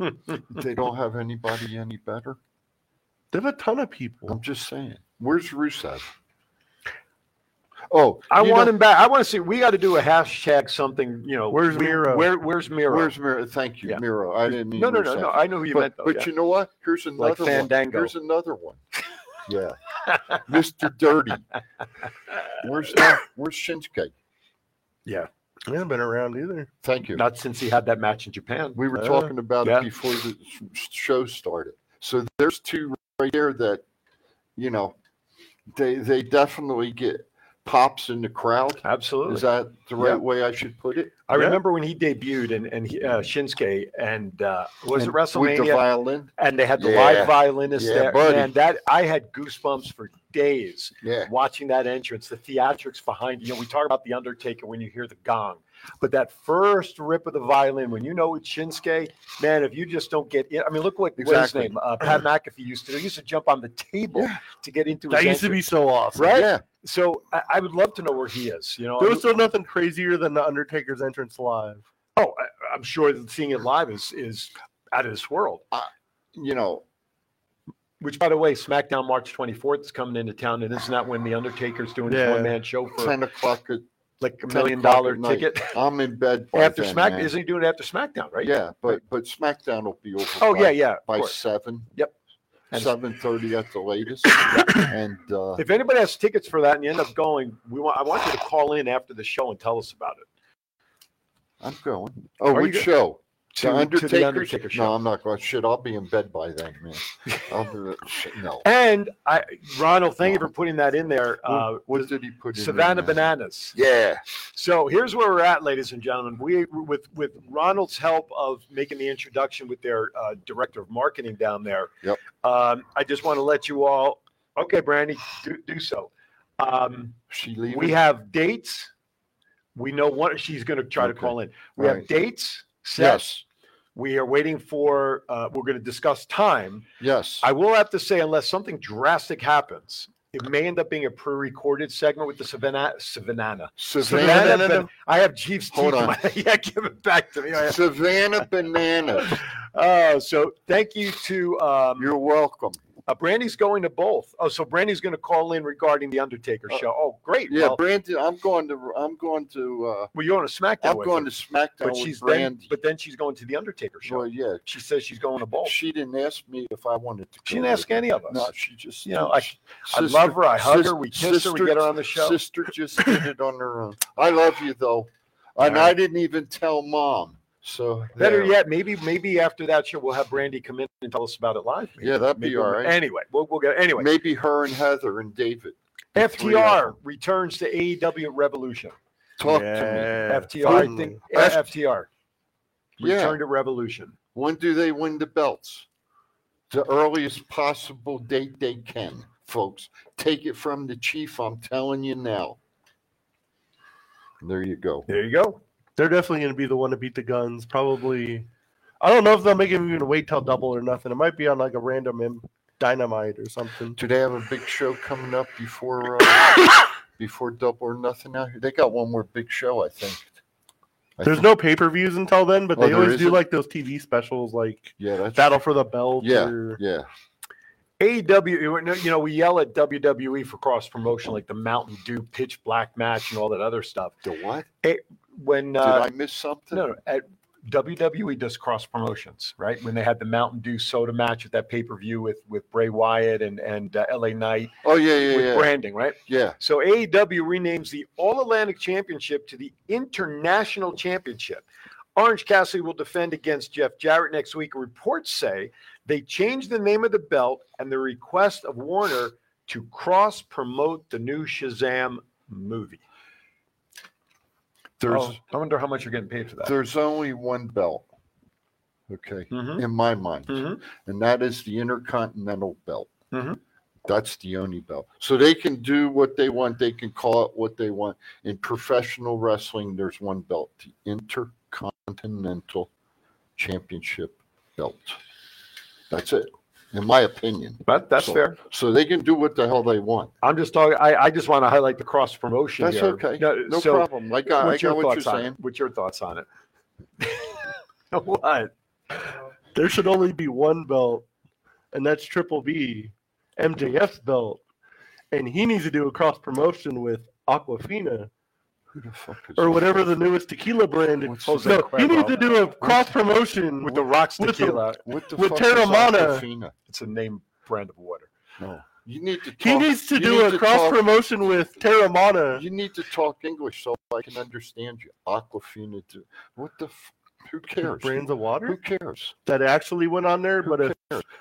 Speaker 4: they don't have anybody any better.
Speaker 5: they have a ton of people.
Speaker 4: I'm just saying. Where's Rusev? Oh,
Speaker 3: I
Speaker 4: you
Speaker 3: want
Speaker 4: know-
Speaker 3: him back. I want to see. We got to do a hashtag something. You know,
Speaker 5: Where's
Speaker 3: we-
Speaker 5: Miro?
Speaker 3: Where, where's Miro?
Speaker 4: Where's Miro? Thank you,
Speaker 3: Yeah.
Speaker 4: Miro. I didn't mean
Speaker 3: no, no, no,
Speaker 4: Rusev.
Speaker 3: no. I know who you
Speaker 4: but,
Speaker 3: meant though.
Speaker 4: but
Speaker 3: yeah.
Speaker 4: you know what? Here's another
Speaker 3: Like
Speaker 4: one.
Speaker 3: Fandango.
Speaker 4: Here's another one. Yeah, Mr. Dirty. Where's that? Where's Shinsuke?
Speaker 5: They haven't been around either.
Speaker 4: Thank you.
Speaker 3: Not since he had that match in Japan.
Speaker 4: we were
Speaker 3: Uh,
Speaker 4: talking about
Speaker 3: yeah.
Speaker 4: it before the sh- show started. So there's two right there that, you know, they they definitely get pops in the crowd.
Speaker 3: Absolutely.
Speaker 4: Is that the right
Speaker 3: Yeah.
Speaker 4: way I should put it?
Speaker 3: I
Speaker 5: Yeah.
Speaker 3: remember when he debuted and and he, uh, Shinsuke and uh, was
Speaker 4: And
Speaker 3: it WrestleMania?
Speaker 4: With the violin.
Speaker 3: and they had the
Speaker 4: Yeah.
Speaker 3: live violinist
Speaker 4: Yeah,
Speaker 3: there.
Speaker 4: buddy.
Speaker 3: Man, that I had goosebumps for days
Speaker 4: Yeah.
Speaker 3: watching that entrance, the theatrics behind. You know, we talk about the Undertaker when you hear the gong, but that first rip of the violin when you know it's Shinsuke, man. If you just don't get it, I mean, look what what's his
Speaker 4: Exactly.
Speaker 3: name uh, Pat McAfee used to do. He used to jump on the table
Speaker 4: Yeah.
Speaker 3: to get into his
Speaker 5: That used to be
Speaker 3: entrance.
Speaker 5: so awesome,
Speaker 3: Right?
Speaker 4: Yeah.
Speaker 3: So I, I would love to know where he is. You know,
Speaker 5: There was still nothing crazier than the Undertaker's entrance live.
Speaker 3: oh, I, I'm sure that seeing it live is is out of this world.
Speaker 4: You know,
Speaker 3: Which, by the way, SmackDown March 24th is coming into town, and isn't that when the Undertaker's doing his
Speaker 5: Yeah.
Speaker 3: one man show for
Speaker 4: ten o'clock. At,
Speaker 3: like a
Speaker 4: 10
Speaker 3: million
Speaker 4: o'clock
Speaker 3: dollar
Speaker 4: at night.
Speaker 3: ticket
Speaker 4: I'm in bed by
Speaker 3: after
Speaker 4: then,
Speaker 3: Smack.
Speaker 4: man.
Speaker 3: Isn't he doing it after SmackDown, right?
Speaker 4: Yeah, but but SmackDown will be over.
Speaker 3: Oh
Speaker 4: by-
Speaker 3: yeah, yeah. of
Speaker 4: by
Speaker 3: course.
Speaker 4: seven.
Speaker 3: Yep. And-
Speaker 4: Seven thirty at the latest. and uh,
Speaker 3: If anybody has tickets for that and you end up going, we want I want you to call in after the show and tell us about it.
Speaker 4: I'm going. Oh,
Speaker 3: Are you
Speaker 4: which
Speaker 3: go-
Speaker 4: show?
Speaker 3: to
Speaker 4: the
Speaker 3: to the
Speaker 4: Undertaker's?
Speaker 3: Undertaker show.
Speaker 4: No, I'm not going. Shit, I'll be in bed by then, man. I'll do it. Shit, no.
Speaker 3: And I, Ronald, thank you for putting that in there. Uh,
Speaker 4: what did he put in there
Speaker 3: Savannah
Speaker 4: now?
Speaker 3: Bananas.
Speaker 4: Yeah.
Speaker 3: So here's where we're at, ladies and gentlemen. We, with with Ronald's help of making the introduction with their uh, director of marketing down there.
Speaker 4: Yep.
Speaker 3: Um, I just want to let you all. Okay, Brandy, do, do so. Um,
Speaker 4: she leaving?
Speaker 3: We have dates. We know what she's going to try to call in. We
Speaker 4: Right.
Speaker 3: have dates. Set.
Speaker 4: Yes.
Speaker 3: We are waiting for. Uh, we're going to discuss time.
Speaker 4: Yes.
Speaker 3: I will have to say, unless something drastic happens, it may end up being a pre-recorded segment with the Savannah Savannah.
Speaker 4: Savannah
Speaker 3: Ban- I have Jeeves. teeth
Speaker 4: Hold
Speaker 3: in
Speaker 4: on.
Speaker 3: my- yeah, give it back to me. I have-
Speaker 4: Savannah Bananas.
Speaker 3: Oh, so thank you to. Um,
Speaker 4: You're welcome.
Speaker 3: Uh, Brandy's going to both. Oh, so Brandy's going to call in regarding the Undertaker show. Oh, great.
Speaker 4: Uh, Yeah,
Speaker 3: well,
Speaker 4: Brandon, I'm going to. I'm going to. Uh,
Speaker 3: well, you're on a SmackDown.
Speaker 4: I'm
Speaker 3: with
Speaker 4: going
Speaker 3: her.
Speaker 4: to SmackDown
Speaker 3: But
Speaker 4: with
Speaker 3: she's then,
Speaker 4: Brandy.
Speaker 3: but then she's going to the Undertaker show.
Speaker 4: Well, yeah.
Speaker 3: She says she's going to both.
Speaker 4: She didn't ask me if I wanted to.
Speaker 3: She
Speaker 4: go
Speaker 3: didn't ask
Speaker 4: with her.
Speaker 3: any of us.
Speaker 4: No, she just.
Speaker 3: You know, I- I love her, I hug her, we kiss her, we get her on the show.
Speaker 4: Sister just did it on her own. I love you though, and I didn't even tell mom. So
Speaker 3: Better
Speaker 4: there.
Speaker 3: yet, maybe maybe after that show we'll have Brandy come in and tell us about it live.
Speaker 4: Yeah, that'd be
Speaker 3: Maybe-
Speaker 4: all right.
Speaker 3: Anyway, we'll, we'll get anyway.
Speaker 4: Maybe her and Heather and David. The three of
Speaker 3: FTR
Speaker 4: them.
Speaker 3: returns to AEW Revolution.
Speaker 4: Talk
Speaker 5: Yeah.
Speaker 4: to me.
Speaker 3: FTR, I
Speaker 4: Finally.
Speaker 3: think
Speaker 4: F-
Speaker 3: FTR
Speaker 4: Yeah.
Speaker 3: return to Revolution.
Speaker 4: When do they win the belts? The earliest possible date they can, folks. Take it from the chief. I'm telling you now. There you go.
Speaker 3: There you go.
Speaker 5: They're definitely going to be the one to beat the guns. Probably. I don't know if they'll make him even wait till double or nothing. It might be on like a random M- dynamite or something.
Speaker 4: Do they have a big show coming up before uh, before Double or Nothing out here? They got one more big show, I think. I
Speaker 5: There's
Speaker 4: think-
Speaker 5: no pay per views until then, but
Speaker 4: Oh,
Speaker 5: they
Speaker 4: there
Speaker 5: always do
Speaker 4: isn't?
Speaker 5: like those TV specials, like
Speaker 4: yeah, that's
Speaker 5: Battle for the Belt.
Speaker 4: yeah,
Speaker 5: or-
Speaker 4: yeah.
Speaker 3: AEW, E you know, we yell at WWE for cross promotion, like the Mountain Dew pitch black match and all that other stuff.
Speaker 4: The what?
Speaker 3: It, when
Speaker 4: Did
Speaker 3: uh,
Speaker 4: I miss something?
Speaker 3: no, no, at WWE does cross promotions, right? When they had the Mountain Dew soda match at that pay per view with with Bray Wyatt and and uh, LA Knight
Speaker 4: Oh yeah, yeah,
Speaker 3: with
Speaker 4: yeah.
Speaker 3: branding, right?
Speaker 4: yeah.
Speaker 3: So AEW renames the All Atlantic Championship to the International Championship. Orange Cassidy will defend against Jeff Jarrett next week. Reports say they changed the name of the belt and the request of Warner to cross promote the new Shazam movie.
Speaker 4: There's
Speaker 3: Oh, I wonder how much you're getting paid for that.
Speaker 4: there's only one belt. Okay,
Speaker 3: Mhm.
Speaker 4: in my mind,
Speaker 3: Mhm.
Speaker 4: and that is the Intercontinental belt.
Speaker 3: Mhm.
Speaker 4: That's the only belt. So they can do what they want. They can call it what they want. In professional wrestling, there's one belt, the Intercontinental Championship belt. That's it, in my opinion.
Speaker 3: But that's
Speaker 4: So-
Speaker 3: fair.
Speaker 4: So they can do what the hell they want.
Speaker 3: I'm just talking. I, I just want to highlight the cross promotion.
Speaker 4: That's
Speaker 3: here.
Speaker 4: okay. No
Speaker 3: so
Speaker 4: problem. I got- I got
Speaker 3: what's your
Speaker 4: what you're
Speaker 3: thoughts on it?
Speaker 4: saying.
Speaker 3: What's your thoughts on it? what?
Speaker 5: There should only be one belt, and that's Triple B, MJF's belt, and he needs to do a cross promotion with Aquafina
Speaker 4: Who the fuck is
Speaker 5: or
Speaker 4: that?
Speaker 5: whatever the newest tequila brand. is.
Speaker 4: What's
Speaker 3: Jose
Speaker 5: No, he
Speaker 3: Cuervo.
Speaker 5: needs to do a cross promotion
Speaker 3: With the rocks
Speaker 5: With the-
Speaker 3: tequila,
Speaker 4: What the
Speaker 5: with
Speaker 4: fuck
Speaker 5: Terra
Speaker 4: is
Speaker 5: Mana.
Speaker 4: Aquafina?
Speaker 3: it's a name brand of water.
Speaker 4: No, you need to. Talk,
Speaker 5: He needs to
Speaker 4: you
Speaker 5: do
Speaker 4: need
Speaker 5: a cross
Speaker 4: talk-
Speaker 5: promotion with Terramana.
Speaker 4: You need to talk English so I can understand you. Aquafina, do- what the? F- who cares?
Speaker 5: Brands of
Speaker 4: Who
Speaker 5: water
Speaker 4: cares?
Speaker 5: that actually went on there, but if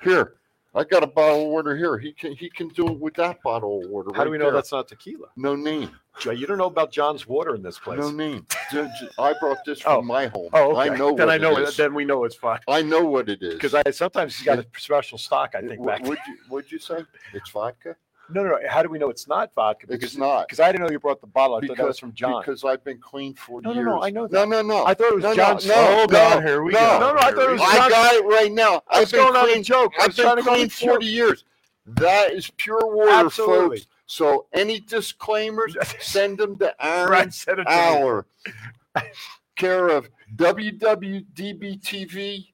Speaker 4: Here, I got a bottle of water here. He can he can do it with that bottle of water.
Speaker 3: How do
Speaker 4: right
Speaker 3: we know
Speaker 4: there.
Speaker 3: that's not tequila?
Speaker 4: no name?
Speaker 3: Joe, you don't know about John's water in this place.
Speaker 4: No name. Ju- ju- I brought this from
Speaker 3: Oh.
Speaker 4: my home.
Speaker 3: Oh, okay.
Speaker 4: I know.
Speaker 3: then
Speaker 4: what
Speaker 3: I know.
Speaker 4: It
Speaker 3: It
Speaker 4: is.
Speaker 3: Then we know it's fine.
Speaker 4: I know what it is.
Speaker 3: Because I sometimes he's got a special stock. I
Speaker 4: It-
Speaker 3: think
Speaker 4: what
Speaker 3: back.
Speaker 4: would you would you say? It's vodka.
Speaker 3: No, no, no. How do we know it's not vodka?
Speaker 4: It's
Speaker 3: Because
Speaker 4: not.
Speaker 3: because I didn't know you brought the bottle. I thought that was from John.
Speaker 4: Because I've been clean for
Speaker 3: No, no,
Speaker 4: years.
Speaker 3: no, I know
Speaker 4: No, no, no.
Speaker 3: I thought it was
Speaker 4: no,
Speaker 3: John
Speaker 4: No,
Speaker 3: Snow.
Speaker 4: no,
Speaker 5: Hold
Speaker 4: no,
Speaker 5: on, here we
Speaker 4: no.
Speaker 5: go.
Speaker 3: no, no, I thought it was
Speaker 4: I
Speaker 3: John.
Speaker 4: got it right now.
Speaker 3: I was
Speaker 4: I've been
Speaker 3: going on a
Speaker 4: clean,
Speaker 3: joke. I
Speaker 4: I've
Speaker 3: was trying to
Speaker 4: been
Speaker 3: go
Speaker 4: clean
Speaker 3: with you.
Speaker 4: 40 years. That is pure water,
Speaker 3: Absolutely.
Speaker 4: folks. So any disclaimers, send them to Aaron
Speaker 3: Right, send it to me.
Speaker 4: Hour, care of WWDB TV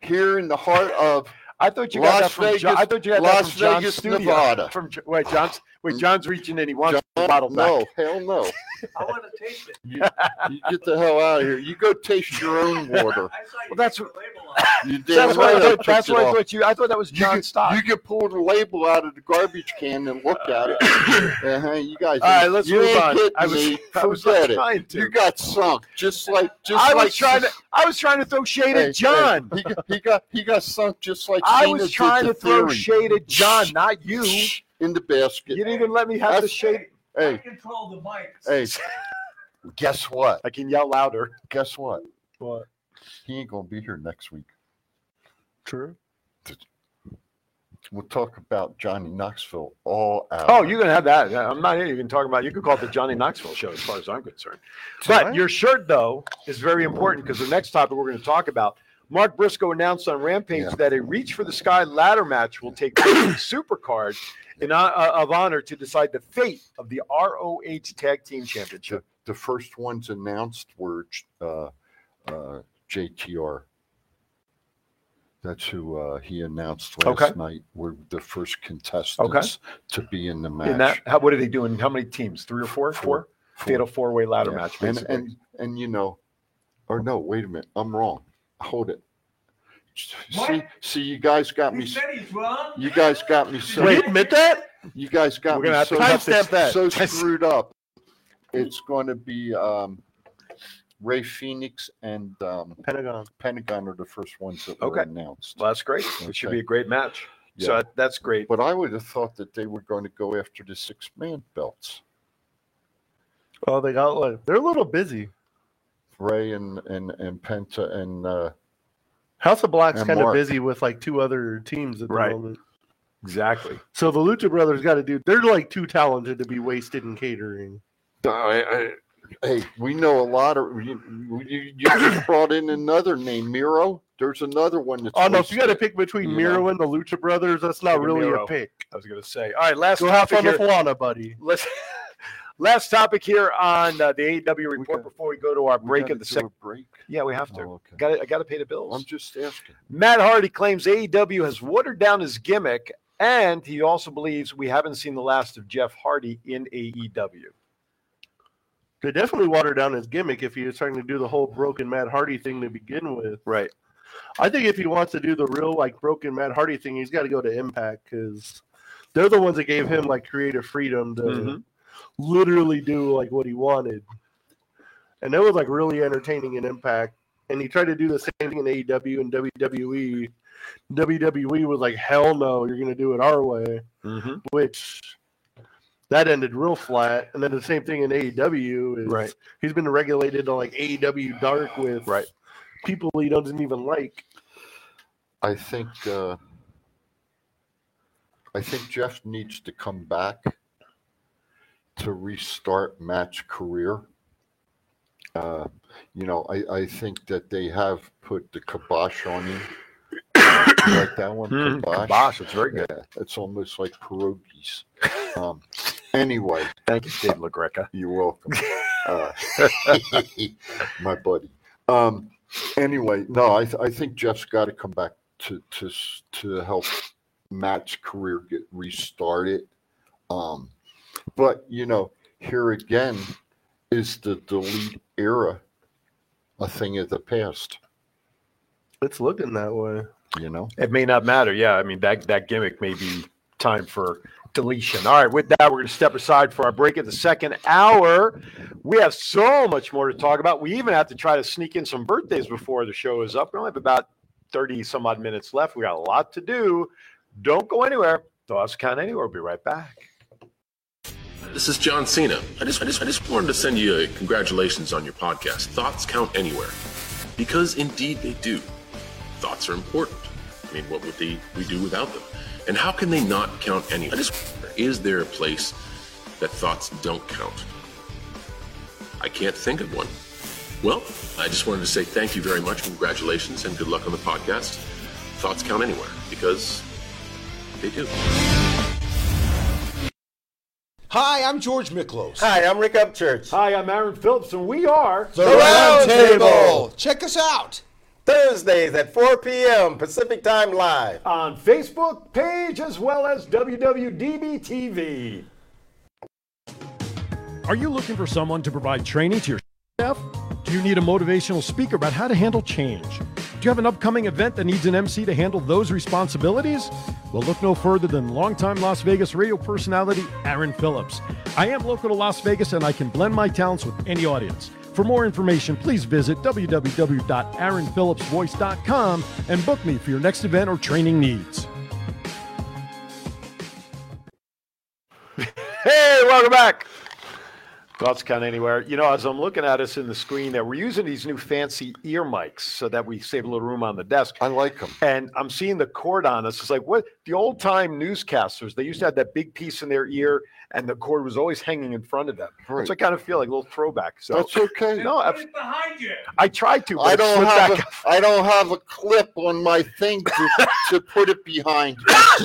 Speaker 4: here in the heart of
Speaker 3: I thought you got
Speaker 4: Las
Speaker 3: that from
Speaker 4: Vegas-
Speaker 3: John. I thought you got
Speaker 4: Las
Speaker 3: that from John's
Speaker 4: Vegas,
Speaker 3: studio.
Speaker 4: Nevada. Mm.
Speaker 3: From Jo- wait, John's wait, John's reaching in. He wants
Speaker 4: John.
Speaker 3: the bottle back.
Speaker 4: No, hell no.
Speaker 10: I want to taste it.
Speaker 4: You, you get the hell out of here. You go taste your own water.
Speaker 10: I saw you
Speaker 3: Well, that's
Speaker 10: put the label on
Speaker 4: You damn
Speaker 3: That's what I
Speaker 4: right I
Speaker 3: thought, that's
Speaker 4: picked it
Speaker 3: what I
Speaker 4: off.
Speaker 3: thought you. I thought that was
Speaker 4: You
Speaker 3: John
Speaker 4: could-
Speaker 3: Stock.
Speaker 4: You could pull the label out of the garbage can and look at it. uh-huh, you guys.
Speaker 3: All right, let's
Speaker 4: you
Speaker 3: move
Speaker 4: ain't
Speaker 3: on.
Speaker 4: kidding
Speaker 3: I was-
Speaker 4: me.
Speaker 3: I was
Speaker 4: Forget
Speaker 3: trying
Speaker 4: it.
Speaker 3: to.
Speaker 4: You got sunk, just like just
Speaker 3: I was
Speaker 4: like
Speaker 3: trying to- I was trying to throw shade at John.
Speaker 4: he, got- he got he got sunk just like
Speaker 3: I
Speaker 4: Cena
Speaker 3: was
Speaker 4: did
Speaker 3: trying
Speaker 4: the
Speaker 3: to throw
Speaker 4: theory.
Speaker 3: shade at John, not you.
Speaker 4: in the basket.
Speaker 3: You didn't even let me have the
Speaker 4: That's-
Speaker 3: shade.
Speaker 4: Hey,
Speaker 10: Control the mic.
Speaker 4: hey. guess what?
Speaker 3: I can yell louder.
Speaker 4: Guess what?
Speaker 5: What?
Speaker 4: He ain't gonna be here next week.
Speaker 5: True.
Speaker 4: We'll talk about Johnny Knoxville all out.
Speaker 3: Oh, you're gonna have that. Yeah, I'm not here. You can talk about. You can call it the Johnny Knoxville show, as far as I'm concerned. But your shirt, though, is very important because the next topic we're going to talk about. Mark Briscoe announced on Rampage that a Reach for the Sky ladder match will take place in Supercard in hon- uh, of honor to decide the fate of the ROH Tag Team Championship.
Speaker 4: the first ones announced were uh, uh, JTR. That's who uh, he announced last
Speaker 3: Okay.
Speaker 4: night. Were the first contestants to be in the match.
Speaker 3: In that, how, what did they do? And how many teams? Three or four? Four. Fatal four-way ladder
Speaker 4: Yeah.
Speaker 3: match.
Speaker 4: And,
Speaker 3: Basically.
Speaker 4: and and you know, or no, wait a minute, I'm wrong. Hold it. See, see, you guys got me. s- You guys got me. So,
Speaker 3: Wait. You admit that?
Speaker 4: You guys got
Speaker 3: We're
Speaker 4: me
Speaker 3: gonna have to
Speaker 4: so,
Speaker 3: timestamp that.
Speaker 4: so screwed up. It's going to be um, Ray Phoenix and um,
Speaker 5: Pentagon.
Speaker 4: Pentagon are the first ones that were
Speaker 3: okay.
Speaker 4: announced.
Speaker 3: Well, that's great. It should
Speaker 4: Okay.
Speaker 3: be a great match. So
Speaker 4: Yeah.
Speaker 3: that- that's great.
Speaker 4: But I would have thought that they were going to go after the six man belts.
Speaker 5: Oh, they got like they're a little busy.
Speaker 4: Ray and and and Penta and uh,
Speaker 5: House of Black's
Speaker 4: And
Speaker 5: kind of
Speaker 4: Mark.
Speaker 5: busy with like two other teams at the
Speaker 3: Right.
Speaker 5: moment.
Speaker 3: Exactly.
Speaker 5: So the Lucha Brothers got to do. They're like too talented to be wasted in catering.
Speaker 4: Hey, we know a lot of you. You, you just brought in another name, Miro. There's another one that's.
Speaker 5: Oh no, if you got to
Speaker 4: listed.
Speaker 5: pick between
Speaker 4: You
Speaker 5: Miro
Speaker 4: know.
Speaker 5: and the Lucha Brothers, that's not
Speaker 3: Take a
Speaker 5: really
Speaker 3: Miro.
Speaker 5: a pick.
Speaker 3: I was going to say. All right, last
Speaker 5: Go have
Speaker 3: topic
Speaker 5: fun
Speaker 3: here.
Speaker 5: with Lana, buddy.
Speaker 3: Let's, last topic here on uh, the AEW report before we go to our
Speaker 4: We
Speaker 3: break
Speaker 4: gotta
Speaker 3: of the
Speaker 4: do
Speaker 3: second.
Speaker 4: a break.
Speaker 3: Yeah, we have to.
Speaker 4: Oh, okay.
Speaker 3: Got I got to pay the
Speaker 4: I'm
Speaker 3: bills.
Speaker 4: just asking.
Speaker 3: Matt Hardy claims AEW has watered down his gimmick, and he also believes we haven't seen the last of Jeff Hardy in E AEW.
Speaker 5: They definitely water down his gimmick if he was trying to do the whole broken Matt Hardy thing to begin with.
Speaker 3: Right.
Speaker 5: I think if he wants to do the real like broken Matt Hardy thing, he's got to go to Impact because they're the ones that gave him like creative freedom to
Speaker 3: Mhm.
Speaker 5: literally do like what he wanted. And that was like really entertaining in Impact. And he tried to do the same thing in AEW and E. WWE. WWE E was like, hell no, you're gonna do it our way,
Speaker 3: Mm-hmm.
Speaker 5: which that ended real flat. And then the same thing in AEW is
Speaker 3: Right.
Speaker 5: he's been regulated to like AEW dark with
Speaker 3: Right.
Speaker 5: people he doesn't even like.
Speaker 4: I think. Uh, I think Jeff needs to come back to restart Matt's career. Uh, you know, I, I think that they have put the kibosh on him. like that one,
Speaker 3: Hmm,
Speaker 4: kibosh.
Speaker 3: Bosh, it's very good.
Speaker 4: Yeah, it's almost like pierogies. Um, anyway,
Speaker 3: Thank you, Dave LaGreca.
Speaker 4: you're welcome, uh, my buddy. Um, anyway, no, I, th- I think Jeff's got to come back to to s- to help Matt's career get restarted. Um, but you know, here again is the delete era, a thing of the past.
Speaker 5: It's looking that way.
Speaker 4: You know,
Speaker 3: It may not matter. Yeah, I mean that that gimmick may be time for deletion. All right, with that, we're going to step aside for our break at the second hour. We have so much more to talk about. We even have to try to sneak in some birthdays before the show is up. We only have about thirty some odd minutes left. We got a lot to do. Don't go anywhere. Thoughts count anywhere. We'll be right back.
Speaker 1: This is John Cena. I just, I just, I just wanted to send you a congratulations on your podcast. Thoughts count anywhere, because indeed they do. Thoughts are important. I mean, what would they, we do without them? And how can they not count anywhere? I just, is there a place that thoughts don't count? I can't think of one. Well, I just wanted to say thank you very much, congratulations, and good luck on the podcast. Thoughts count anywhere because they do.
Speaker 13: Hi, I'm George Miklos.
Speaker 12: Hi, I'm Rick Upchurch. Hi, I'm Aaron Phillips, and we are
Speaker 13: The Round Table. Check us out. Thursdays at 4 p.m. Pacific Time Live.
Speaker 12: on Facebook page as well as WWDBTV. Are you looking for someone to provide training to your staff? Do you need a motivational speaker about how to handle change? Do you have an upcoming event that needs an MC to handle those responsibilities? Well, look no further than longtime Las Vegas radio personality Aaron Phillips. I am local to Las Vegas and I can blend my talents with any audience. For more information, please visit www.aaronphillipsvoice.com and book me for your next event or training needs.
Speaker 3: Hey, welcome back. Thoughts count anywhere. You know, as I'm looking at us in the screen there, we're using these new fancy ear mics so that we save a little room on the desk. I like them. And I'm seeing the cord on us. It's like what the old time newscasters, they used to have that big piece in their ear and the cord was always hanging in front of them.
Speaker 4: Right.
Speaker 3: So I kind of feel like a little throwback. So
Speaker 4: That's okay.
Speaker 3: No, I,
Speaker 10: behind you.
Speaker 3: I tried to. but
Speaker 4: I
Speaker 3: it
Speaker 4: don't
Speaker 3: slipped
Speaker 4: have
Speaker 3: back.
Speaker 4: a, I don't have a clip on my thing to, to put it behind.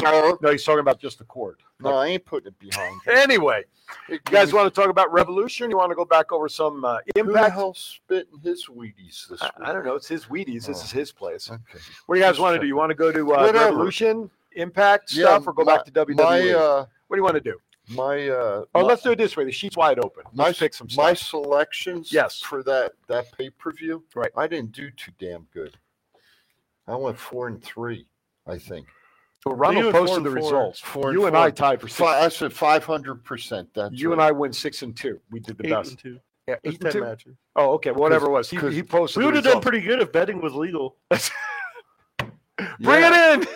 Speaker 4: No,
Speaker 3: he's talking about just the cord.
Speaker 4: No, I ain't putting it behind.
Speaker 3: Anyway, you guys want to talk about revolution? You want to go back over some uh, impact? Who the hell
Speaker 4: spitting his Wheaties this week?
Speaker 3: I, don't know. It's his Wheaties. This is his place.
Speaker 4: Okay.
Speaker 3: What do you guys want to do? You want to go to uh,
Speaker 4: Whatever.
Speaker 3: revolution, impact
Speaker 4: Yeah,
Speaker 3: stuff, or go back to
Speaker 4: my-
Speaker 3: WWE?
Speaker 4: my, uh,
Speaker 3: what do you want to do?
Speaker 4: My uh, my-
Speaker 3: Oh, let's do it this way. The sheet's wide open. Let's pick some stuff.
Speaker 4: my selections. Yes. For that that pay per view.
Speaker 3: Right.
Speaker 4: I didn't do too damn good. I went four and three. I think.
Speaker 3: So
Speaker 4: You
Speaker 3: Ronald
Speaker 4: went
Speaker 3: posted
Speaker 4: four and
Speaker 3: the
Speaker 4: four,
Speaker 3: results.
Speaker 4: four and
Speaker 3: You and
Speaker 4: four.
Speaker 3: I tied for six.
Speaker 4: Fi- I said five hundred percent. That's
Speaker 3: you
Speaker 4: right.
Speaker 3: and I win six and two. We did the
Speaker 4: Eight
Speaker 3: best.
Speaker 4: and
Speaker 14: two.
Speaker 3: Yeah,
Speaker 4: There's
Speaker 3: eight
Speaker 4: 10
Speaker 3: and two.
Speaker 4: matches.
Speaker 3: Oh, okay. Whatever it was, he,
Speaker 4: 'Cause-
Speaker 3: he
Speaker 4: 'cause
Speaker 3: posted.
Speaker 14: We
Speaker 3: the
Speaker 14: would have done
Speaker 3: results.
Speaker 14: pretty good if betting was legal.
Speaker 3: Bring it in.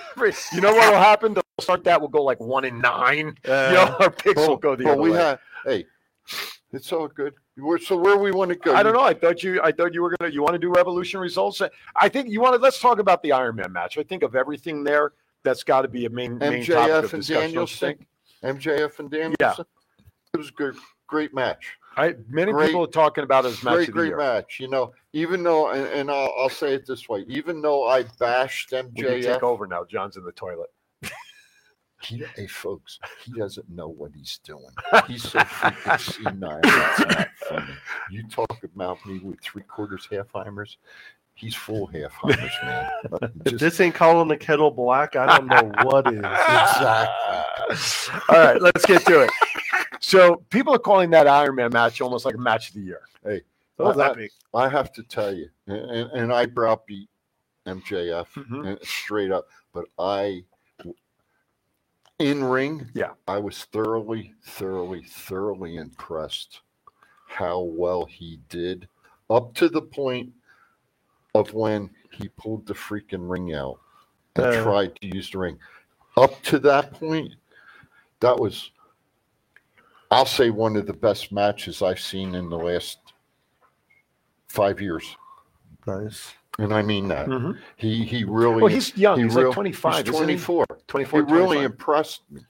Speaker 3: You know what will happen? They'll start that. We'll go like one and nine. you know, our picks will
Speaker 4: Well,
Speaker 3: go the
Speaker 4: well,
Speaker 3: other
Speaker 4: we
Speaker 3: way.
Speaker 4: Have, hey, it's all good. We're, so where we want to go?
Speaker 3: I don't know. I thought you. I thought you were gonna. You want to do Revolution results? I think you want to. Let's talk about the Iron Man match. I think of everything there. That's got to be a main main topic
Speaker 4: MJF
Speaker 3: of
Speaker 4: and
Speaker 3: discussion. don't you think?
Speaker 4: Danielson. MJF and Danielson. It was a good, great match.
Speaker 3: I many
Speaker 4: Great-
Speaker 3: people are talking about it as match
Speaker 4: Great,
Speaker 3: of the
Speaker 4: great
Speaker 3: year.
Speaker 4: match. You know, even though, and, and I'll, I'll say it this way, even though I bashed
Speaker 3: We can take
Speaker 4: MJF,
Speaker 3: over now. John's in the toilet.
Speaker 4: he, hey folks, he doesn't know what he's doing. He's so freaking senile. It's not funny. You talk about me with three quarters halfheimers. He's full halfheimers, man.
Speaker 5: If this ain't calling the kettle black, I don't know what is.
Speaker 4: exactly.
Speaker 3: All right, let's get to it. So people are calling that Iron Man match almost like a match of the year.
Speaker 4: Hey,
Speaker 3: What was
Speaker 4: I,
Speaker 3: that
Speaker 4: I-
Speaker 3: big?
Speaker 4: I have to tell you, and, and- and I browbeat MJF uh, straight up, but I, in ring,
Speaker 3: yeah,
Speaker 4: I was thoroughly, thoroughly, thoroughly impressed how well he did up to the point of when he pulled the freaking ring out and
Speaker 5: Uh.
Speaker 4: tried to use the ring. Up to that point, that was, I'll say, one of the best matches I've seen in the last five years.
Speaker 5: Nice.
Speaker 4: And I mean that.
Speaker 3: Mhm.
Speaker 4: He he really.
Speaker 3: Well, he's young.
Speaker 4: he
Speaker 3: He's like
Speaker 4: real-
Speaker 3: 25,
Speaker 4: He's
Speaker 3: isn't he?
Speaker 4: 24.
Speaker 3: 24,
Speaker 4: He really
Speaker 3: 25.
Speaker 4: impressed me.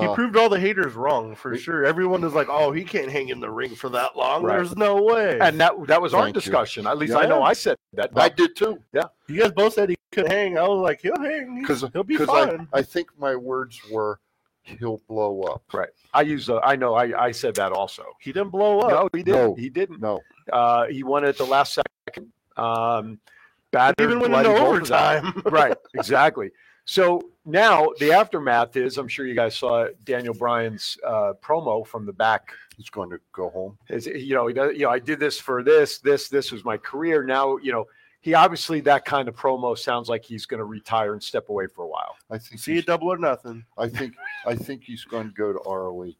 Speaker 5: He
Speaker 4: Uh,
Speaker 5: proved all the haters wrong for sure. Everyone is like, "Oh, he can't hang in the ring for that long.
Speaker 3: Right.
Speaker 5: There's no way."
Speaker 3: And that that was our
Speaker 4: Thank you.
Speaker 3: discussion. At least I
Speaker 5: Yeah.
Speaker 3: know I said that.
Speaker 4: I did too.
Speaker 3: Yeah.
Speaker 5: you guys both said he could hang. I was like, "He'll hang. He's-
Speaker 4: Because
Speaker 5: He'll be
Speaker 4: I,
Speaker 5: fine."
Speaker 4: I think my words were, he'll blow up.
Speaker 3: Right. I use the. I know. I I said that also.
Speaker 5: he didn't blow up.
Speaker 3: No, he didn't.
Speaker 4: No.
Speaker 3: He didn't.
Speaker 4: No.
Speaker 3: Uh, he won it at the last second. Um, battered,
Speaker 5: Even went
Speaker 3: bloody
Speaker 5: into
Speaker 3: both of them.
Speaker 5: overtime.
Speaker 3: right. Exactly. So now the aftermath is. I'm sure you guys saw Daniel Bryan's uh, promo from the back.
Speaker 4: He's going to go home.
Speaker 3: Is you know he does, you know I did this for this this this was my career. Now you know he obviously that kind of promo sounds like he's going to retire and step away for a while.
Speaker 4: I think.
Speaker 5: See you
Speaker 4: he's-
Speaker 5: double or nothing.
Speaker 4: I think. I think he's going to go to ROH.
Speaker 3: Do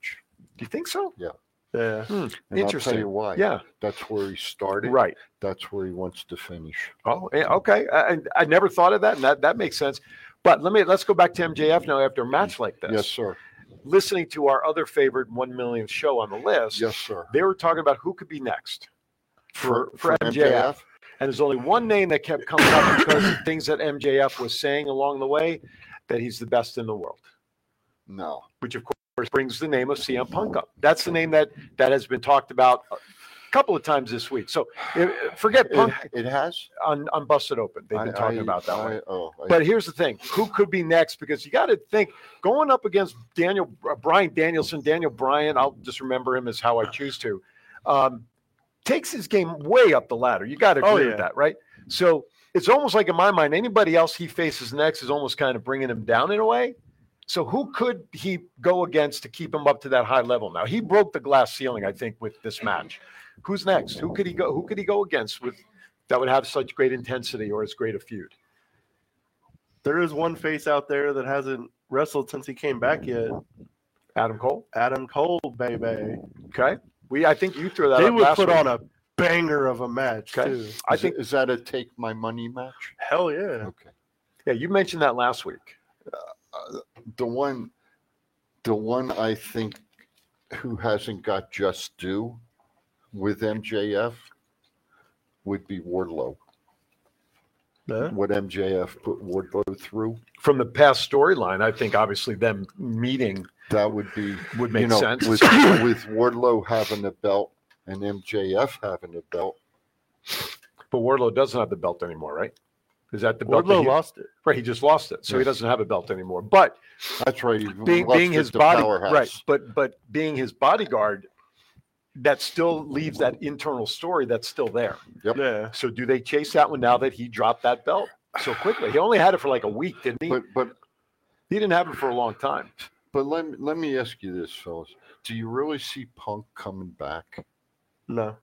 Speaker 3: you think so?
Speaker 4: Yeah.
Speaker 5: Yeah.
Speaker 4: And I'll
Speaker 3: Interesting.
Speaker 4: tell you why.
Speaker 3: Yeah.
Speaker 4: That's where he started.
Speaker 3: Right.
Speaker 4: That's where he wants to finish.
Speaker 3: Oh, eh, okay. I, I- I never thought of that, and that, that makes sense. But let me let's go back to MJF now after a match like this.
Speaker 4: Yes, sir.
Speaker 3: Listening to our other favorite one million show on the list,
Speaker 4: Yes, sir.
Speaker 3: they were talking about who could be next for, for, MJF. And there's only one name that kept coming up because of things that MJF was saying along the way that he's the best in the world,
Speaker 4: No.
Speaker 3: which of course brings the name of CM Punk up. That's the name that that has been talked about a couple of times this week. So eh, eh, forget Punk
Speaker 4: It, it has.
Speaker 3: on, on Busted Open. They've been
Speaker 4: I-
Speaker 3: talking
Speaker 4: I-
Speaker 3: about that one.
Speaker 4: I- Oh, I-
Speaker 3: But here's the thing: who could be next? Because you got to think going up against Daniel uh, Brian Danielson, Daniel Bryan. I'll just remember him as how I choose to. Um, takes his game way up the ladder. You got to agree
Speaker 5: Oh,
Speaker 3: with
Speaker 5: yeah.
Speaker 3: that, right? So it's almost like in my mind, anybody else he faces next is almost kind of bringing him down in a way. So who could he go against to keep him up to that high level? Now he broke the glass ceiling, I think, with this match. Who's next? Who could he go? Who could he go against with that would have such great intensity or as great a feud.
Speaker 5: There is one face out there that hasn't wrestled since he came back yet.
Speaker 3: Adam Cole.
Speaker 5: Adam Cole, baby.
Speaker 3: Okay. We I think you threw that.
Speaker 5: They
Speaker 3: up
Speaker 5: would
Speaker 3: last
Speaker 5: put
Speaker 3: week.
Speaker 5: on a banger of a match
Speaker 3: Okay.
Speaker 5: too.
Speaker 3: I think
Speaker 4: is that a take my money match?
Speaker 5: Hell yeah.
Speaker 4: Okay.
Speaker 3: Yeah, you mentioned that last week.
Speaker 4: The one, the one I think who hasn't got just due with MJF would be Wardlow. What MJF put Wardlow through
Speaker 3: from the past storyline, I think obviously them meeting
Speaker 4: that would be
Speaker 3: would make
Speaker 4: you know,
Speaker 3: sense.
Speaker 4: with, with Wardlow having a belt and MJF having a belt.
Speaker 3: but Wardlow doesn't have the belt anymore, right? Is that the belt? that
Speaker 5: Wardlow
Speaker 3: he-
Speaker 5: lost it.
Speaker 3: Right, he just lost it, so he
Speaker 4: Yes.
Speaker 3: doesn't have a belt anymore. But
Speaker 4: that's right.
Speaker 3: being,
Speaker 4: lost
Speaker 3: being
Speaker 4: it
Speaker 3: his
Speaker 4: to
Speaker 3: body,
Speaker 4: Powerhouse.
Speaker 3: right? But but being his bodyguard, that still leaves that internal story that's still there.
Speaker 4: Yep.
Speaker 5: Yeah.
Speaker 3: So do they chase that one now that he dropped that belt so quickly? He only had it for like a week, didn't he?
Speaker 4: But but
Speaker 3: he didn't have it for a long time.
Speaker 4: But let me, let me ask you this, fellas: Do you really see Punk coming back?
Speaker 5: No.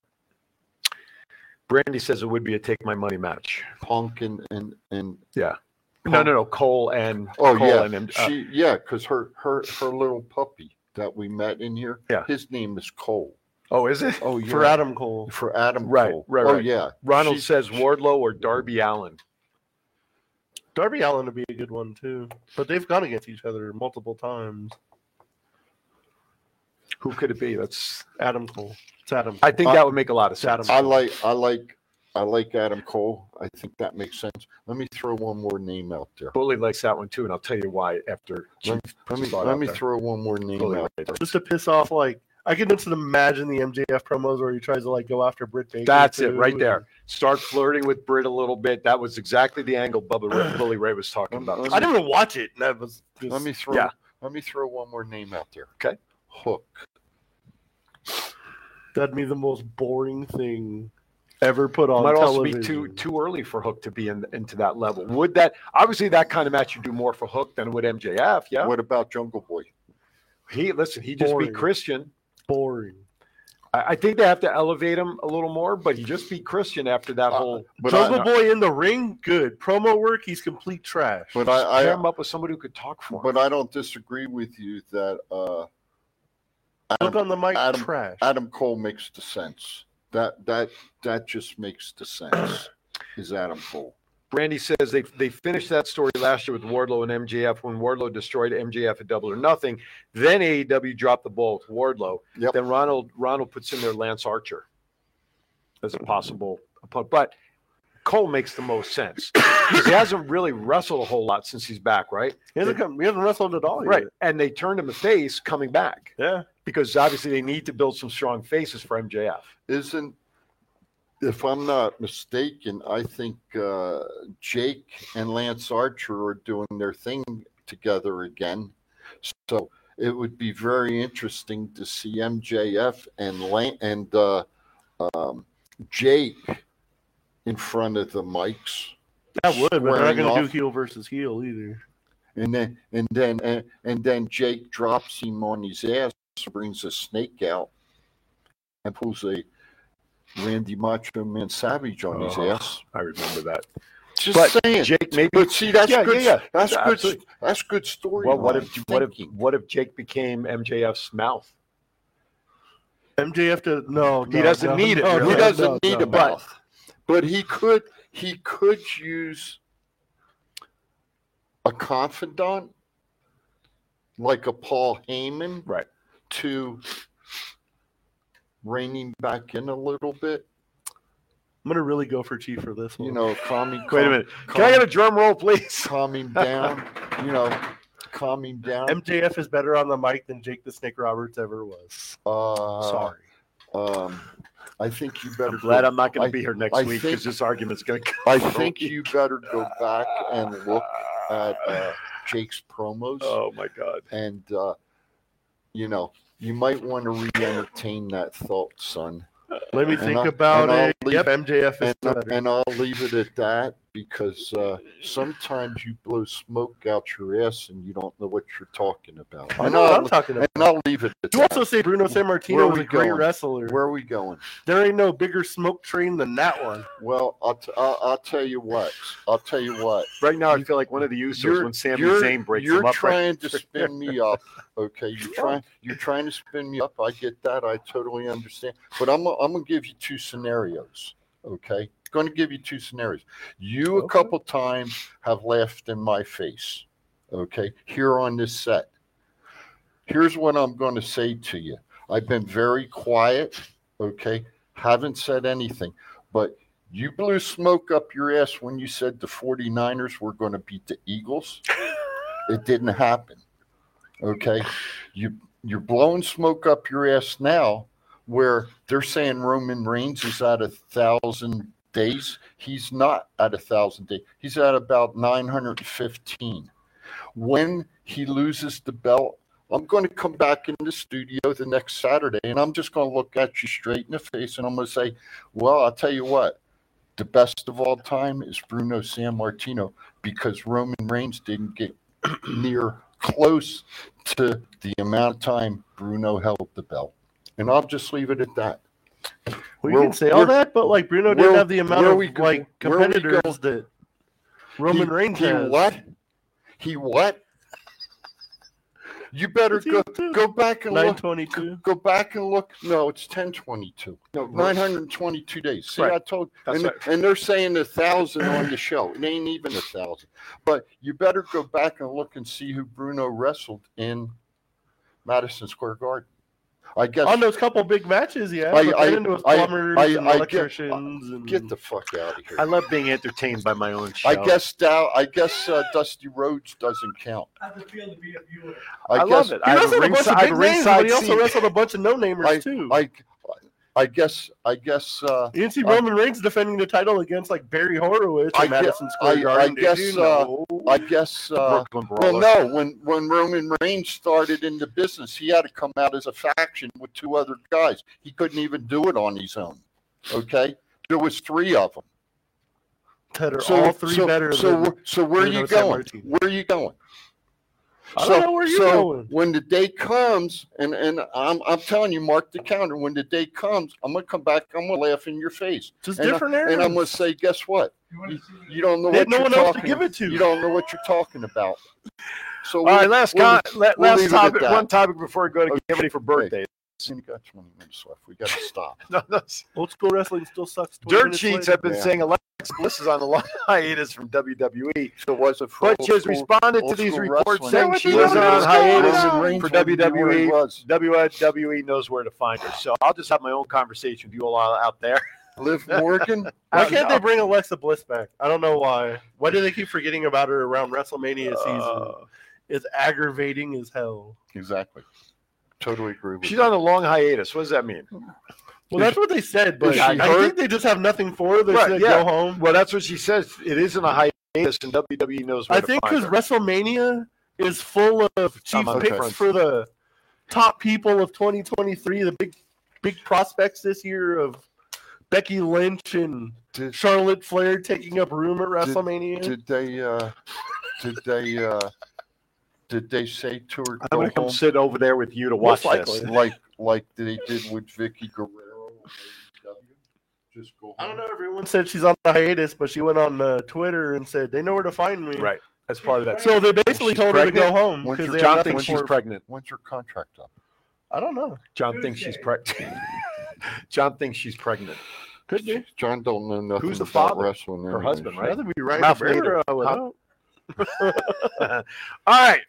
Speaker 3: Brandy says it would be a take my money match.
Speaker 4: Punk and and and
Speaker 3: yeah. No, no, no. Cole and
Speaker 4: Oh
Speaker 3: Cole
Speaker 4: yeah,
Speaker 3: and him, uh,
Speaker 4: she yeah, because her her her little puppy that we met in here,
Speaker 3: Yeah.
Speaker 4: his name is Cole.
Speaker 3: Oh, is it?
Speaker 4: Oh yeah,
Speaker 5: For Adam Cole.
Speaker 4: for Adam
Speaker 3: Right,
Speaker 4: Cole.
Speaker 3: right,
Speaker 4: oh
Speaker 3: right.
Speaker 4: yeah,
Speaker 3: Ronald
Speaker 4: She's-
Speaker 3: says Wardlow or Darby Allen.
Speaker 5: Darby Allen would be a good one too. But they've gone against each other multiple times.
Speaker 3: Who could it be? That's
Speaker 5: Adam Cole. It's Adam.
Speaker 3: I think
Speaker 5: Cole.
Speaker 3: that would make a lot of sense.
Speaker 4: Uh, I like I like I like Adam Cole. I think that makes sense. Let me throw one more name out there.
Speaker 3: Bully likes that one too, and I'll tell you why after.
Speaker 4: Let,
Speaker 3: Chief
Speaker 4: let
Speaker 3: puts
Speaker 4: me
Speaker 3: his thought
Speaker 4: let
Speaker 3: out
Speaker 4: me
Speaker 3: there.
Speaker 4: throw one more name
Speaker 3: Totally
Speaker 4: out
Speaker 3: right.
Speaker 4: there.
Speaker 5: just to piss off like I can just imagine the MJF promos where he tries to like go after Britt Baker.
Speaker 3: That's it,
Speaker 5: too.
Speaker 3: right there. Start flirting with Britt a little bit. That was exactly the angle Bubba Ray, Bully Ray was talking about.
Speaker 5: I didn't even watch it. and That was just,
Speaker 4: Let me throw
Speaker 3: Yeah.
Speaker 4: let me throw one more name out there.
Speaker 3: Okay.
Speaker 4: Hook.
Speaker 5: that'd be the most boring thing ever put on
Speaker 3: Might also
Speaker 5: television.
Speaker 3: be too too early for Hook to be in into that level. Would that obviously that kind of match you do more for Hook than would MJF? Yeah.
Speaker 4: What about Jungle Boy?
Speaker 3: He listen. He just
Speaker 5: Boring.
Speaker 3: beat Christian.
Speaker 5: boring.
Speaker 3: I, I think they have to elevate him a little more, but he just beat Christian after that whole.
Speaker 4: Uh, But
Speaker 5: Jungle
Speaker 4: I,
Speaker 5: Boy in the ring, good promo work. He's complete trash.
Speaker 4: but
Speaker 3: I,
Speaker 4: I,
Speaker 3: pair
Speaker 4: I
Speaker 3: him up with somebody who could talk for him.
Speaker 4: but I don't disagree with you that uh,
Speaker 5: Look on the mic,
Speaker 4: Adam-
Speaker 5: trash.
Speaker 4: Adam Cole makes the sense. That that that just makes the sense. Is Adam Cole?
Speaker 3: Brandy says they they finished that story last year with Wardlow and MJF when Wardlow destroyed MJF at Double or Nothing. Then AEW dropped the ball with Wardlow.
Speaker 4: Yep.
Speaker 3: Then Ronald Ronald puts in there Lance Archer as a possible opponent. But Cole makes the most sense. 'Cause he hasn't really wrestled a whole lot since he's back, right?
Speaker 5: he hasn't come. He hasn't wrestled at all.
Speaker 3: Right. And they turned him a face coming back
Speaker 5: Yet. Yeah.
Speaker 3: because obviously they need to build some strong faces for MJF.
Speaker 4: Isn't if I'm not mistaken, I think uh, Jake and Lance Archer are doing their thing together again. So it would be very interesting to see MJF and Lan- and uh, um, Jake in front of the mics.
Speaker 5: That would, but they're not
Speaker 4: Squaring
Speaker 5: going to do
Speaker 4: off.
Speaker 5: heel versus heel either.
Speaker 4: And then and then and, and then Jake drops him on his ass, brings a snake out, and pulls a Randy Macho Man Savage on his
Speaker 3: Oh,
Speaker 4: ass.
Speaker 3: I remember that.
Speaker 4: Just
Speaker 3: But
Speaker 4: saying,
Speaker 3: Jake, maybe
Speaker 4: But see, that's
Speaker 3: Yeah,
Speaker 4: good.
Speaker 3: yeah, yeah.
Speaker 4: That's
Speaker 3: Yeah,
Speaker 4: good.
Speaker 3: absolutely.
Speaker 4: That's good story.
Speaker 3: Well, what if what if what if Jake became MJF's mouth?
Speaker 5: MJF does no.
Speaker 3: He
Speaker 5: no,
Speaker 3: doesn't
Speaker 5: no,
Speaker 3: need it,
Speaker 5: no,
Speaker 3: really.
Speaker 4: he
Speaker 5: no,
Speaker 4: doesn't
Speaker 5: no,
Speaker 4: need
Speaker 5: no.
Speaker 4: a mouth, but he could he could use a confidant like a Paul Heyman
Speaker 3: Right.
Speaker 4: to rein him back in a little bit.
Speaker 5: I'm gonna really go for Chief for this one.
Speaker 4: You know, calm him.
Speaker 3: Wait a
Speaker 4: calm-
Speaker 3: minute. Can I
Speaker 4: Calm,
Speaker 3: get a drum roll, please?
Speaker 4: calm him down. You know, calm him down.
Speaker 5: MJF is better on the mic than Jake the Snake Roberts ever was.
Speaker 4: Uh,
Speaker 5: Sorry.
Speaker 4: Um, I think you better.
Speaker 3: I'm glad
Speaker 4: go-
Speaker 3: I'm not going
Speaker 4: I-
Speaker 3: to be here next
Speaker 4: I
Speaker 3: week
Speaker 4: think-
Speaker 3: because this argument's going to.
Speaker 4: I think you better go back and look at uh, Jake's promos,
Speaker 3: Oh my God!
Speaker 4: and uh, you know you might want to re-entertain that thought, son.
Speaker 5: Let me
Speaker 4: And
Speaker 5: think
Speaker 4: I'll-
Speaker 5: about
Speaker 4: and I'll
Speaker 5: it.
Speaker 4: leave-
Speaker 5: Yep, MJF is
Speaker 4: And,
Speaker 5: better.
Speaker 4: and I'll leave it at that. because uh, sometimes you blow smoke out your ass and you don't know what you're talking about.
Speaker 5: I know what I'm talking about.
Speaker 4: And I'll leave it. At
Speaker 5: You
Speaker 4: that.
Speaker 5: also say Bruno
Speaker 4: Where
Speaker 5: Sammartino
Speaker 4: are
Speaker 5: was
Speaker 4: we
Speaker 5: a great
Speaker 4: going?
Speaker 5: wrestler.
Speaker 4: Where are we going?
Speaker 5: There ain't no bigger smoke train than that one.
Speaker 4: Well, I'll, t- I'll, I'll tell you what. I'll tell you what.
Speaker 3: Right now, I feel like one of the Usos when Sami
Speaker 4: you're-
Speaker 3: Zayn breaks
Speaker 4: You're
Speaker 3: him up.
Speaker 4: trying
Speaker 3: right?
Speaker 4: to spin me up. Okay, you're trying. You're trying to spin me up. I get that. I totally understand. But I'm. I'm gonna give you two scenarios. Okay, going to give you two scenarios. You a couple times have laughed in my face. Okay, here on this set. Here's what I'm going to say to you. I've been very quiet. Okay, haven't said anything, but. You blew smoke up your ass when you said the 49ers were going to beat the Eagles. It didn't happen. Okay. You you're blowing smoke up your ass now where they're saying Roman Reigns is at a thousand days. He's not at a thousand days. He's at about nine hundred and fifteen. When he loses the belt, I'm going to come back in the studio the next Saturday and I'm just going to look at you straight in the face and I'm going to say, Well, I'll tell you what, the best of all time is Bruno San Martino because Roman Reigns didn't get near close to the amount of time Bruno held the belt. And I'll just leave it at that.
Speaker 5: Well, you can say all that, but like Bruno didn't have the amount of like competitors that Roman
Speaker 4: he,
Speaker 5: Reigns
Speaker 4: he
Speaker 5: has.
Speaker 4: what? He what? You better go go back and look.
Speaker 5: 922?
Speaker 4: Go back and look. No, it's ten twenty two. No,
Speaker 5: right.
Speaker 4: nine hundred and twenty two days. See,
Speaker 5: Right.
Speaker 4: I told.
Speaker 5: That's
Speaker 4: and,
Speaker 5: right.
Speaker 4: and they're saying a thousand on the show. It ain't even a thousand. But you better go back and look and see who Bruno wrestled in Madison Square Garden. I guess
Speaker 5: on those couple big matches, yeah.
Speaker 4: I-
Speaker 5: but
Speaker 4: I-
Speaker 5: then into with
Speaker 4: I-
Speaker 5: plumbers
Speaker 4: I-
Speaker 5: and
Speaker 4: I get-
Speaker 5: electricians. and...
Speaker 4: Get the fuck out of here.
Speaker 3: I love being entertained by my own show.
Speaker 4: I guess Dow, I guess uh, Dusty Rhodes doesn't count.
Speaker 10: How's it feel to be a viewer?
Speaker 4: I,
Speaker 3: I
Speaker 4: guess,
Speaker 3: love it.
Speaker 5: He
Speaker 3: I have
Speaker 5: wrestled a bunch
Speaker 3: ringside-
Speaker 5: of big
Speaker 3: I have
Speaker 5: names, but he
Speaker 3: ringside
Speaker 5: also
Speaker 3: seat.
Speaker 5: wrestled a bunch of
Speaker 4: I,
Speaker 5: no-namers, too.
Speaker 4: I, I guess, I guess. Uh,
Speaker 5: You didn't see
Speaker 4: I-
Speaker 5: Roman Reigns defending the title against like Barry Horowitz
Speaker 4: I
Speaker 5: in
Speaker 4: gue-
Speaker 5: Madison
Speaker 4: I-
Speaker 5: Square Garden.
Speaker 4: I guess.
Speaker 5: Did you
Speaker 4: uh,
Speaker 5: know?
Speaker 4: I guess. Uh,
Speaker 3: Brooklyn
Speaker 4: well,
Speaker 3: Brawler.
Speaker 4: no. When when Roman Reigns started in the business, he had to come out as a faction with two other guys. He couldn't even do it on his own. Okay, there was three of them.
Speaker 5: that are all three better.
Speaker 4: So,
Speaker 5: than
Speaker 4: wh- so where are
Speaker 5: Bruno
Speaker 4: you going?
Speaker 5: Sammartino.
Speaker 4: Where are you going?
Speaker 5: I don't know where you're
Speaker 4: so
Speaker 5: going.
Speaker 4: When the day comes, and and I'm I'm telling you, mark the calendar. When the day comes, I'm gonna come back. I'm gonna laugh in your face.
Speaker 5: Just
Speaker 4: and I-
Speaker 5: different
Speaker 4: And I'm gonna
Speaker 5: eras.
Speaker 4: say, guess what? You, you don't know
Speaker 5: They
Speaker 4: what
Speaker 5: had no
Speaker 4: you're
Speaker 5: one
Speaker 4: talking.
Speaker 5: else to give it to.
Speaker 4: You don't know what you're talking about. So
Speaker 3: All right, last con- la- last topic. One
Speaker 4: time.
Speaker 3: topic before we go to
Speaker 4: Okay.
Speaker 3: Kennedy for birthday.
Speaker 4: We got 20 minutes left. We got to stop.
Speaker 3: No, that's-
Speaker 5: Old school wrestling still sucks. 20
Speaker 3: Dirt
Speaker 5: minutes
Speaker 3: sheets
Speaker 5: later.
Speaker 3: have been
Speaker 4: Yeah.
Speaker 3: saying Alex Bliss is on a long hiatus from WWE,
Speaker 4: So was it for
Speaker 3: but she has
Speaker 4: old school-
Speaker 3: responded to
Speaker 4: old
Speaker 3: these
Speaker 4: school
Speaker 3: reports
Speaker 4: wrestling?
Speaker 3: saying
Speaker 4: What
Speaker 3: she
Speaker 4: the
Speaker 3: was
Speaker 4: hell
Speaker 3: on
Speaker 4: is going
Speaker 3: hiatus
Speaker 4: on? Roman
Speaker 3: for E?
Speaker 4: Reigns wouldn't be where he
Speaker 3: WWE.
Speaker 4: was.
Speaker 3: WWE E knows where to find her. So I'll just have my own conversation with you all out there.
Speaker 4: Liv Morgan.
Speaker 5: Why can't they bring Alexa Bliss back? I don't know why. Why do they keep forgetting about her around WrestleMania season?
Speaker 3: Uh,
Speaker 5: It's aggravating as hell.
Speaker 4: Exactly. Totally agree with
Speaker 3: she's
Speaker 4: you.
Speaker 3: on a long hiatus. What does that mean?
Speaker 5: Well, that's what they said, but
Speaker 3: she
Speaker 5: I
Speaker 3: hurt?
Speaker 5: think they just have nothing for her. They
Speaker 3: Right,
Speaker 5: said go
Speaker 3: yeah.
Speaker 5: home.
Speaker 3: Well, that's what she says. It isn't a hiatus, and WWE E knows where
Speaker 5: I
Speaker 3: to
Speaker 5: think
Speaker 3: find
Speaker 5: because
Speaker 3: her.
Speaker 5: WrestleMania is full of chief
Speaker 3: on
Speaker 5: picks
Speaker 3: difference.
Speaker 5: for the top people of 2023, the big big prospects this year of Becky Lynch and
Speaker 4: Did-
Speaker 5: Charlotte Flair taking up room at WrestleMania.
Speaker 4: Did they? Uh, did they? Uh, did they say to her
Speaker 3: I'm
Speaker 4: go
Speaker 3: gonna come
Speaker 4: home
Speaker 3: sit over there with you to watch
Speaker 5: Most
Speaker 3: this.
Speaker 5: likely.
Speaker 4: like like they did with Vicky Guerrero? and AEW? Just go home.
Speaker 5: I don't know. Everyone said she's on a hiatus, but she went on uh, Twitter and said they know where to find me.
Speaker 3: Right. That's part of that.
Speaker 5: So they basically
Speaker 3: She's
Speaker 5: told her to
Speaker 3: pregnant?
Speaker 5: go home
Speaker 4: When's
Speaker 5: because
Speaker 4: your
Speaker 5: they
Speaker 3: John
Speaker 5: have nothing
Speaker 3: thinks she's
Speaker 5: for her.
Speaker 3: pregnant.
Speaker 4: When's your contract up?
Speaker 5: I don't know.
Speaker 3: John thinks she's pregnant. John thinks she's pregnant.
Speaker 5: Could be.
Speaker 4: John don't know nothing
Speaker 3: Who's the
Speaker 4: about
Speaker 3: father?
Speaker 4: wrestling.
Speaker 3: Her
Speaker 4: anyways.
Speaker 3: husband, right?
Speaker 5: That'd be right.
Speaker 3: Ralph
Speaker 5: Nader,
Speaker 3: Nader.
Speaker 5: I would
Speaker 3: Huh?
Speaker 5: hope.
Speaker 3: All right.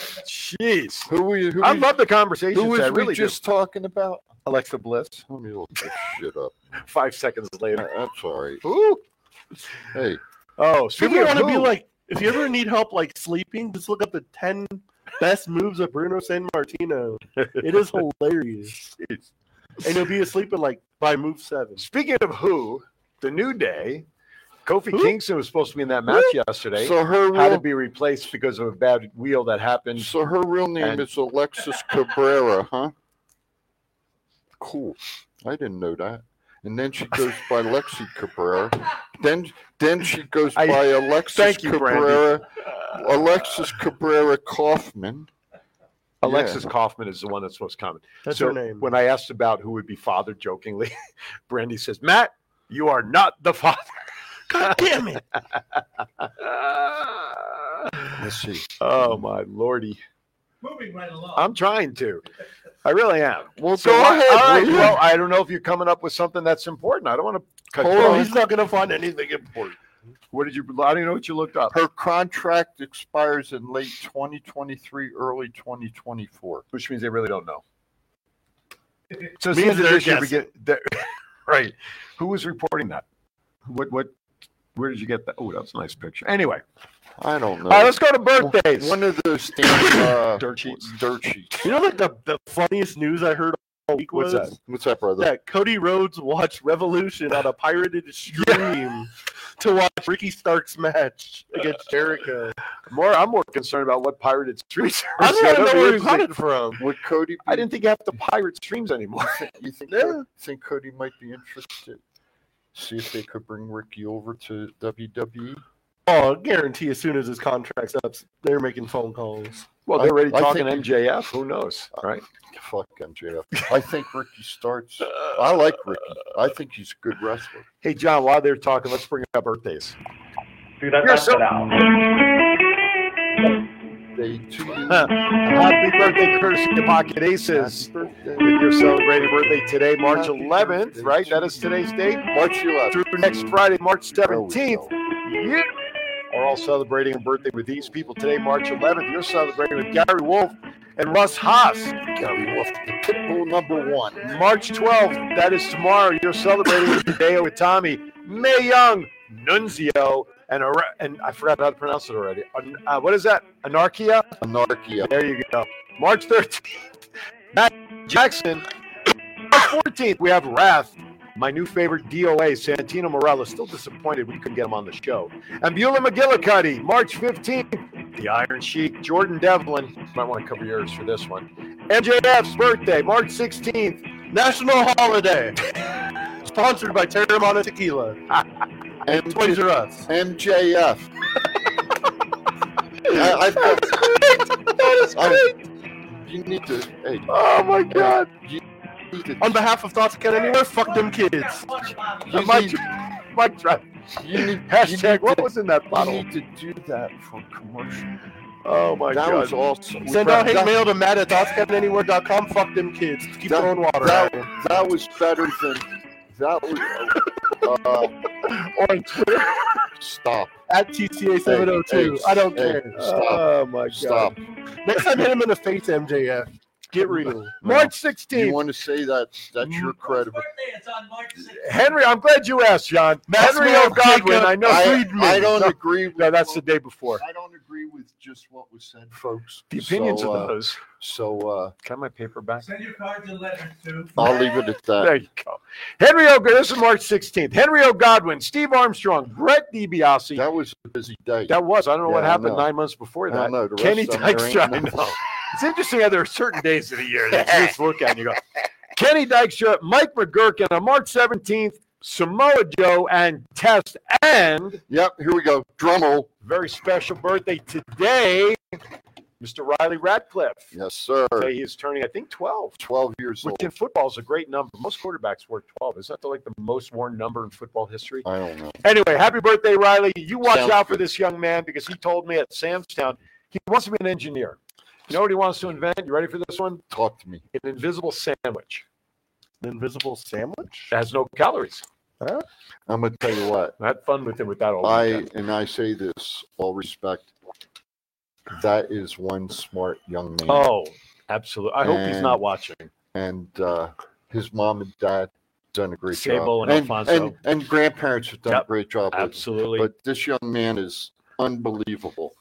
Speaker 3: Jeez.
Speaker 4: Who we? Who
Speaker 3: I
Speaker 4: we-
Speaker 3: love the conversation.
Speaker 4: who was
Speaker 3: I
Speaker 4: we
Speaker 3: really
Speaker 4: just
Speaker 3: just
Speaker 4: talking about?
Speaker 3: Alexa Bliss.
Speaker 4: Let me look this shit up.
Speaker 3: Five seconds later.
Speaker 4: I- I'm sorry.
Speaker 3: Ooh.
Speaker 4: Hey,
Speaker 3: Oh,
Speaker 5: If
Speaker 3: speaking
Speaker 5: you
Speaker 3: of
Speaker 5: want to be
Speaker 3: who,
Speaker 5: like, if you ever need help like sleeping, just look up the ten best moves of Bruno San Martino. It is hilarious, and you'll be asleep in like by move seven.
Speaker 3: speaking of who, the New Day. Kofi
Speaker 5: Who?
Speaker 3: Kingston was supposed to be in that match yesterday.
Speaker 4: so her
Speaker 3: had to
Speaker 4: real,
Speaker 3: be replaced because of a bad wheel that happened.
Speaker 4: so her real name
Speaker 3: and-
Speaker 4: is Alexis Cabrera, huh? Cool. I didn't know that. and then she goes by Lexi Cabrera. Then then she goes
Speaker 5: I-
Speaker 4: by Alexis
Speaker 5: thank you, Brandy.
Speaker 4: Cabrera. Alexis Cabrera Kaufman.
Speaker 3: Alexis
Speaker 4: Yeah.
Speaker 3: Kaufman is the one that's most common.
Speaker 4: That's
Speaker 3: so
Speaker 4: her name.
Speaker 3: when I asked about who would be father jokingly, Brandy says, Matt, you are not the father. God damn it.
Speaker 4: Let's see.
Speaker 3: Oh my lordy.
Speaker 10: Moving right along.
Speaker 3: I'm trying to. I really am.
Speaker 4: Well,
Speaker 3: so
Speaker 5: go
Speaker 3: why-
Speaker 5: ahead,
Speaker 3: all right,
Speaker 5: will you?
Speaker 3: well, I don't know if you're coming up with something that's important. I don't want to cut you
Speaker 4: Hold on.
Speaker 3: off.
Speaker 5: not going to find anything important.
Speaker 3: What did you? I don't even know what you looked up.
Speaker 4: Her contract expires in late 2023, early 2024.
Speaker 3: Which means they really don't know. So
Speaker 4: Means
Speaker 3: means
Speaker 4: they're
Speaker 3: this year we
Speaker 4: guessing.
Speaker 3: get that, right. Who was reporting that? What? What? Where did you get that? Oh, that's a nice picture. Anyway,
Speaker 4: I don't know.
Speaker 3: all right. Let's go to birthdays.
Speaker 4: One of those things. Uh,
Speaker 3: dirt sheets.
Speaker 4: Dirt sheets.
Speaker 5: You know what the, the funniest news I heard all week
Speaker 4: What's
Speaker 5: was
Speaker 4: that? What's that, brother?
Speaker 5: that Cody Rhodes watched Revolution on a pirated stream to watch Ricky Stark's match against Jericho.
Speaker 3: More, I'm more concerned about what pirated streams. are.
Speaker 5: I don't
Speaker 3: So
Speaker 5: even know
Speaker 3: don't
Speaker 5: where he
Speaker 3: really
Speaker 5: got
Speaker 3: think-
Speaker 5: it from.
Speaker 4: Would Cody? Be,
Speaker 3: I didn't think you have to pirate streams anymore.
Speaker 4: You think?
Speaker 5: Yeah.
Speaker 4: Cody- Think Cody might be interested? See if they could bring Ricky over to E? WWE.
Speaker 5: Oh, I guarantee as soon as his contract's up, they're making phone calls.
Speaker 3: Well, they're
Speaker 4: I-
Speaker 3: already
Speaker 4: I
Speaker 3: talking
Speaker 4: think-
Speaker 3: MJF. Who knows, right?
Speaker 4: Fuck MJF. I think Ricky starts. I like Ricky. I think he's a good wrestler.
Speaker 3: Hey, John, while they're talking, let's bring up birthdays.
Speaker 10: Dude, I
Speaker 3: You're
Speaker 10: left
Speaker 3: so-
Speaker 10: it out.
Speaker 4: They too.
Speaker 3: Happy birthday, courtesy of Pocket Aces. If you're celebrating birthday today, March 11th, right? That is today's date.
Speaker 4: March 11th.
Speaker 3: Through next Friday, March
Speaker 4: There we
Speaker 3: 17th. You are all celebrating a birthday with these people today, March 11th. You're celebrating with Gary Wolf and Russ Haas.
Speaker 4: Gary Wolf, the Pitbull number one.
Speaker 3: March 12th, that is tomorrow. You're celebrating with Hideo Itami, May Young, Nunzio, and, Ara- and I forgot how to pronounce it already. An- uh, what is that? Anarchia?
Speaker 4: Anarchia.
Speaker 3: There you go. March 13th, Matt Jackson. March 14th, we have Wrath, my new favorite DOA, Santino Morella. Still disappointed we couldn't get him on the show. And Beulah McGillicuddy, March 15th, the Iron Sheik, Jordan Devlin. Might want to cover yours for this one. MJF's birthday, March 16th.
Speaker 5: National holiday. Sponsored by Terramana Tequila.
Speaker 4: M-
Speaker 5: Toys R Us.
Speaker 4: MJF. I, I've got,
Speaker 5: That is
Speaker 4: I, you need to. Hey,
Speaker 5: Oh my god.
Speaker 4: you need to.
Speaker 5: On behalf of Thoughts Count Anywhere, fuck them kids.
Speaker 4: You
Speaker 3: Mike,
Speaker 4: need,
Speaker 3: Mike Trout.
Speaker 4: you need, you
Speaker 3: Hashtag,
Speaker 4: need
Speaker 3: what
Speaker 4: to,
Speaker 3: was in that
Speaker 4: you
Speaker 3: bottle?
Speaker 4: need to do that for commercial.
Speaker 3: Oh my
Speaker 4: that
Speaker 3: God.
Speaker 4: was awesome.
Speaker 5: Send out hate
Speaker 4: that,
Speaker 5: mail to Matt at thoughtscountanywhere.com. Fuck them kids. Keep
Speaker 4: That-
Speaker 5: throwing water at
Speaker 4: that-
Speaker 5: them.
Speaker 4: that was better than. That was. Uh,
Speaker 3: on Twitter.
Speaker 4: stop.
Speaker 5: At TCA702.
Speaker 4: Hey, hey,
Speaker 5: I don't
Speaker 4: hey,
Speaker 5: care.
Speaker 4: stop.
Speaker 3: Oh my God.
Speaker 4: Stop.
Speaker 5: Next time, hit him in the face, MJF. Get real.
Speaker 3: March
Speaker 4: You
Speaker 3: 16th.
Speaker 4: want to say that? That's your credit.
Speaker 10: It's on March 6th.
Speaker 3: Henry, I'm glad you asked, John.
Speaker 5: Matt
Speaker 3: Henry
Speaker 5: Smith,
Speaker 3: O'Godwin,
Speaker 5: Jacob,
Speaker 3: I know.
Speaker 4: I,
Speaker 3: Friedman.
Speaker 4: I don't
Speaker 3: No,
Speaker 4: agree with.
Speaker 3: No, that's the
Speaker 4: what-
Speaker 3: day before.
Speaker 4: I don't agree with just what was said, folks.
Speaker 3: The opinions
Speaker 4: so,
Speaker 3: of
Speaker 4: uh,
Speaker 3: those.
Speaker 4: So uh,
Speaker 3: Can I have my paper back?
Speaker 10: Send your cards and letters to.
Speaker 4: I'll leave it at that.
Speaker 3: There you go. Henry O'Godwin, this is March 16th. Henry O'Godwin, Steve Armstrong, Brett DiBiase. That,
Speaker 4: That was a busy day.
Speaker 3: was, I don't know what
Speaker 4: Yeah, I
Speaker 3: happened
Speaker 4: know.
Speaker 3: nine months before
Speaker 4: I
Speaker 3: that.
Speaker 4: know, the rest
Speaker 3: Kenny
Speaker 4: of them, there
Speaker 3: Dykstra, I
Speaker 4: ain't
Speaker 3: know. It's interesting how there are certain days of the year that you just look at and you go, Kenny Dykstra, Mike McGurkin on March 17th, Samoa Joe, and Test, and
Speaker 4: Yep, here we go. Drummel.
Speaker 3: very special birthday today, Mr. Riley Ratcliffe.
Speaker 4: Yes, sir.
Speaker 3: Today he is turning, I think, 12,
Speaker 4: 12 years
Speaker 3: which
Speaker 4: old.
Speaker 3: in football is a great number. Most quarterbacks wear 12. Is that the, like the most worn number in football history?
Speaker 4: I don't know.
Speaker 3: Anyway, happy birthday, Riley. You watch
Speaker 4: Sounds
Speaker 3: out for
Speaker 4: good.
Speaker 3: this young man because he told me at Samstown he wants to be an engineer. You know what he wants to invent? You ready for this one?
Speaker 4: Talk to me.
Speaker 3: An invisible sandwich.
Speaker 5: The invisible sandwich?
Speaker 3: It has no calories.
Speaker 4: I'm going to tell you what.
Speaker 3: I had fun with him with that all
Speaker 4: I
Speaker 3: weekend.
Speaker 4: and I say this all respect. That is one smart young man,
Speaker 3: Oh, absolutely. I hope he's
Speaker 4: And-
Speaker 3: not watching.
Speaker 4: and uh, his mom and dad done a great
Speaker 3: Sable
Speaker 4: job,
Speaker 3: and
Speaker 4: and,
Speaker 3: Alfonso.
Speaker 4: and and grandparents have done
Speaker 3: Yep,
Speaker 4: a great job. with him.
Speaker 3: Absolutely.
Speaker 4: But this young man is unbelievable.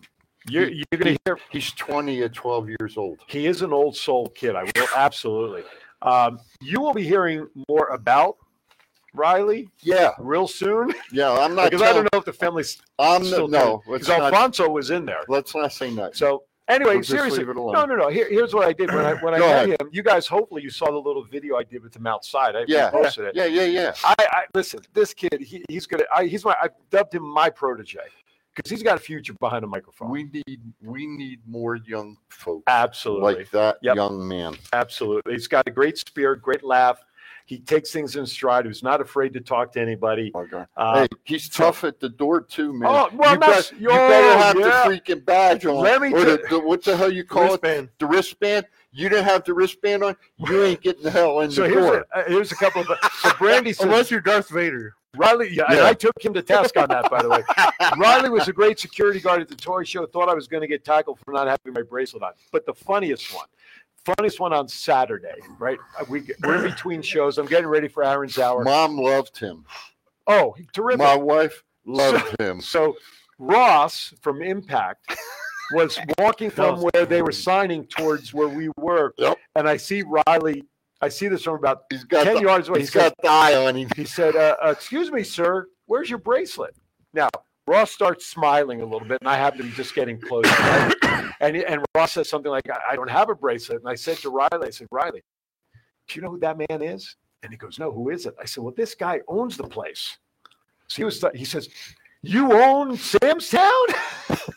Speaker 3: you're you're going to hear
Speaker 4: He's 20 at 12 years old.
Speaker 3: He is an old soul kid. I will absolutely. Um, you will be hearing more about Riley
Speaker 4: Yeah,
Speaker 3: real soon
Speaker 4: yeah. I'm not.
Speaker 3: because I
Speaker 4: Telling,
Speaker 3: don't know if the family's
Speaker 4: I'm
Speaker 3: still
Speaker 4: no. Let's
Speaker 3: because
Speaker 4: not,
Speaker 3: Alfonso was in there.
Speaker 4: let's not say that.
Speaker 3: So Anyway,
Speaker 4: We'll just
Speaker 3: seriously,
Speaker 4: leave it alone.
Speaker 3: no, no, no. Here, here's what I did when I when I
Speaker 4: Go
Speaker 3: met
Speaker 4: ahead.
Speaker 3: him. You guys, hopefully, you saw the little video I did with him outside. I
Speaker 4: Yeah.
Speaker 3: posted it.
Speaker 4: Yeah, yeah, yeah.
Speaker 3: I, I listen. This kid, he, he's gonna. I, he's my. I dubbed him my protege because he's got a future behind a microphone.
Speaker 4: We need we need more young folks.
Speaker 3: Absolutely.
Speaker 4: Like that
Speaker 3: Yep.
Speaker 4: young man.
Speaker 3: Absolutely. He's got a great spirit, great laugh. He takes things in stride. He's not afraid to talk to anybody. Uh,
Speaker 4: hey, he's tough at the door too, man.
Speaker 3: Oh, well,
Speaker 4: you,
Speaker 3: that's-
Speaker 4: bet- you better
Speaker 3: oh,
Speaker 4: have
Speaker 3: yeah.
Speaker 4: the freaking badge on.
Speaker 3: Let me
Speaker 4: or
Speaker 3: tell-
Speaker 4: the, the- what the hell you call
Speaker 3: Wristband.
Speaker 4: it? The wristband. You didn't have the wristband on. You ain't getting the hell in
Speaker 3: so
Speaker 4: the
Speaker 3: here's
Speaker 4: door.
Speaker 3: a, uh, here's a couple of. So Brandy says,
Speaker 5: Unless you're Oh, Darth Vader.
Speaker 3: Riley, yeah, and
Speaker 5: Yeah.
Speaker 3: I took him to task on that, by the way. Riley was a great security guard at the toy show. Thought I was going to get tackled for not having my bracelet on. But the funniest one, funniest one on Saturday, right? Uh, We, we're in between shows. I'm getting ready for Aaron's hour.
Speaker 4: Mom loved him.
Speaker 3: Oh, terrific.
Speaker 4: My wife
Speaker 3: So-
Speaker 4: loved him.
Speaker 3: So Ross from Impact was walking from where they were signing towards where we were, and I see Riley. I see this from about ten
Speaker 4: the-
Speaker 3: yards away.
Speaker 4: he's
Speaker 3: says-
Speaker 4: got the eye on him.
Speaker 3: He said, uh, uh, "Excuse me, sir. Where's your bracelet?" Now Ross starts smiling a little bit, and I have him just getting closer. right? and and Ross says something like, I, "I don't have a bracelet." And I said to Riley, "I said, Riley, do you know who that man is?" And he goes, "No, who is it?" I said, "Well, this guy owns the place." So he was. He says, "You own Sam's Town?"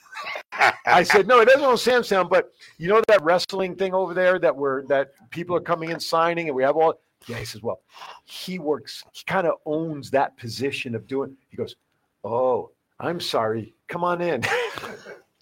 Speaker 3: I said, "No, it doesn't own Sam's Town, but you know that wrestling thing over there that we're that people are coming in signing, and we have all." Yeah, he says, "Well, he works. He kind of owns that position of doing." He goes, "Oh, I'm sorry. Come on in."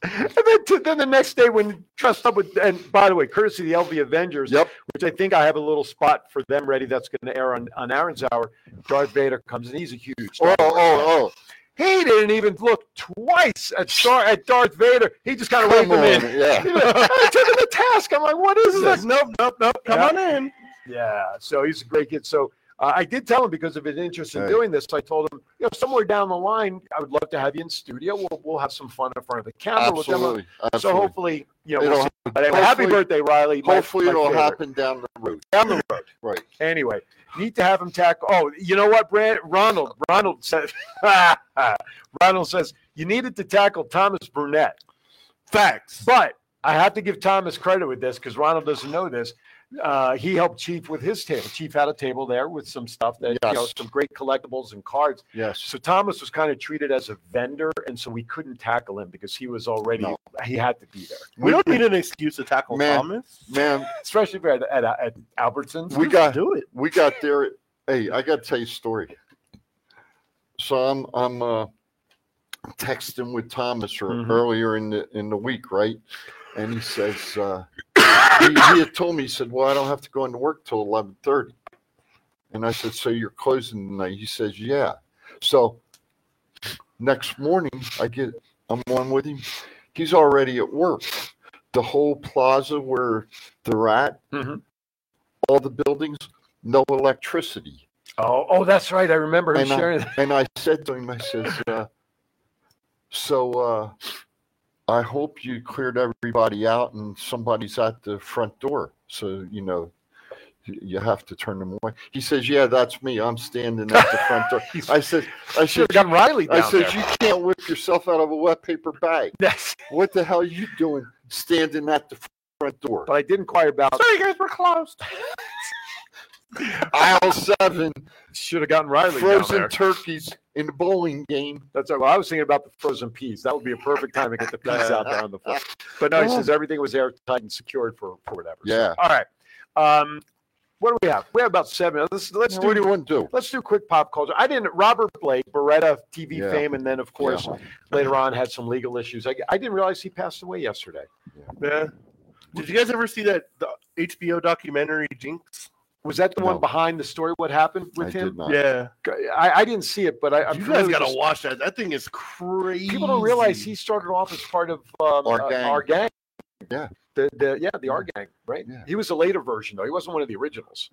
Speaker 3: And then, to, then the next day, when dressed up with, and by the way, courtesy of the LV Avengers, which I think I have a little spot for them ready that's going to air on, on Aaron's Hour, Darth Vader comes and he's a huge. Star
Speaker 4: Oh,
Speaker 3: Wars
Speaker 4: oh,
Speaker 3: fan.
Speaker 4: oh.
Speaker 3: He didn't even look twice at Star at Darth Vader. He just kind of waved
Speaker 4: Come
Speaker 3: him
Speaker 4: on,
Speaker 3: in.
Speaker 4: yeah.
Speaker 3: He was like, I took him to task. I'm like, what is this? Nope, nope, nope. Come
Speaker 5: on in.
Speaker 3: Yeah. So he's a great kid. So uh, I did tell him because of his interest in doing this. I told him, you know, somewhere down the line, I would love to have you in studio. We'll, we'll have some fun in front of the camera. We'll demo-
Speaker 4: Absolutely,
Speaker 3: So
Speaker 4: absolutely.
Speaker 3: hopefully, you know,
Speaker 4: It'll
Speaker 3: we'll see.
Speaker 4: happen.
Speaker 3: But anyway, happy
Speaker 4: Hopefully-
Speaker 3: birthday, Riley. My-
Speaker 4: Hopefully,
Speaker 3: my
Speaker 4: it'll
Speaker 3: favorite.
Speaker 4: happen down the road.
Speaker 3: Down the road.
Speaker 4: Right.
Speaker 3: Anyway, need to have him tackle. Oh, you know what, Brand? Ronald. Ronald says. Ronald says you needed to tackle Thomas Burnett.
Speaker 5: Facts.
Speaker 3: But I have to give Thomas credit with this because Ronald doesn't know this. Uh, he helped Chief with his table. Chief had a table there with some stuff that you know
Speaker 4: Yes.
Speaker 3: some great collectibles and cards.
Speaker 4: Yes.
Speaker 3: So Thomas was kind of treated as a vendor, and so we couldn't tackle him because he was already
Speaker 4: No.
Speaker 3: he had to be there.
Speaker 5: We don't need an excuse to tackle
Speaker 4: Man.
Speaker 5: Thomas.
Speaker 4: Man,
Speaker 3: especially if you're at, at, at Albertsons.
Speaker 4: we got
Speaker 5: do it.
Speaker 4: We got there. at- Hey, I got to tell you a story. So I'm I'm uh, texting with Thomas or
Speaker 5: Mhm.
Speaker 4: earlier in the in the week, right? And he says uh, he, he had told me he said, "Well, I don't have to go into work till eleven 30. And I said, "So you're closing tonight?" He says, "Yeah." So next morning, I get I'm on with him. He's already at work. The whole plaza where they're at, all the buildings, no electricity.
Speaker 3: Oh, oh, that's right. I remember him
Speaker 4: And
Speaker 3: sharing.
Speaker 4: I, and I said to him, I says, uh, so uh, I hope you cleared everybody out and somebody's at the front door. So, you know, y- you have to turn them away. He says, yeah, that's me. I'm standing at the front door. I said, I said,
Speaker 3: Should've gotten Riley
Speaker 4: I
Speaker 3: down
Speaker 4: said,
Speaker 3: there.
Speaker 4: you can't whip yourself out of a wet paper bag. What the hell are you doing standing at the front door? But
Speaker 3: I did inquire about.
Speaker 5: Sorry, guys, we're closed.
Speaker 4: aisle seven.
Speaker 3: Should have gotten Riley down
Speaker 4: Frozen
Speaker 3: there.
Speaker 4: turkeys in the bowling game.
Speaker 3: That's right. Well, I was thinking about the frozen peas. That would be a perfect time to get the peas out there on the floor. But no, he says everything was airtight and secured for, for whatever. So,
Speaker 4: Yeah.
Speaker 3: all right. Um, what do we have? We have about seven. Let's let's
Speaker 4: What
Speaker 3: do.
Speaker 4: do you want to do?
Speaker 3: Let's do quick pop culture. I didn't. Robert Blake, Beretta TV
Speaker 4: Yeah.
Speaker 3: fame, and then of course
Speaker 4: Yeah.
Speaker 3: later on had some legal issues. I, I didn't realize he passed away yesterday.
Speaker 5: Yeah. Did you guys ever see that the HBO documentary Jinx?
Speaker 3: Was that the one behind the story? What happened with
Speaker 5: I
Speaker 3: him?
Speaker 5: did not. Yeah.
Speaker 3: I, I didn't see it, but I, I'm
Speaker 5: You guys
Speaker 3: familiar
Speaker 5: gotta
Speaker 3: with-
Speaker 5: watch that. That thing is crazy.
Speaker 3: People don't realize he started off as part of um,
Speaker 5: Our
Speaker 3: uh,
Speaker 5: gang.
Speaker 3: our gang.
Speaker 4: Yeah.
Speaker 3: The, the yeah the R gang right. He was a later version though. He wasn't one of the originals.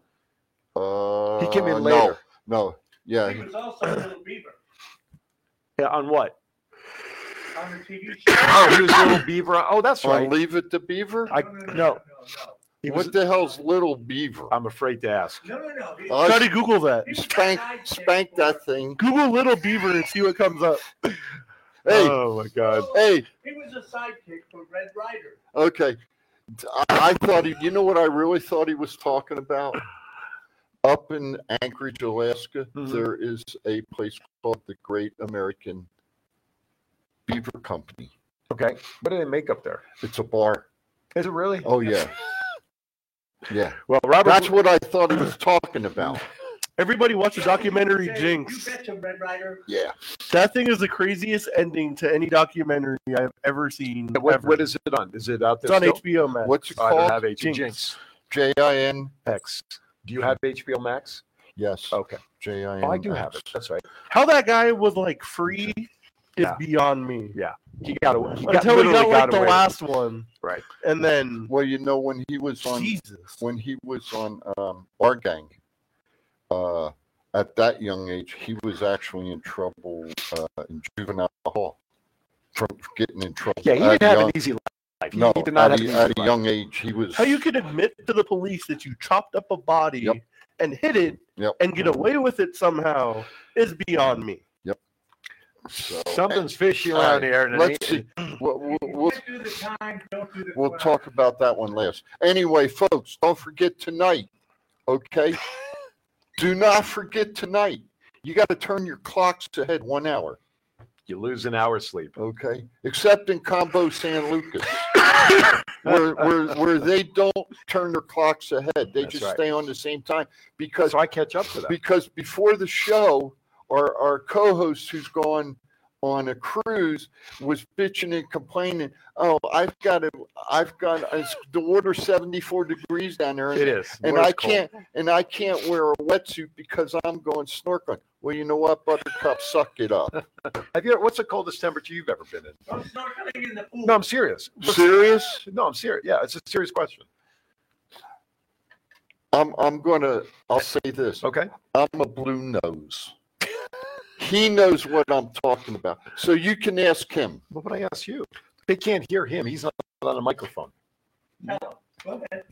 Speaker 4: Uh,
Speaker 3: He came in
Speaker 4: no,
Speaker 3: later.
Speaker 4: no,
Speaker 10: He
Speaker 4: yeah.
Speaker 10: was also Little Beaver
Speaker 3: Yeah. On what?
Speaker 10: on the TV
Speaker 3: Oh, he was Little Beaver. Oh, that's
Speaker 4: Wanna
Speaker 3: right.
Speaker 4: Leave it to Beaver.
Speaker 10: Uh,
Speaker 3: I no. He Um,
Speaker 4: what the hell's Little Beaver?
Speaker 3: I'm afraid to ask.
Speaker 10: No, no, no.
Speaker 4: Uh,
Speaker 5: Try to Google that.
Speaker 4: Spank, spank that thing.
Speaker 5: Google Little Beaver and see what comes up.
Speaker 4: Hey.
Speaker 3: Oh my God.
Speaker 4: Hey,
Speaker 10: He was a sidekick for Red Ryder.
Speaker 4: okay. I, I thought he. You know what I really thought he was talking about? Up in Anchorage, Alaska, there is a place called the Great American Beaver Company.
Speaker 12: Okay. What do they make up there?
Speaker 4: It's a bar.
Speaker 12: Is it really?
Speaker 4: Oh yeah. yeah.
Speaker 12: Well, Robert-
Speaker 4: that's what I thought he was talking about.
Speaker 5: Everybody watch the documentary
Speaker 10: Say,
Speaker 5: Jinx.
Speaker 10: You betcha, Red Ryder.
Speaker 4: Yeah.
Speaker 5: That thing is the craziest ending to any documentary I've ever seen.
Speaker 3: What,
Speaker 5: ever.
Speaker 3: what is it on? Is it out
Speaker 5: It's
Speaker 3: there?
Speaker 5: on
Speaker 3: still?
Speaker 5: HBO Max.
Speaker 4: What's it
Speaker 3: I don't
Speaker 4: called?
Speaker 3: have HBO.
Speaker 5: Jinx.
Speaker 3: Jinx.
Speaker 4: J I N.
Speaker 3: X. Do you have HBO Max?
Speaker 4: Yes.
Speaker 3: Okay.
Speaker 4: J I N.
Speaker 3: Oh, I do have it. That's right.
Speaker 5: How that guy was like free is
Speaker 3: Yeah.
Speaker 5: beyond me.
Speaker 3: Yeah. He got away. He got,
Speaker 5: Until we
Speaker 3: literally
Speaker 5: got like the
Speaker 3: away.
Speaker 5: last one,
Speaker 3: Right.
Speaker 5: and then
Speaker 4: Well, you know when he was on
Speaker 5: Jesus.
Speaker 4: when he was on um, our gang. Uh, at that young age, he was actually in trouble uh, in juvenile hall from getting in trouble.
Speaker 3: Yeah, he
Speaker 4: at
Speaker 3: didn't have
Speaker 4: young-
Speaker 3: an easy life. He,
Speaker 4: No,
Speaker 3: he did not
Speaker 4: at,
Speaker 3: have
Speaker 4: a,
Speaker 3: an
Speaker 4: at
Speaker 3: easy
Speaker 4: a
Speaker 3: life.
Speaker 4: young age, he was.
Speaker 5: how you could admit to the police that you chopped up a body
Speaker 4: Yep.
Speaker 5: and hid it
Speaker 4: Yep.
Speaker 5: and get away with it somehow is beyond me.
Speaker 4: so-
Speaker 3: Something's fishy
Speaker 4: All right,
Speaker 3: around here. and it
Speaker 4: Let's
Speaker 3: ain't-
Speaker 4: see. We'll, we'll,
Speaker 10: You
Speaker 4: we'll,
Speaker 10: can't do the time, don't do the
Speaker 4: we'll
Speaker 10: crime.
Speaker 4: talk about that one last. Anyway, folks, don't forget tonight. Okay, do not forget tonight. You got to turn your clocks ahead one hour.
Speaker 3: You lose an hour's sleep.
Speaker 4: Okay, except in Combo San Lucas, where, where where they don't turn their clocks ahead. They
Speaker 3: That's
Speaker 4: just
Speaker 3: right.
Speaker 4: stay on the same time because
Speaker 3: So I catch up to that.
Speaker 4: because before the show, our our co-host who's gone on a cruise was bitching and complaining. Oh, I've got to, I've got it's, the water seventy four degrees down there, and,
Speaker 3: It is.
Speaker 4: and
Speaker 3: Water's
Speaker 4: I
Speaker 3: cold.
Speaker 4: can't and I can't wear a wetsuit because I'm going snorkeling. Well, you know what, Buttercup, suck it up.
Speaker 3: Have you? What's the coldest temperature you've ever been in?
Speaker 10: Don't start cutting in the pool.
Speaker 3: No, I'm serious. What's-
Speaker 4: Serious?
Speaker 3: No, I'm serious. Yeah, it's a serious question.
Speaker 4: I'm I'm gonna I'll say this.
Speaker 3: Okay.
Speaker 4: I'm a blue nose. He knows what I'm talking about. So you can ask him.
Speaker 3: What would I ask you? They can't hear him. He's not on a microphone.
Speaker 10: Go ahead.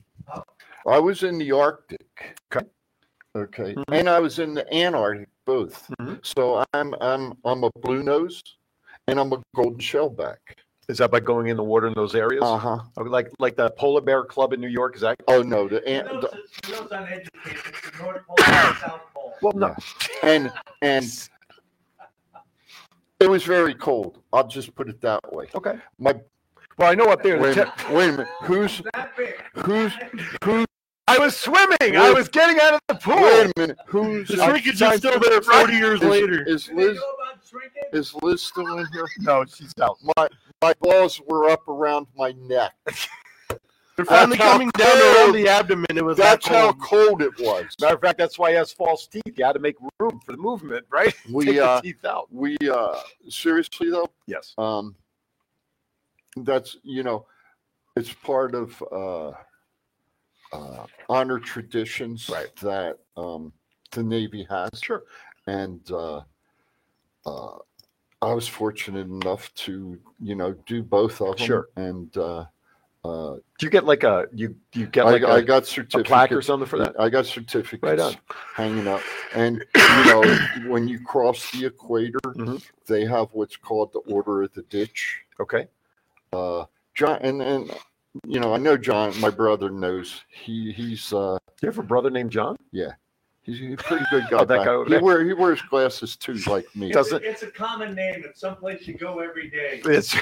Speaker 4: I was in the Arctic.
Speaker 3: Okay.
Speaker 4: Okay.
Speaker 3: Mm-hmm.
Speaker 4: And I was in the Antarctic both.
Speaker 3: Mhm.
Speaker 4: So I'm I'm I'm a blue nose and I'm a golden shellback.
Speaker 3: Is that by going in the water in those areas?
Speaker 4: Uh-huh.
Speaker 3: Oh, Like like the polar bear club in New York? Is that?
Speaker 4: Oh no, the,
Speaker 10: For
Speaker 4: an-
Speaker 10: those,
Speaker 4: the
Speaker 10: for those uneducated, it's the North Pole and the South Pole.
Speaker 3: Well, no.
Speaker 4: and and it was very cold. I'll just put it that way.
Speaker 3: Okay.
Speaker 4: My
Speaker 3: Well, I know up there. the
Speaker 4: wait a
Speaker 3: temp-
Speaker 4: minute, wait a minute. Who's
Speaker 10: That big.
Speaker 4: who's who's
Speaker 3: I was swimming. I was getting out of the pool.
Speaker 4: Wait a minute. Who's
Speaker 5: The shrinkage is still there 40 years
Speaker 4: is,
Speaker 5: later.
Speaker 4: Is
Speaker 10: Do they
Speaker 4: Liz
Speaker 10: know about shrinking?
Speaker 4: is Liz still in here?
Speaker 3: No, she's out.
Speaker 4: My my balls were up around my neck.
Speaker 5: They're finally
Speaker 4: That's how
Speaker 5: coming down around
Speaker 4: cold-
Speaker 5: the abdomen. It was oh, that
Speaker 4: That's how
Speaker 5: cold.
Speaker 4: cold it was.
Speaker 3: Matter of fact, that's why he has false teeth. You had to make room for the movement, right?
Speaker 4: We,
Speaker 3: Take the
Speaker 4: uh,
Speaker 3: teeth out.
Speaker 4: We uh seriously though,
Speaker 3: Yes.
Speaker 4: um that's you know, it's part of uh uh honor traditions
Speaker 3: Right.
Speaker 4: that um the Navy has.
Speaker 3: Sure.
Speaker 4: and uh, uh, I was fortunate enough to, you know, do both of them.
Speaker 3: Sure.
Speaker 4: And uh, uh,
Speaker 3: Do you get like a you you get
Speaker 4: I,
Speaker 3: like a
Speaker 4: I got
Speaker 3: a plaque or
Speaker 4: certificates.
Speaker 3: something for that?
Speaker 4: I got certificates
Speaker 3: Right on.
Speaker 4: hanging up. And you know, when you cross the equator,
Speaker 3: Mhm.
Speaker 4: they have what's called the Order of the Ditch.
Speaker 3: Okay.
Speaker 4: Uh, John and and you know, I know John, my brother knows. He he's uh,
Speaker 3: Do you have a brother named John?
Speaker 4: he's a pretty good guy.
Speaker 3: Oh, that
Speaker 4: back-
Speaker 3: guy over
Speaker 4: he
Speaker 3: there.
Speaker 4: wear, he wears glasses too, like me.
Speaker 3: Does- Doesn't-
Speaker 10: It's a common name. It's someplace you go every day.
Speaker 3: It's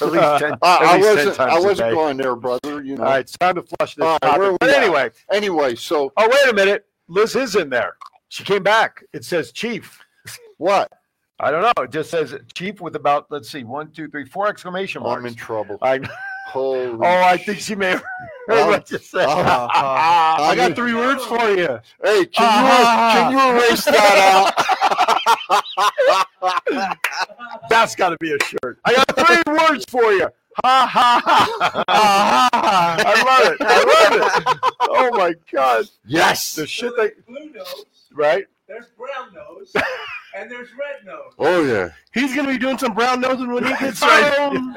Speaker 3: at least ten.
Speaker 4: Uh, I,
Speaker 3: at
Speaker 4: I
Speaker 3: least 10
Speaker 4: wasn't. I
Speaker 3: times a
Speaker 4: wasn't
Speaker 3: day.
Speaker 4: going there, brother. You know.
Speaker 3: All right, it's time to flush this.
Speaker 4: All right,
Speaker 3: topic.
Speaker 4: where are we
Speaker 3: But
Speaker 4: at?
Speaker 3: anyway,
Speaker 4: Anyway, so
Speaker 3: oh wait a minute, Liz is in there. She came back. It says chief.
Speaker 4: what?
Speaker 3: I don't know. It just says chief with about let's see, one, two, three, four exclamation
Speaker 4: I'm
Speaker 3: marks.
Speaker 4: in trouble.
Speaker 3: I,
Speaker 4: Holy
Speaker 3: oh, I think she may have heard
Speaker 4: Um,
Speaker 3: what you said.
Speaker 4: uh,
Speaker 5: I got
Speaker 4: mean-
Speaker 5: three words for you.
Speaker 4: hey, can
Speaker 3: Ah.
Speaker 4: you can you erase that out?
Speaker 3: That's got to be a shirt. I got three words for you. Ha ha ha. Ah, ha. I love it. I love it. Oh my God.
Speaker 4: Yes.
Speaker 3: The shit
Speaker 10: So
Speaker 3: they,
Speaker 10: there's blue nose,
Speaker 3: right?
Speaker 10: there's brown nose, and there's red nose.
Speaker 4: Oh yeah.
Speaker 5: He's gonna be doing some brown nosing when he gets
Speaker 3: That's right.
Speaker 5: home.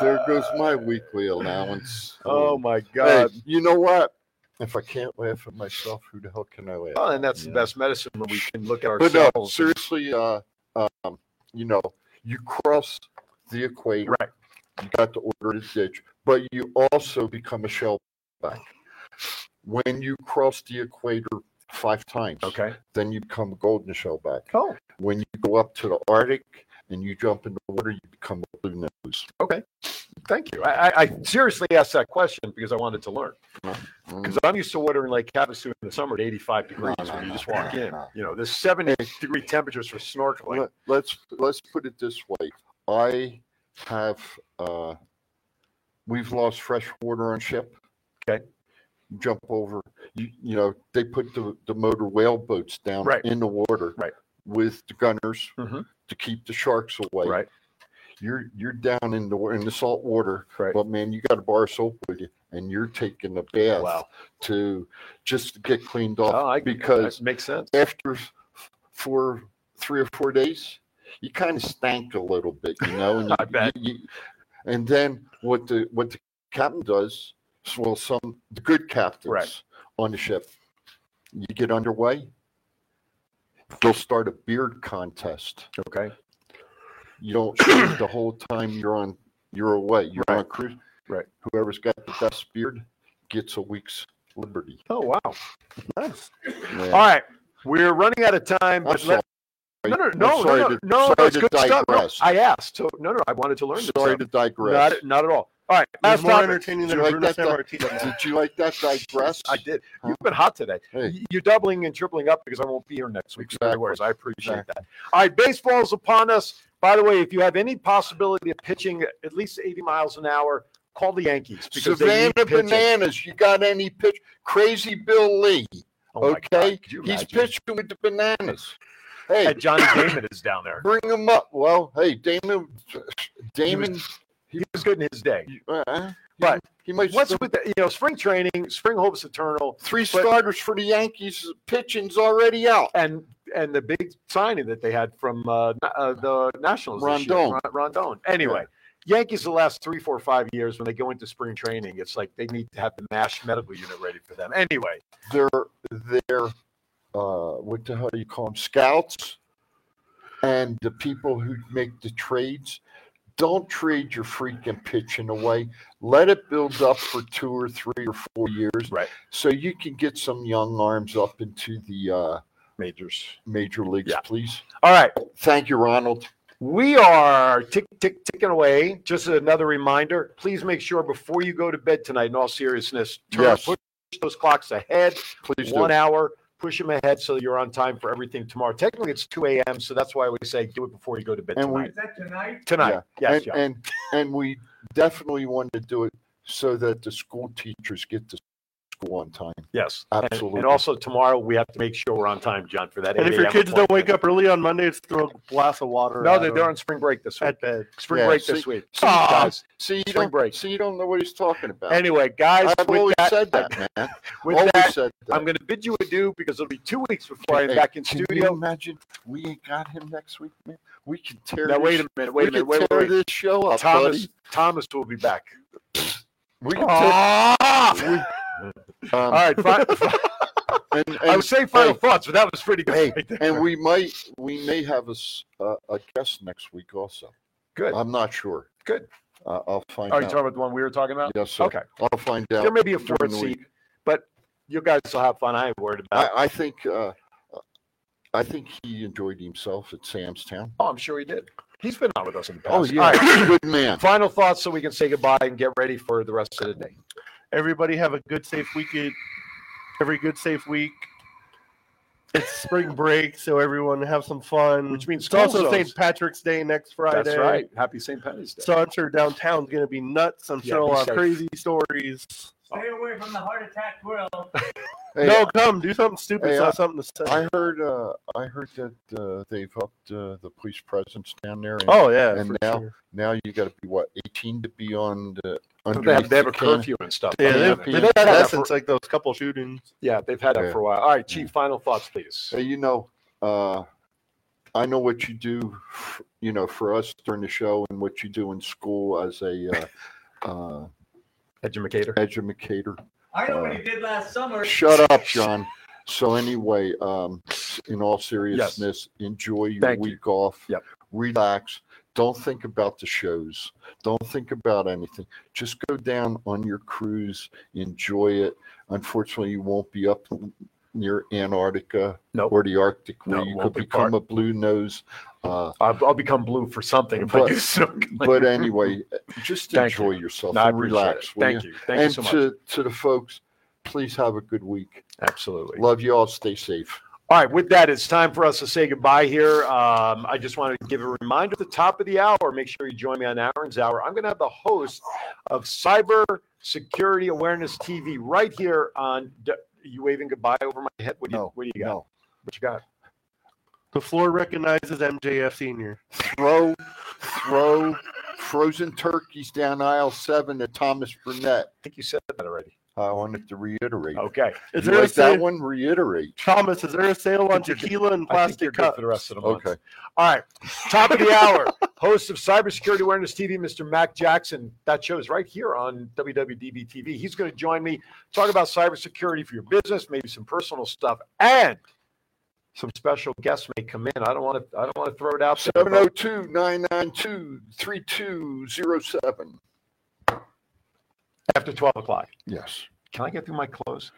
Speaker 4: There goes my weekly allowance.
Speaker 3: Oh my
Speaker 4: Hey,
Speaker 3: God.
Speaker 4: you know what? If I can't laugh at myself, who the hell can I laugh?
Speaker 3: Oh,
Speaker 4: at?
Speaker 3: and that's the
Speaker 4: Yeah. uh,
Speaker 3: best medicine when we can look at
Speaker 4: But no,
Speaker 3: ourselves.
Speaker 4: seriously, uh, um, you know, You cross the equator.
Speaker 5: Right.
Speaker 4: You got to order to ditch, but you also become a shellback. When you cross the equator five times, okay, then you become a golden shellback.
Speaker 3: Oh.
Speaker 4: When you go up to the Arctic and you jump in the water, you become a blue nose.
Speaker 3: Okay. Thank you. I, I- I seriously asked that question because I wanted to learn.
Speaker 4: Mm.
Speaker 3: Because I'm used to watering Lake Havasu in the summer at 85 degrees when you just walk in. You know, there's 70 degree temperatures for snorkeling.
Speaker 4: Let, us let's put it this way. I have uh, we've lost fresh water on ship.
Speaker 3: Okay.
Speaker 4: Jump over. You, you know they put the, the motor whale boats down
Speaker 3: Right.
Speaker 4: in the water.
Speaker 3: Right.
Speaker 4: With the gunners
Speaker 3: Mhm.
Speaker 4: to keep the sharks away.
Speaker 3: Right.
Speaker 4: You're you're down in the wa- in the salt water.
Speaker 3: Right.
Speaker 4: But man, you got a bar of soap with you, and you're taking a bath
Speaker 3: Wow.
Speaker 4: to just to get cleaned off
Speaker 3: Oh, I-
Speaker 4: because
Speaker 3: that makes sense.
Speaker 4: After f- four, three or four days, you kind of stank a little bit, you know. And I bet. and then what the what the captain does, s- well, some the good captains on the ship, you get underway, they'll start a beard contest.
Speaker 3: Okay.
Speaker 4: You don't shave the whole time you're on you're away. You're on cruise.
Speaker 3: Right.
Speaker 4: Whoever's got the best beard gets a week's liberty.
Speaker 3: Oh wow. Nice.
Speaker 4: Yeah.
Speaker 3: All right, we're running out of time. But
Speaker 4: sorry.
Speaker 3: let, no, no,
Speaker 4: I'm
Speaker 3: no,
Speaker 4: sorry
Speaker 3: no, no,
Speaker 4: to-
Speaker 3: no,
Speaker 4: sorry
Speaker 3: That's
Speaker 4: to
Speaker 3: good stuff. No,
Speaker 4: digress.
Speaker 3: I asked, so no, no, I wanted to learn. this
Speaker 4: Sorry
Speaker 3: stuff.
Speaker 4: to digress.
Speaker 3: Not, not at all. All right,
Speaker 4: It was
Speaker 3: last
Speaker 4: more
Speaker 3: topic.
Speaker 4: entertaining than Did you like Bruno that di- Sammartino. did you like that digress?
Speaker 3: I did. You've been hot today. Y- You're doubling and tripling up because I won't be here next week. So no worries. I appreciate that. All right, baseball's upon us. By the way, if you have any possibility of pitching at least 80 miles an hour, call the Yankees because they
Speaker 4: Savannah
Speaker 3: need pitching.
Speaker 4: Bananas, you got any pitch? Crazy Bill Lee.
Speaker 3: Oh my God,
Speaker 4: okay,
Speaker 3: could you
Speaker 4: he's
Speaker 3: imagine?
Speaker 4: pitching with the bananas. Hey,
Speaker 3: And Johnny Damon is down there.
Speaker 4: bring him up. Well, hey, Damon, Damon,
Speaker 3: he was good in his day.
Speaker 4: but he might.
Speaker 3: What's with the you know spring training? Spring hope's eternal.
Speaker 4: Three
Speaker 3: but-
Speaker 4: starters for the Yankees. Pitching's already out.
Speaker 3: and and the big signing that they had from uh, Na- uh, the Nationals this year,
Speaker 4: Rondon.
Speaker 3: Ron- Rondon. Anyway, Yankees the last three, four, five years when they go into spring training, it's like they need to have the Nash medical unit ready for them. Anyway,
Speaker 4: They're they're uh, what the hell do you call them? Scouts and the people who make the trades. Don't trade your freaking pitching away. Let it build up for two or three or four years,
Speaker 3: right?
Speaker 4: So you can get some young arms up into the uh,
Speaker 3: majors,
Speaker 4: major leagues, please.
Speaker 3: All right.
Speaker 4: Thank you, Ronald.
Speaker 3: We are tick, tick, ticking away. Just another reminder please make sure before you go to bed tonight, in all seriousness, turn,
Speaker 4: Yes.
Speaker 3: push those clocks ahead.
Speaker 4: Please do.
Speaker 3: One hour, push them ahead so you're on time for everything tomorrow. Technically, it's 2 a.m., so that's why we say do it before you go to bed
Speaker 4: And we-
Speaker 3: tonight.
Speaker 10: Is that tonight?
Speaker 3: Tonight. Yes,
Speaker 4: and,
Speaker 3: yeah.
Speaker 4: and and we definitely want to do it so that the school teachers get to school on time.
Speaker 3: Yes, And-
Speaker 4: absolutely.
Speaker 3: And also tomorrow, we have to make sure we're on time, John, for that.
Speaker 5: And
Speaker 3: 8
Speaker 5: if your
Speaker 3: a.m.
Speaker 5: kids don't
Speaker 3: appointment.
Speaker 5: wake up early on Monday, it's throw a glass of water.
Speaker 3: No,
Speaker 5: at
Speaker 3: they-
Speaker 5: them.
Speaker 3: they're on spring break this week.
Speaker 5: At bed.
Speaker 3: Spring
Speaker 4: Yeah,
Speaker 3: break
Speaker 4: see-
Speaker 3: this week.
Speaker 4: See,
Speaker 3: Ah,
Speaker 4: guys, see, you
Speaker 3: spring
Speaker 4: don't,
Speaker 3: break.
Speaker 4: see, you don't know what he's talking about.
Speaker 3: Anyway, guys,
Speaker 4: I've
Speaker 3: with
Speaker 4: always
Speaker 3: that-
Speaker 4: said that, man.
Speaker 3: With
Speaker 4: always
Speaker 3: that,
Speaker 4: said that.
Speaker 3: I'm going to bid you adieu because it'll be two weeks before I'm
Speaker 4: Hey,
Speaker 3: back in
Speaker 4: can you
Speaker 3: studio.
Speaker 4: imagine we ain't got him next week, man. We can tear.
Speaker 3: Now,
Speaker 4: this,
Speaker 3: wait a minute, wait
Speaker 4: we
Speaker 3: a minute,
Speaker 4: can
Speaker 3: wait, wait,
Speaker 4: tear
Speaker 3: wait.
Speaker 4: this show up,
Speaker 3: Thomas,
Speaker 4: buddy.
Speaker 3: Thomas will be back.
Speaker 4: We can
Speaker 3: Ah!
Speaker 4: tear, um,
Speaker 3: All right, fi- fi-
Speaker 4: and,
Speaker 3: uh, I would
Speaker 4: and-
Speaker 3: say final
Speaker 4: hey,
Speaker 3: thoughts, but that was pretty good. right there.
Speaker 4: and we might, we may have a, s- a- a guest next week also.
Speaker 3: Good.
Speaker 4: I'm not sure.
Speaker 3: Good.
Speaker 4: Uh, I'll find
Speaker 3: Are you
Speaker 4: out.
Speaker 3: talking about the one we were talking about?
Speaker 4: yes, sir.
Speaker 3: Okay.
Speaker 4: I'll find out.
Speaker 3: There may be a
Speaker 4: during
Speaker 3: fourth
Speaker 4: the
Speaker 3: seat,
Speaker 4: week.
Speaker 3: but you guys will have fun. I ain't worried about.
Speaker 4: I,
Speaker 3: it.
Speaker 4: I think, uh, I think he enjoyed himself at Sam's Town.
Speaker 3: Oh, I'm sure he did. He's been on with us in the past.
Speaker 4: Oh,
Speaker 3: All right.
Speaker 4: yeah, good man.
Speaker 3: Final thoughts so we can say goodbye and get ready for the rest of the day.
Speaker 5: Everybody have a good, safe weekend. Every good, safe week. It's spring break, so everyone have some fun. Which
Speaker 3: means
Speaker 5: it's also
Speaker 3: school zones.
Speaker 5: St. Patrick's Day next Friday.
Speaker 3: That's right. Happy St. Patty's Day.
Speaker 5: So I'm sure downtown's gonna be nuts. I'm
Speaker 3: Yeah,
Speaker 5: sure
Speaker 3: be
Speaker 5: we'll have
Speaker 3: safe.
Speaker 5: crazy stories.
Speaker 10: Stay
Speaker 4: Oh.
Speaker 10: away from the heart attack world.
Speaker 4: Hey, uh,
Speaker 5: no, come do something stupid.
Speaker 4: hey,
Speaker 5: so I have
Speaker 4: I-
Speaker 5: something to say.
Speaker 4: I heard, uh, I heard that uh, they've upped uh, the police presence down there. and-
Speaker 5: Oh, yeah,
Speaker 4: and
Speaker 5: for
Speaker 4: now,
Speaker 5: sure.
Speaker 4: now you got to be what eighteen to be on the.
Speaker 3: They have,
Speaker 4: underneath
Speaker 3: they have
Speaker 4: the
Speaker 3: a
Speaker 4: can-
Speaker 3: curfew and stuff.
Speaker 5: yeah,
Speaker 4: Yeah,
Speaker 5: they've,
Speaker 4: but-
Speaker 5: they've
Speaker 3: But
Speaker 5: had
Speaker 3: they've had
Speaker 5: that
Speaker 3: that
Speaker 5: since like those couple shootings.
Speaker 3: Yeah, they've had that
Speaker 4: Yeah.
Speaker 3: for a while. All right, Chief, final thoughts, please.
Speaker 4: Hey, you know, uh, I know what you do, f- you know, for us during the show and what you do in school as a uh, uh,
Speaker 3: Educator.
Speaker 4: educator.
Speaker 10: I know what he did last summer.
Speaker 4: Uh, Shut up, John. So anyway, um, in all seriousness, enjoy your
Speaker 3: Thank you.
Speaker 4: week off.
Speaker 3: Yep.
Speaker 4: relax. Don't think about the shows. Don't think about anything. Just go down on your cruise, enjoy it. Unfortunately, you won't be up near Antarctica or the Arctic where
Speaker 3: No,
Speaker 4: you
Speaker 3: won't
Speaker 4: could
Speaker 3: be
Speaker 4: become
Speaker 3: part-
Speaker 4: a blue nose. Uh,
Speaker 3: I'll, I'll become blue for something if I do snorkeling.
Speaker 4: but anyway, just
Speaker 3: Thank you.
Speaker 4: enjoy yourself
Speaker 3: No, I
Speaker 4: and
Speaker 3: appreciate it.
Speaker 4: relax. will
Speaker 3: Thank you. Thank you
Speaker 4: and
Speaker 3: so
Speaker 4: to, to the folks, please have a good week.
Speaker 3: Absolutely.
Speaker 4: Love you all. Stay safe.
Speaker 3: All right, with that, it's time for us to say goodbye here. Um, I just want to give a reminder at the top of the hour. Make sure you join me on Aaron's Hour. I'm going to have the host of Cyber Security Awareness TV right here on. D- you waving goodbye over my head? What do you, what do you got? What you got?
Speaker 5: The floor recognizes MJF Senior.
Speaker 4: Throw, throw frozen turkeys down aisle seven to Thomas Burnett. I
Speaker 3: think you said that already.
Speaker 4: I wanted to reiterate.
Speaker 3: Okay.
Speaker 4: Is
Speaker 5: Is
Speaker 4: you
Speaker 5: there a
Speaker 4: like that
Speaker 5: sa-
Speaker 4: one? Reiterate.
Speaker 5: Thomas, is there a sale on
Speaker 3: think-
Speaker 5: tequila and
Speaker 3: I think they're
Speaker 5: plastic
Speaker 3: good
Speaker 5: cups?
Speaker 3: for the rest of the month.
Speaker 4: Okay.
Speaker 3: All right, top of the hour, host of Cybersecurity Awareness TV, Mr. Mac Jackson. That show is right here on WWDB TV. He's going to join me, talk about cybersecurity for your business, maybe some personal stuff, and some special guests may come in. I don't want to. I don't want to throw it out there. but-
Speaker 4: 702 992 3207.
Speaker 3: After 12 o'clock.
Speaker 4: Yes.
Speaker 3: Can I get through my clothes?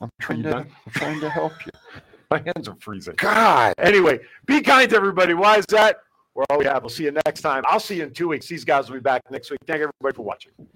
Speaker 4: I'm trying to, I'm trying to help you.
Speaker 3: My hands are freezing.
Speaker 4: God.
Speaker 3: Anyway, be kind to everybody. Why is that? We're all we have. We'll see you next time. I'll see you in two weeks. These guys will be back next week. Thank everybody for watching.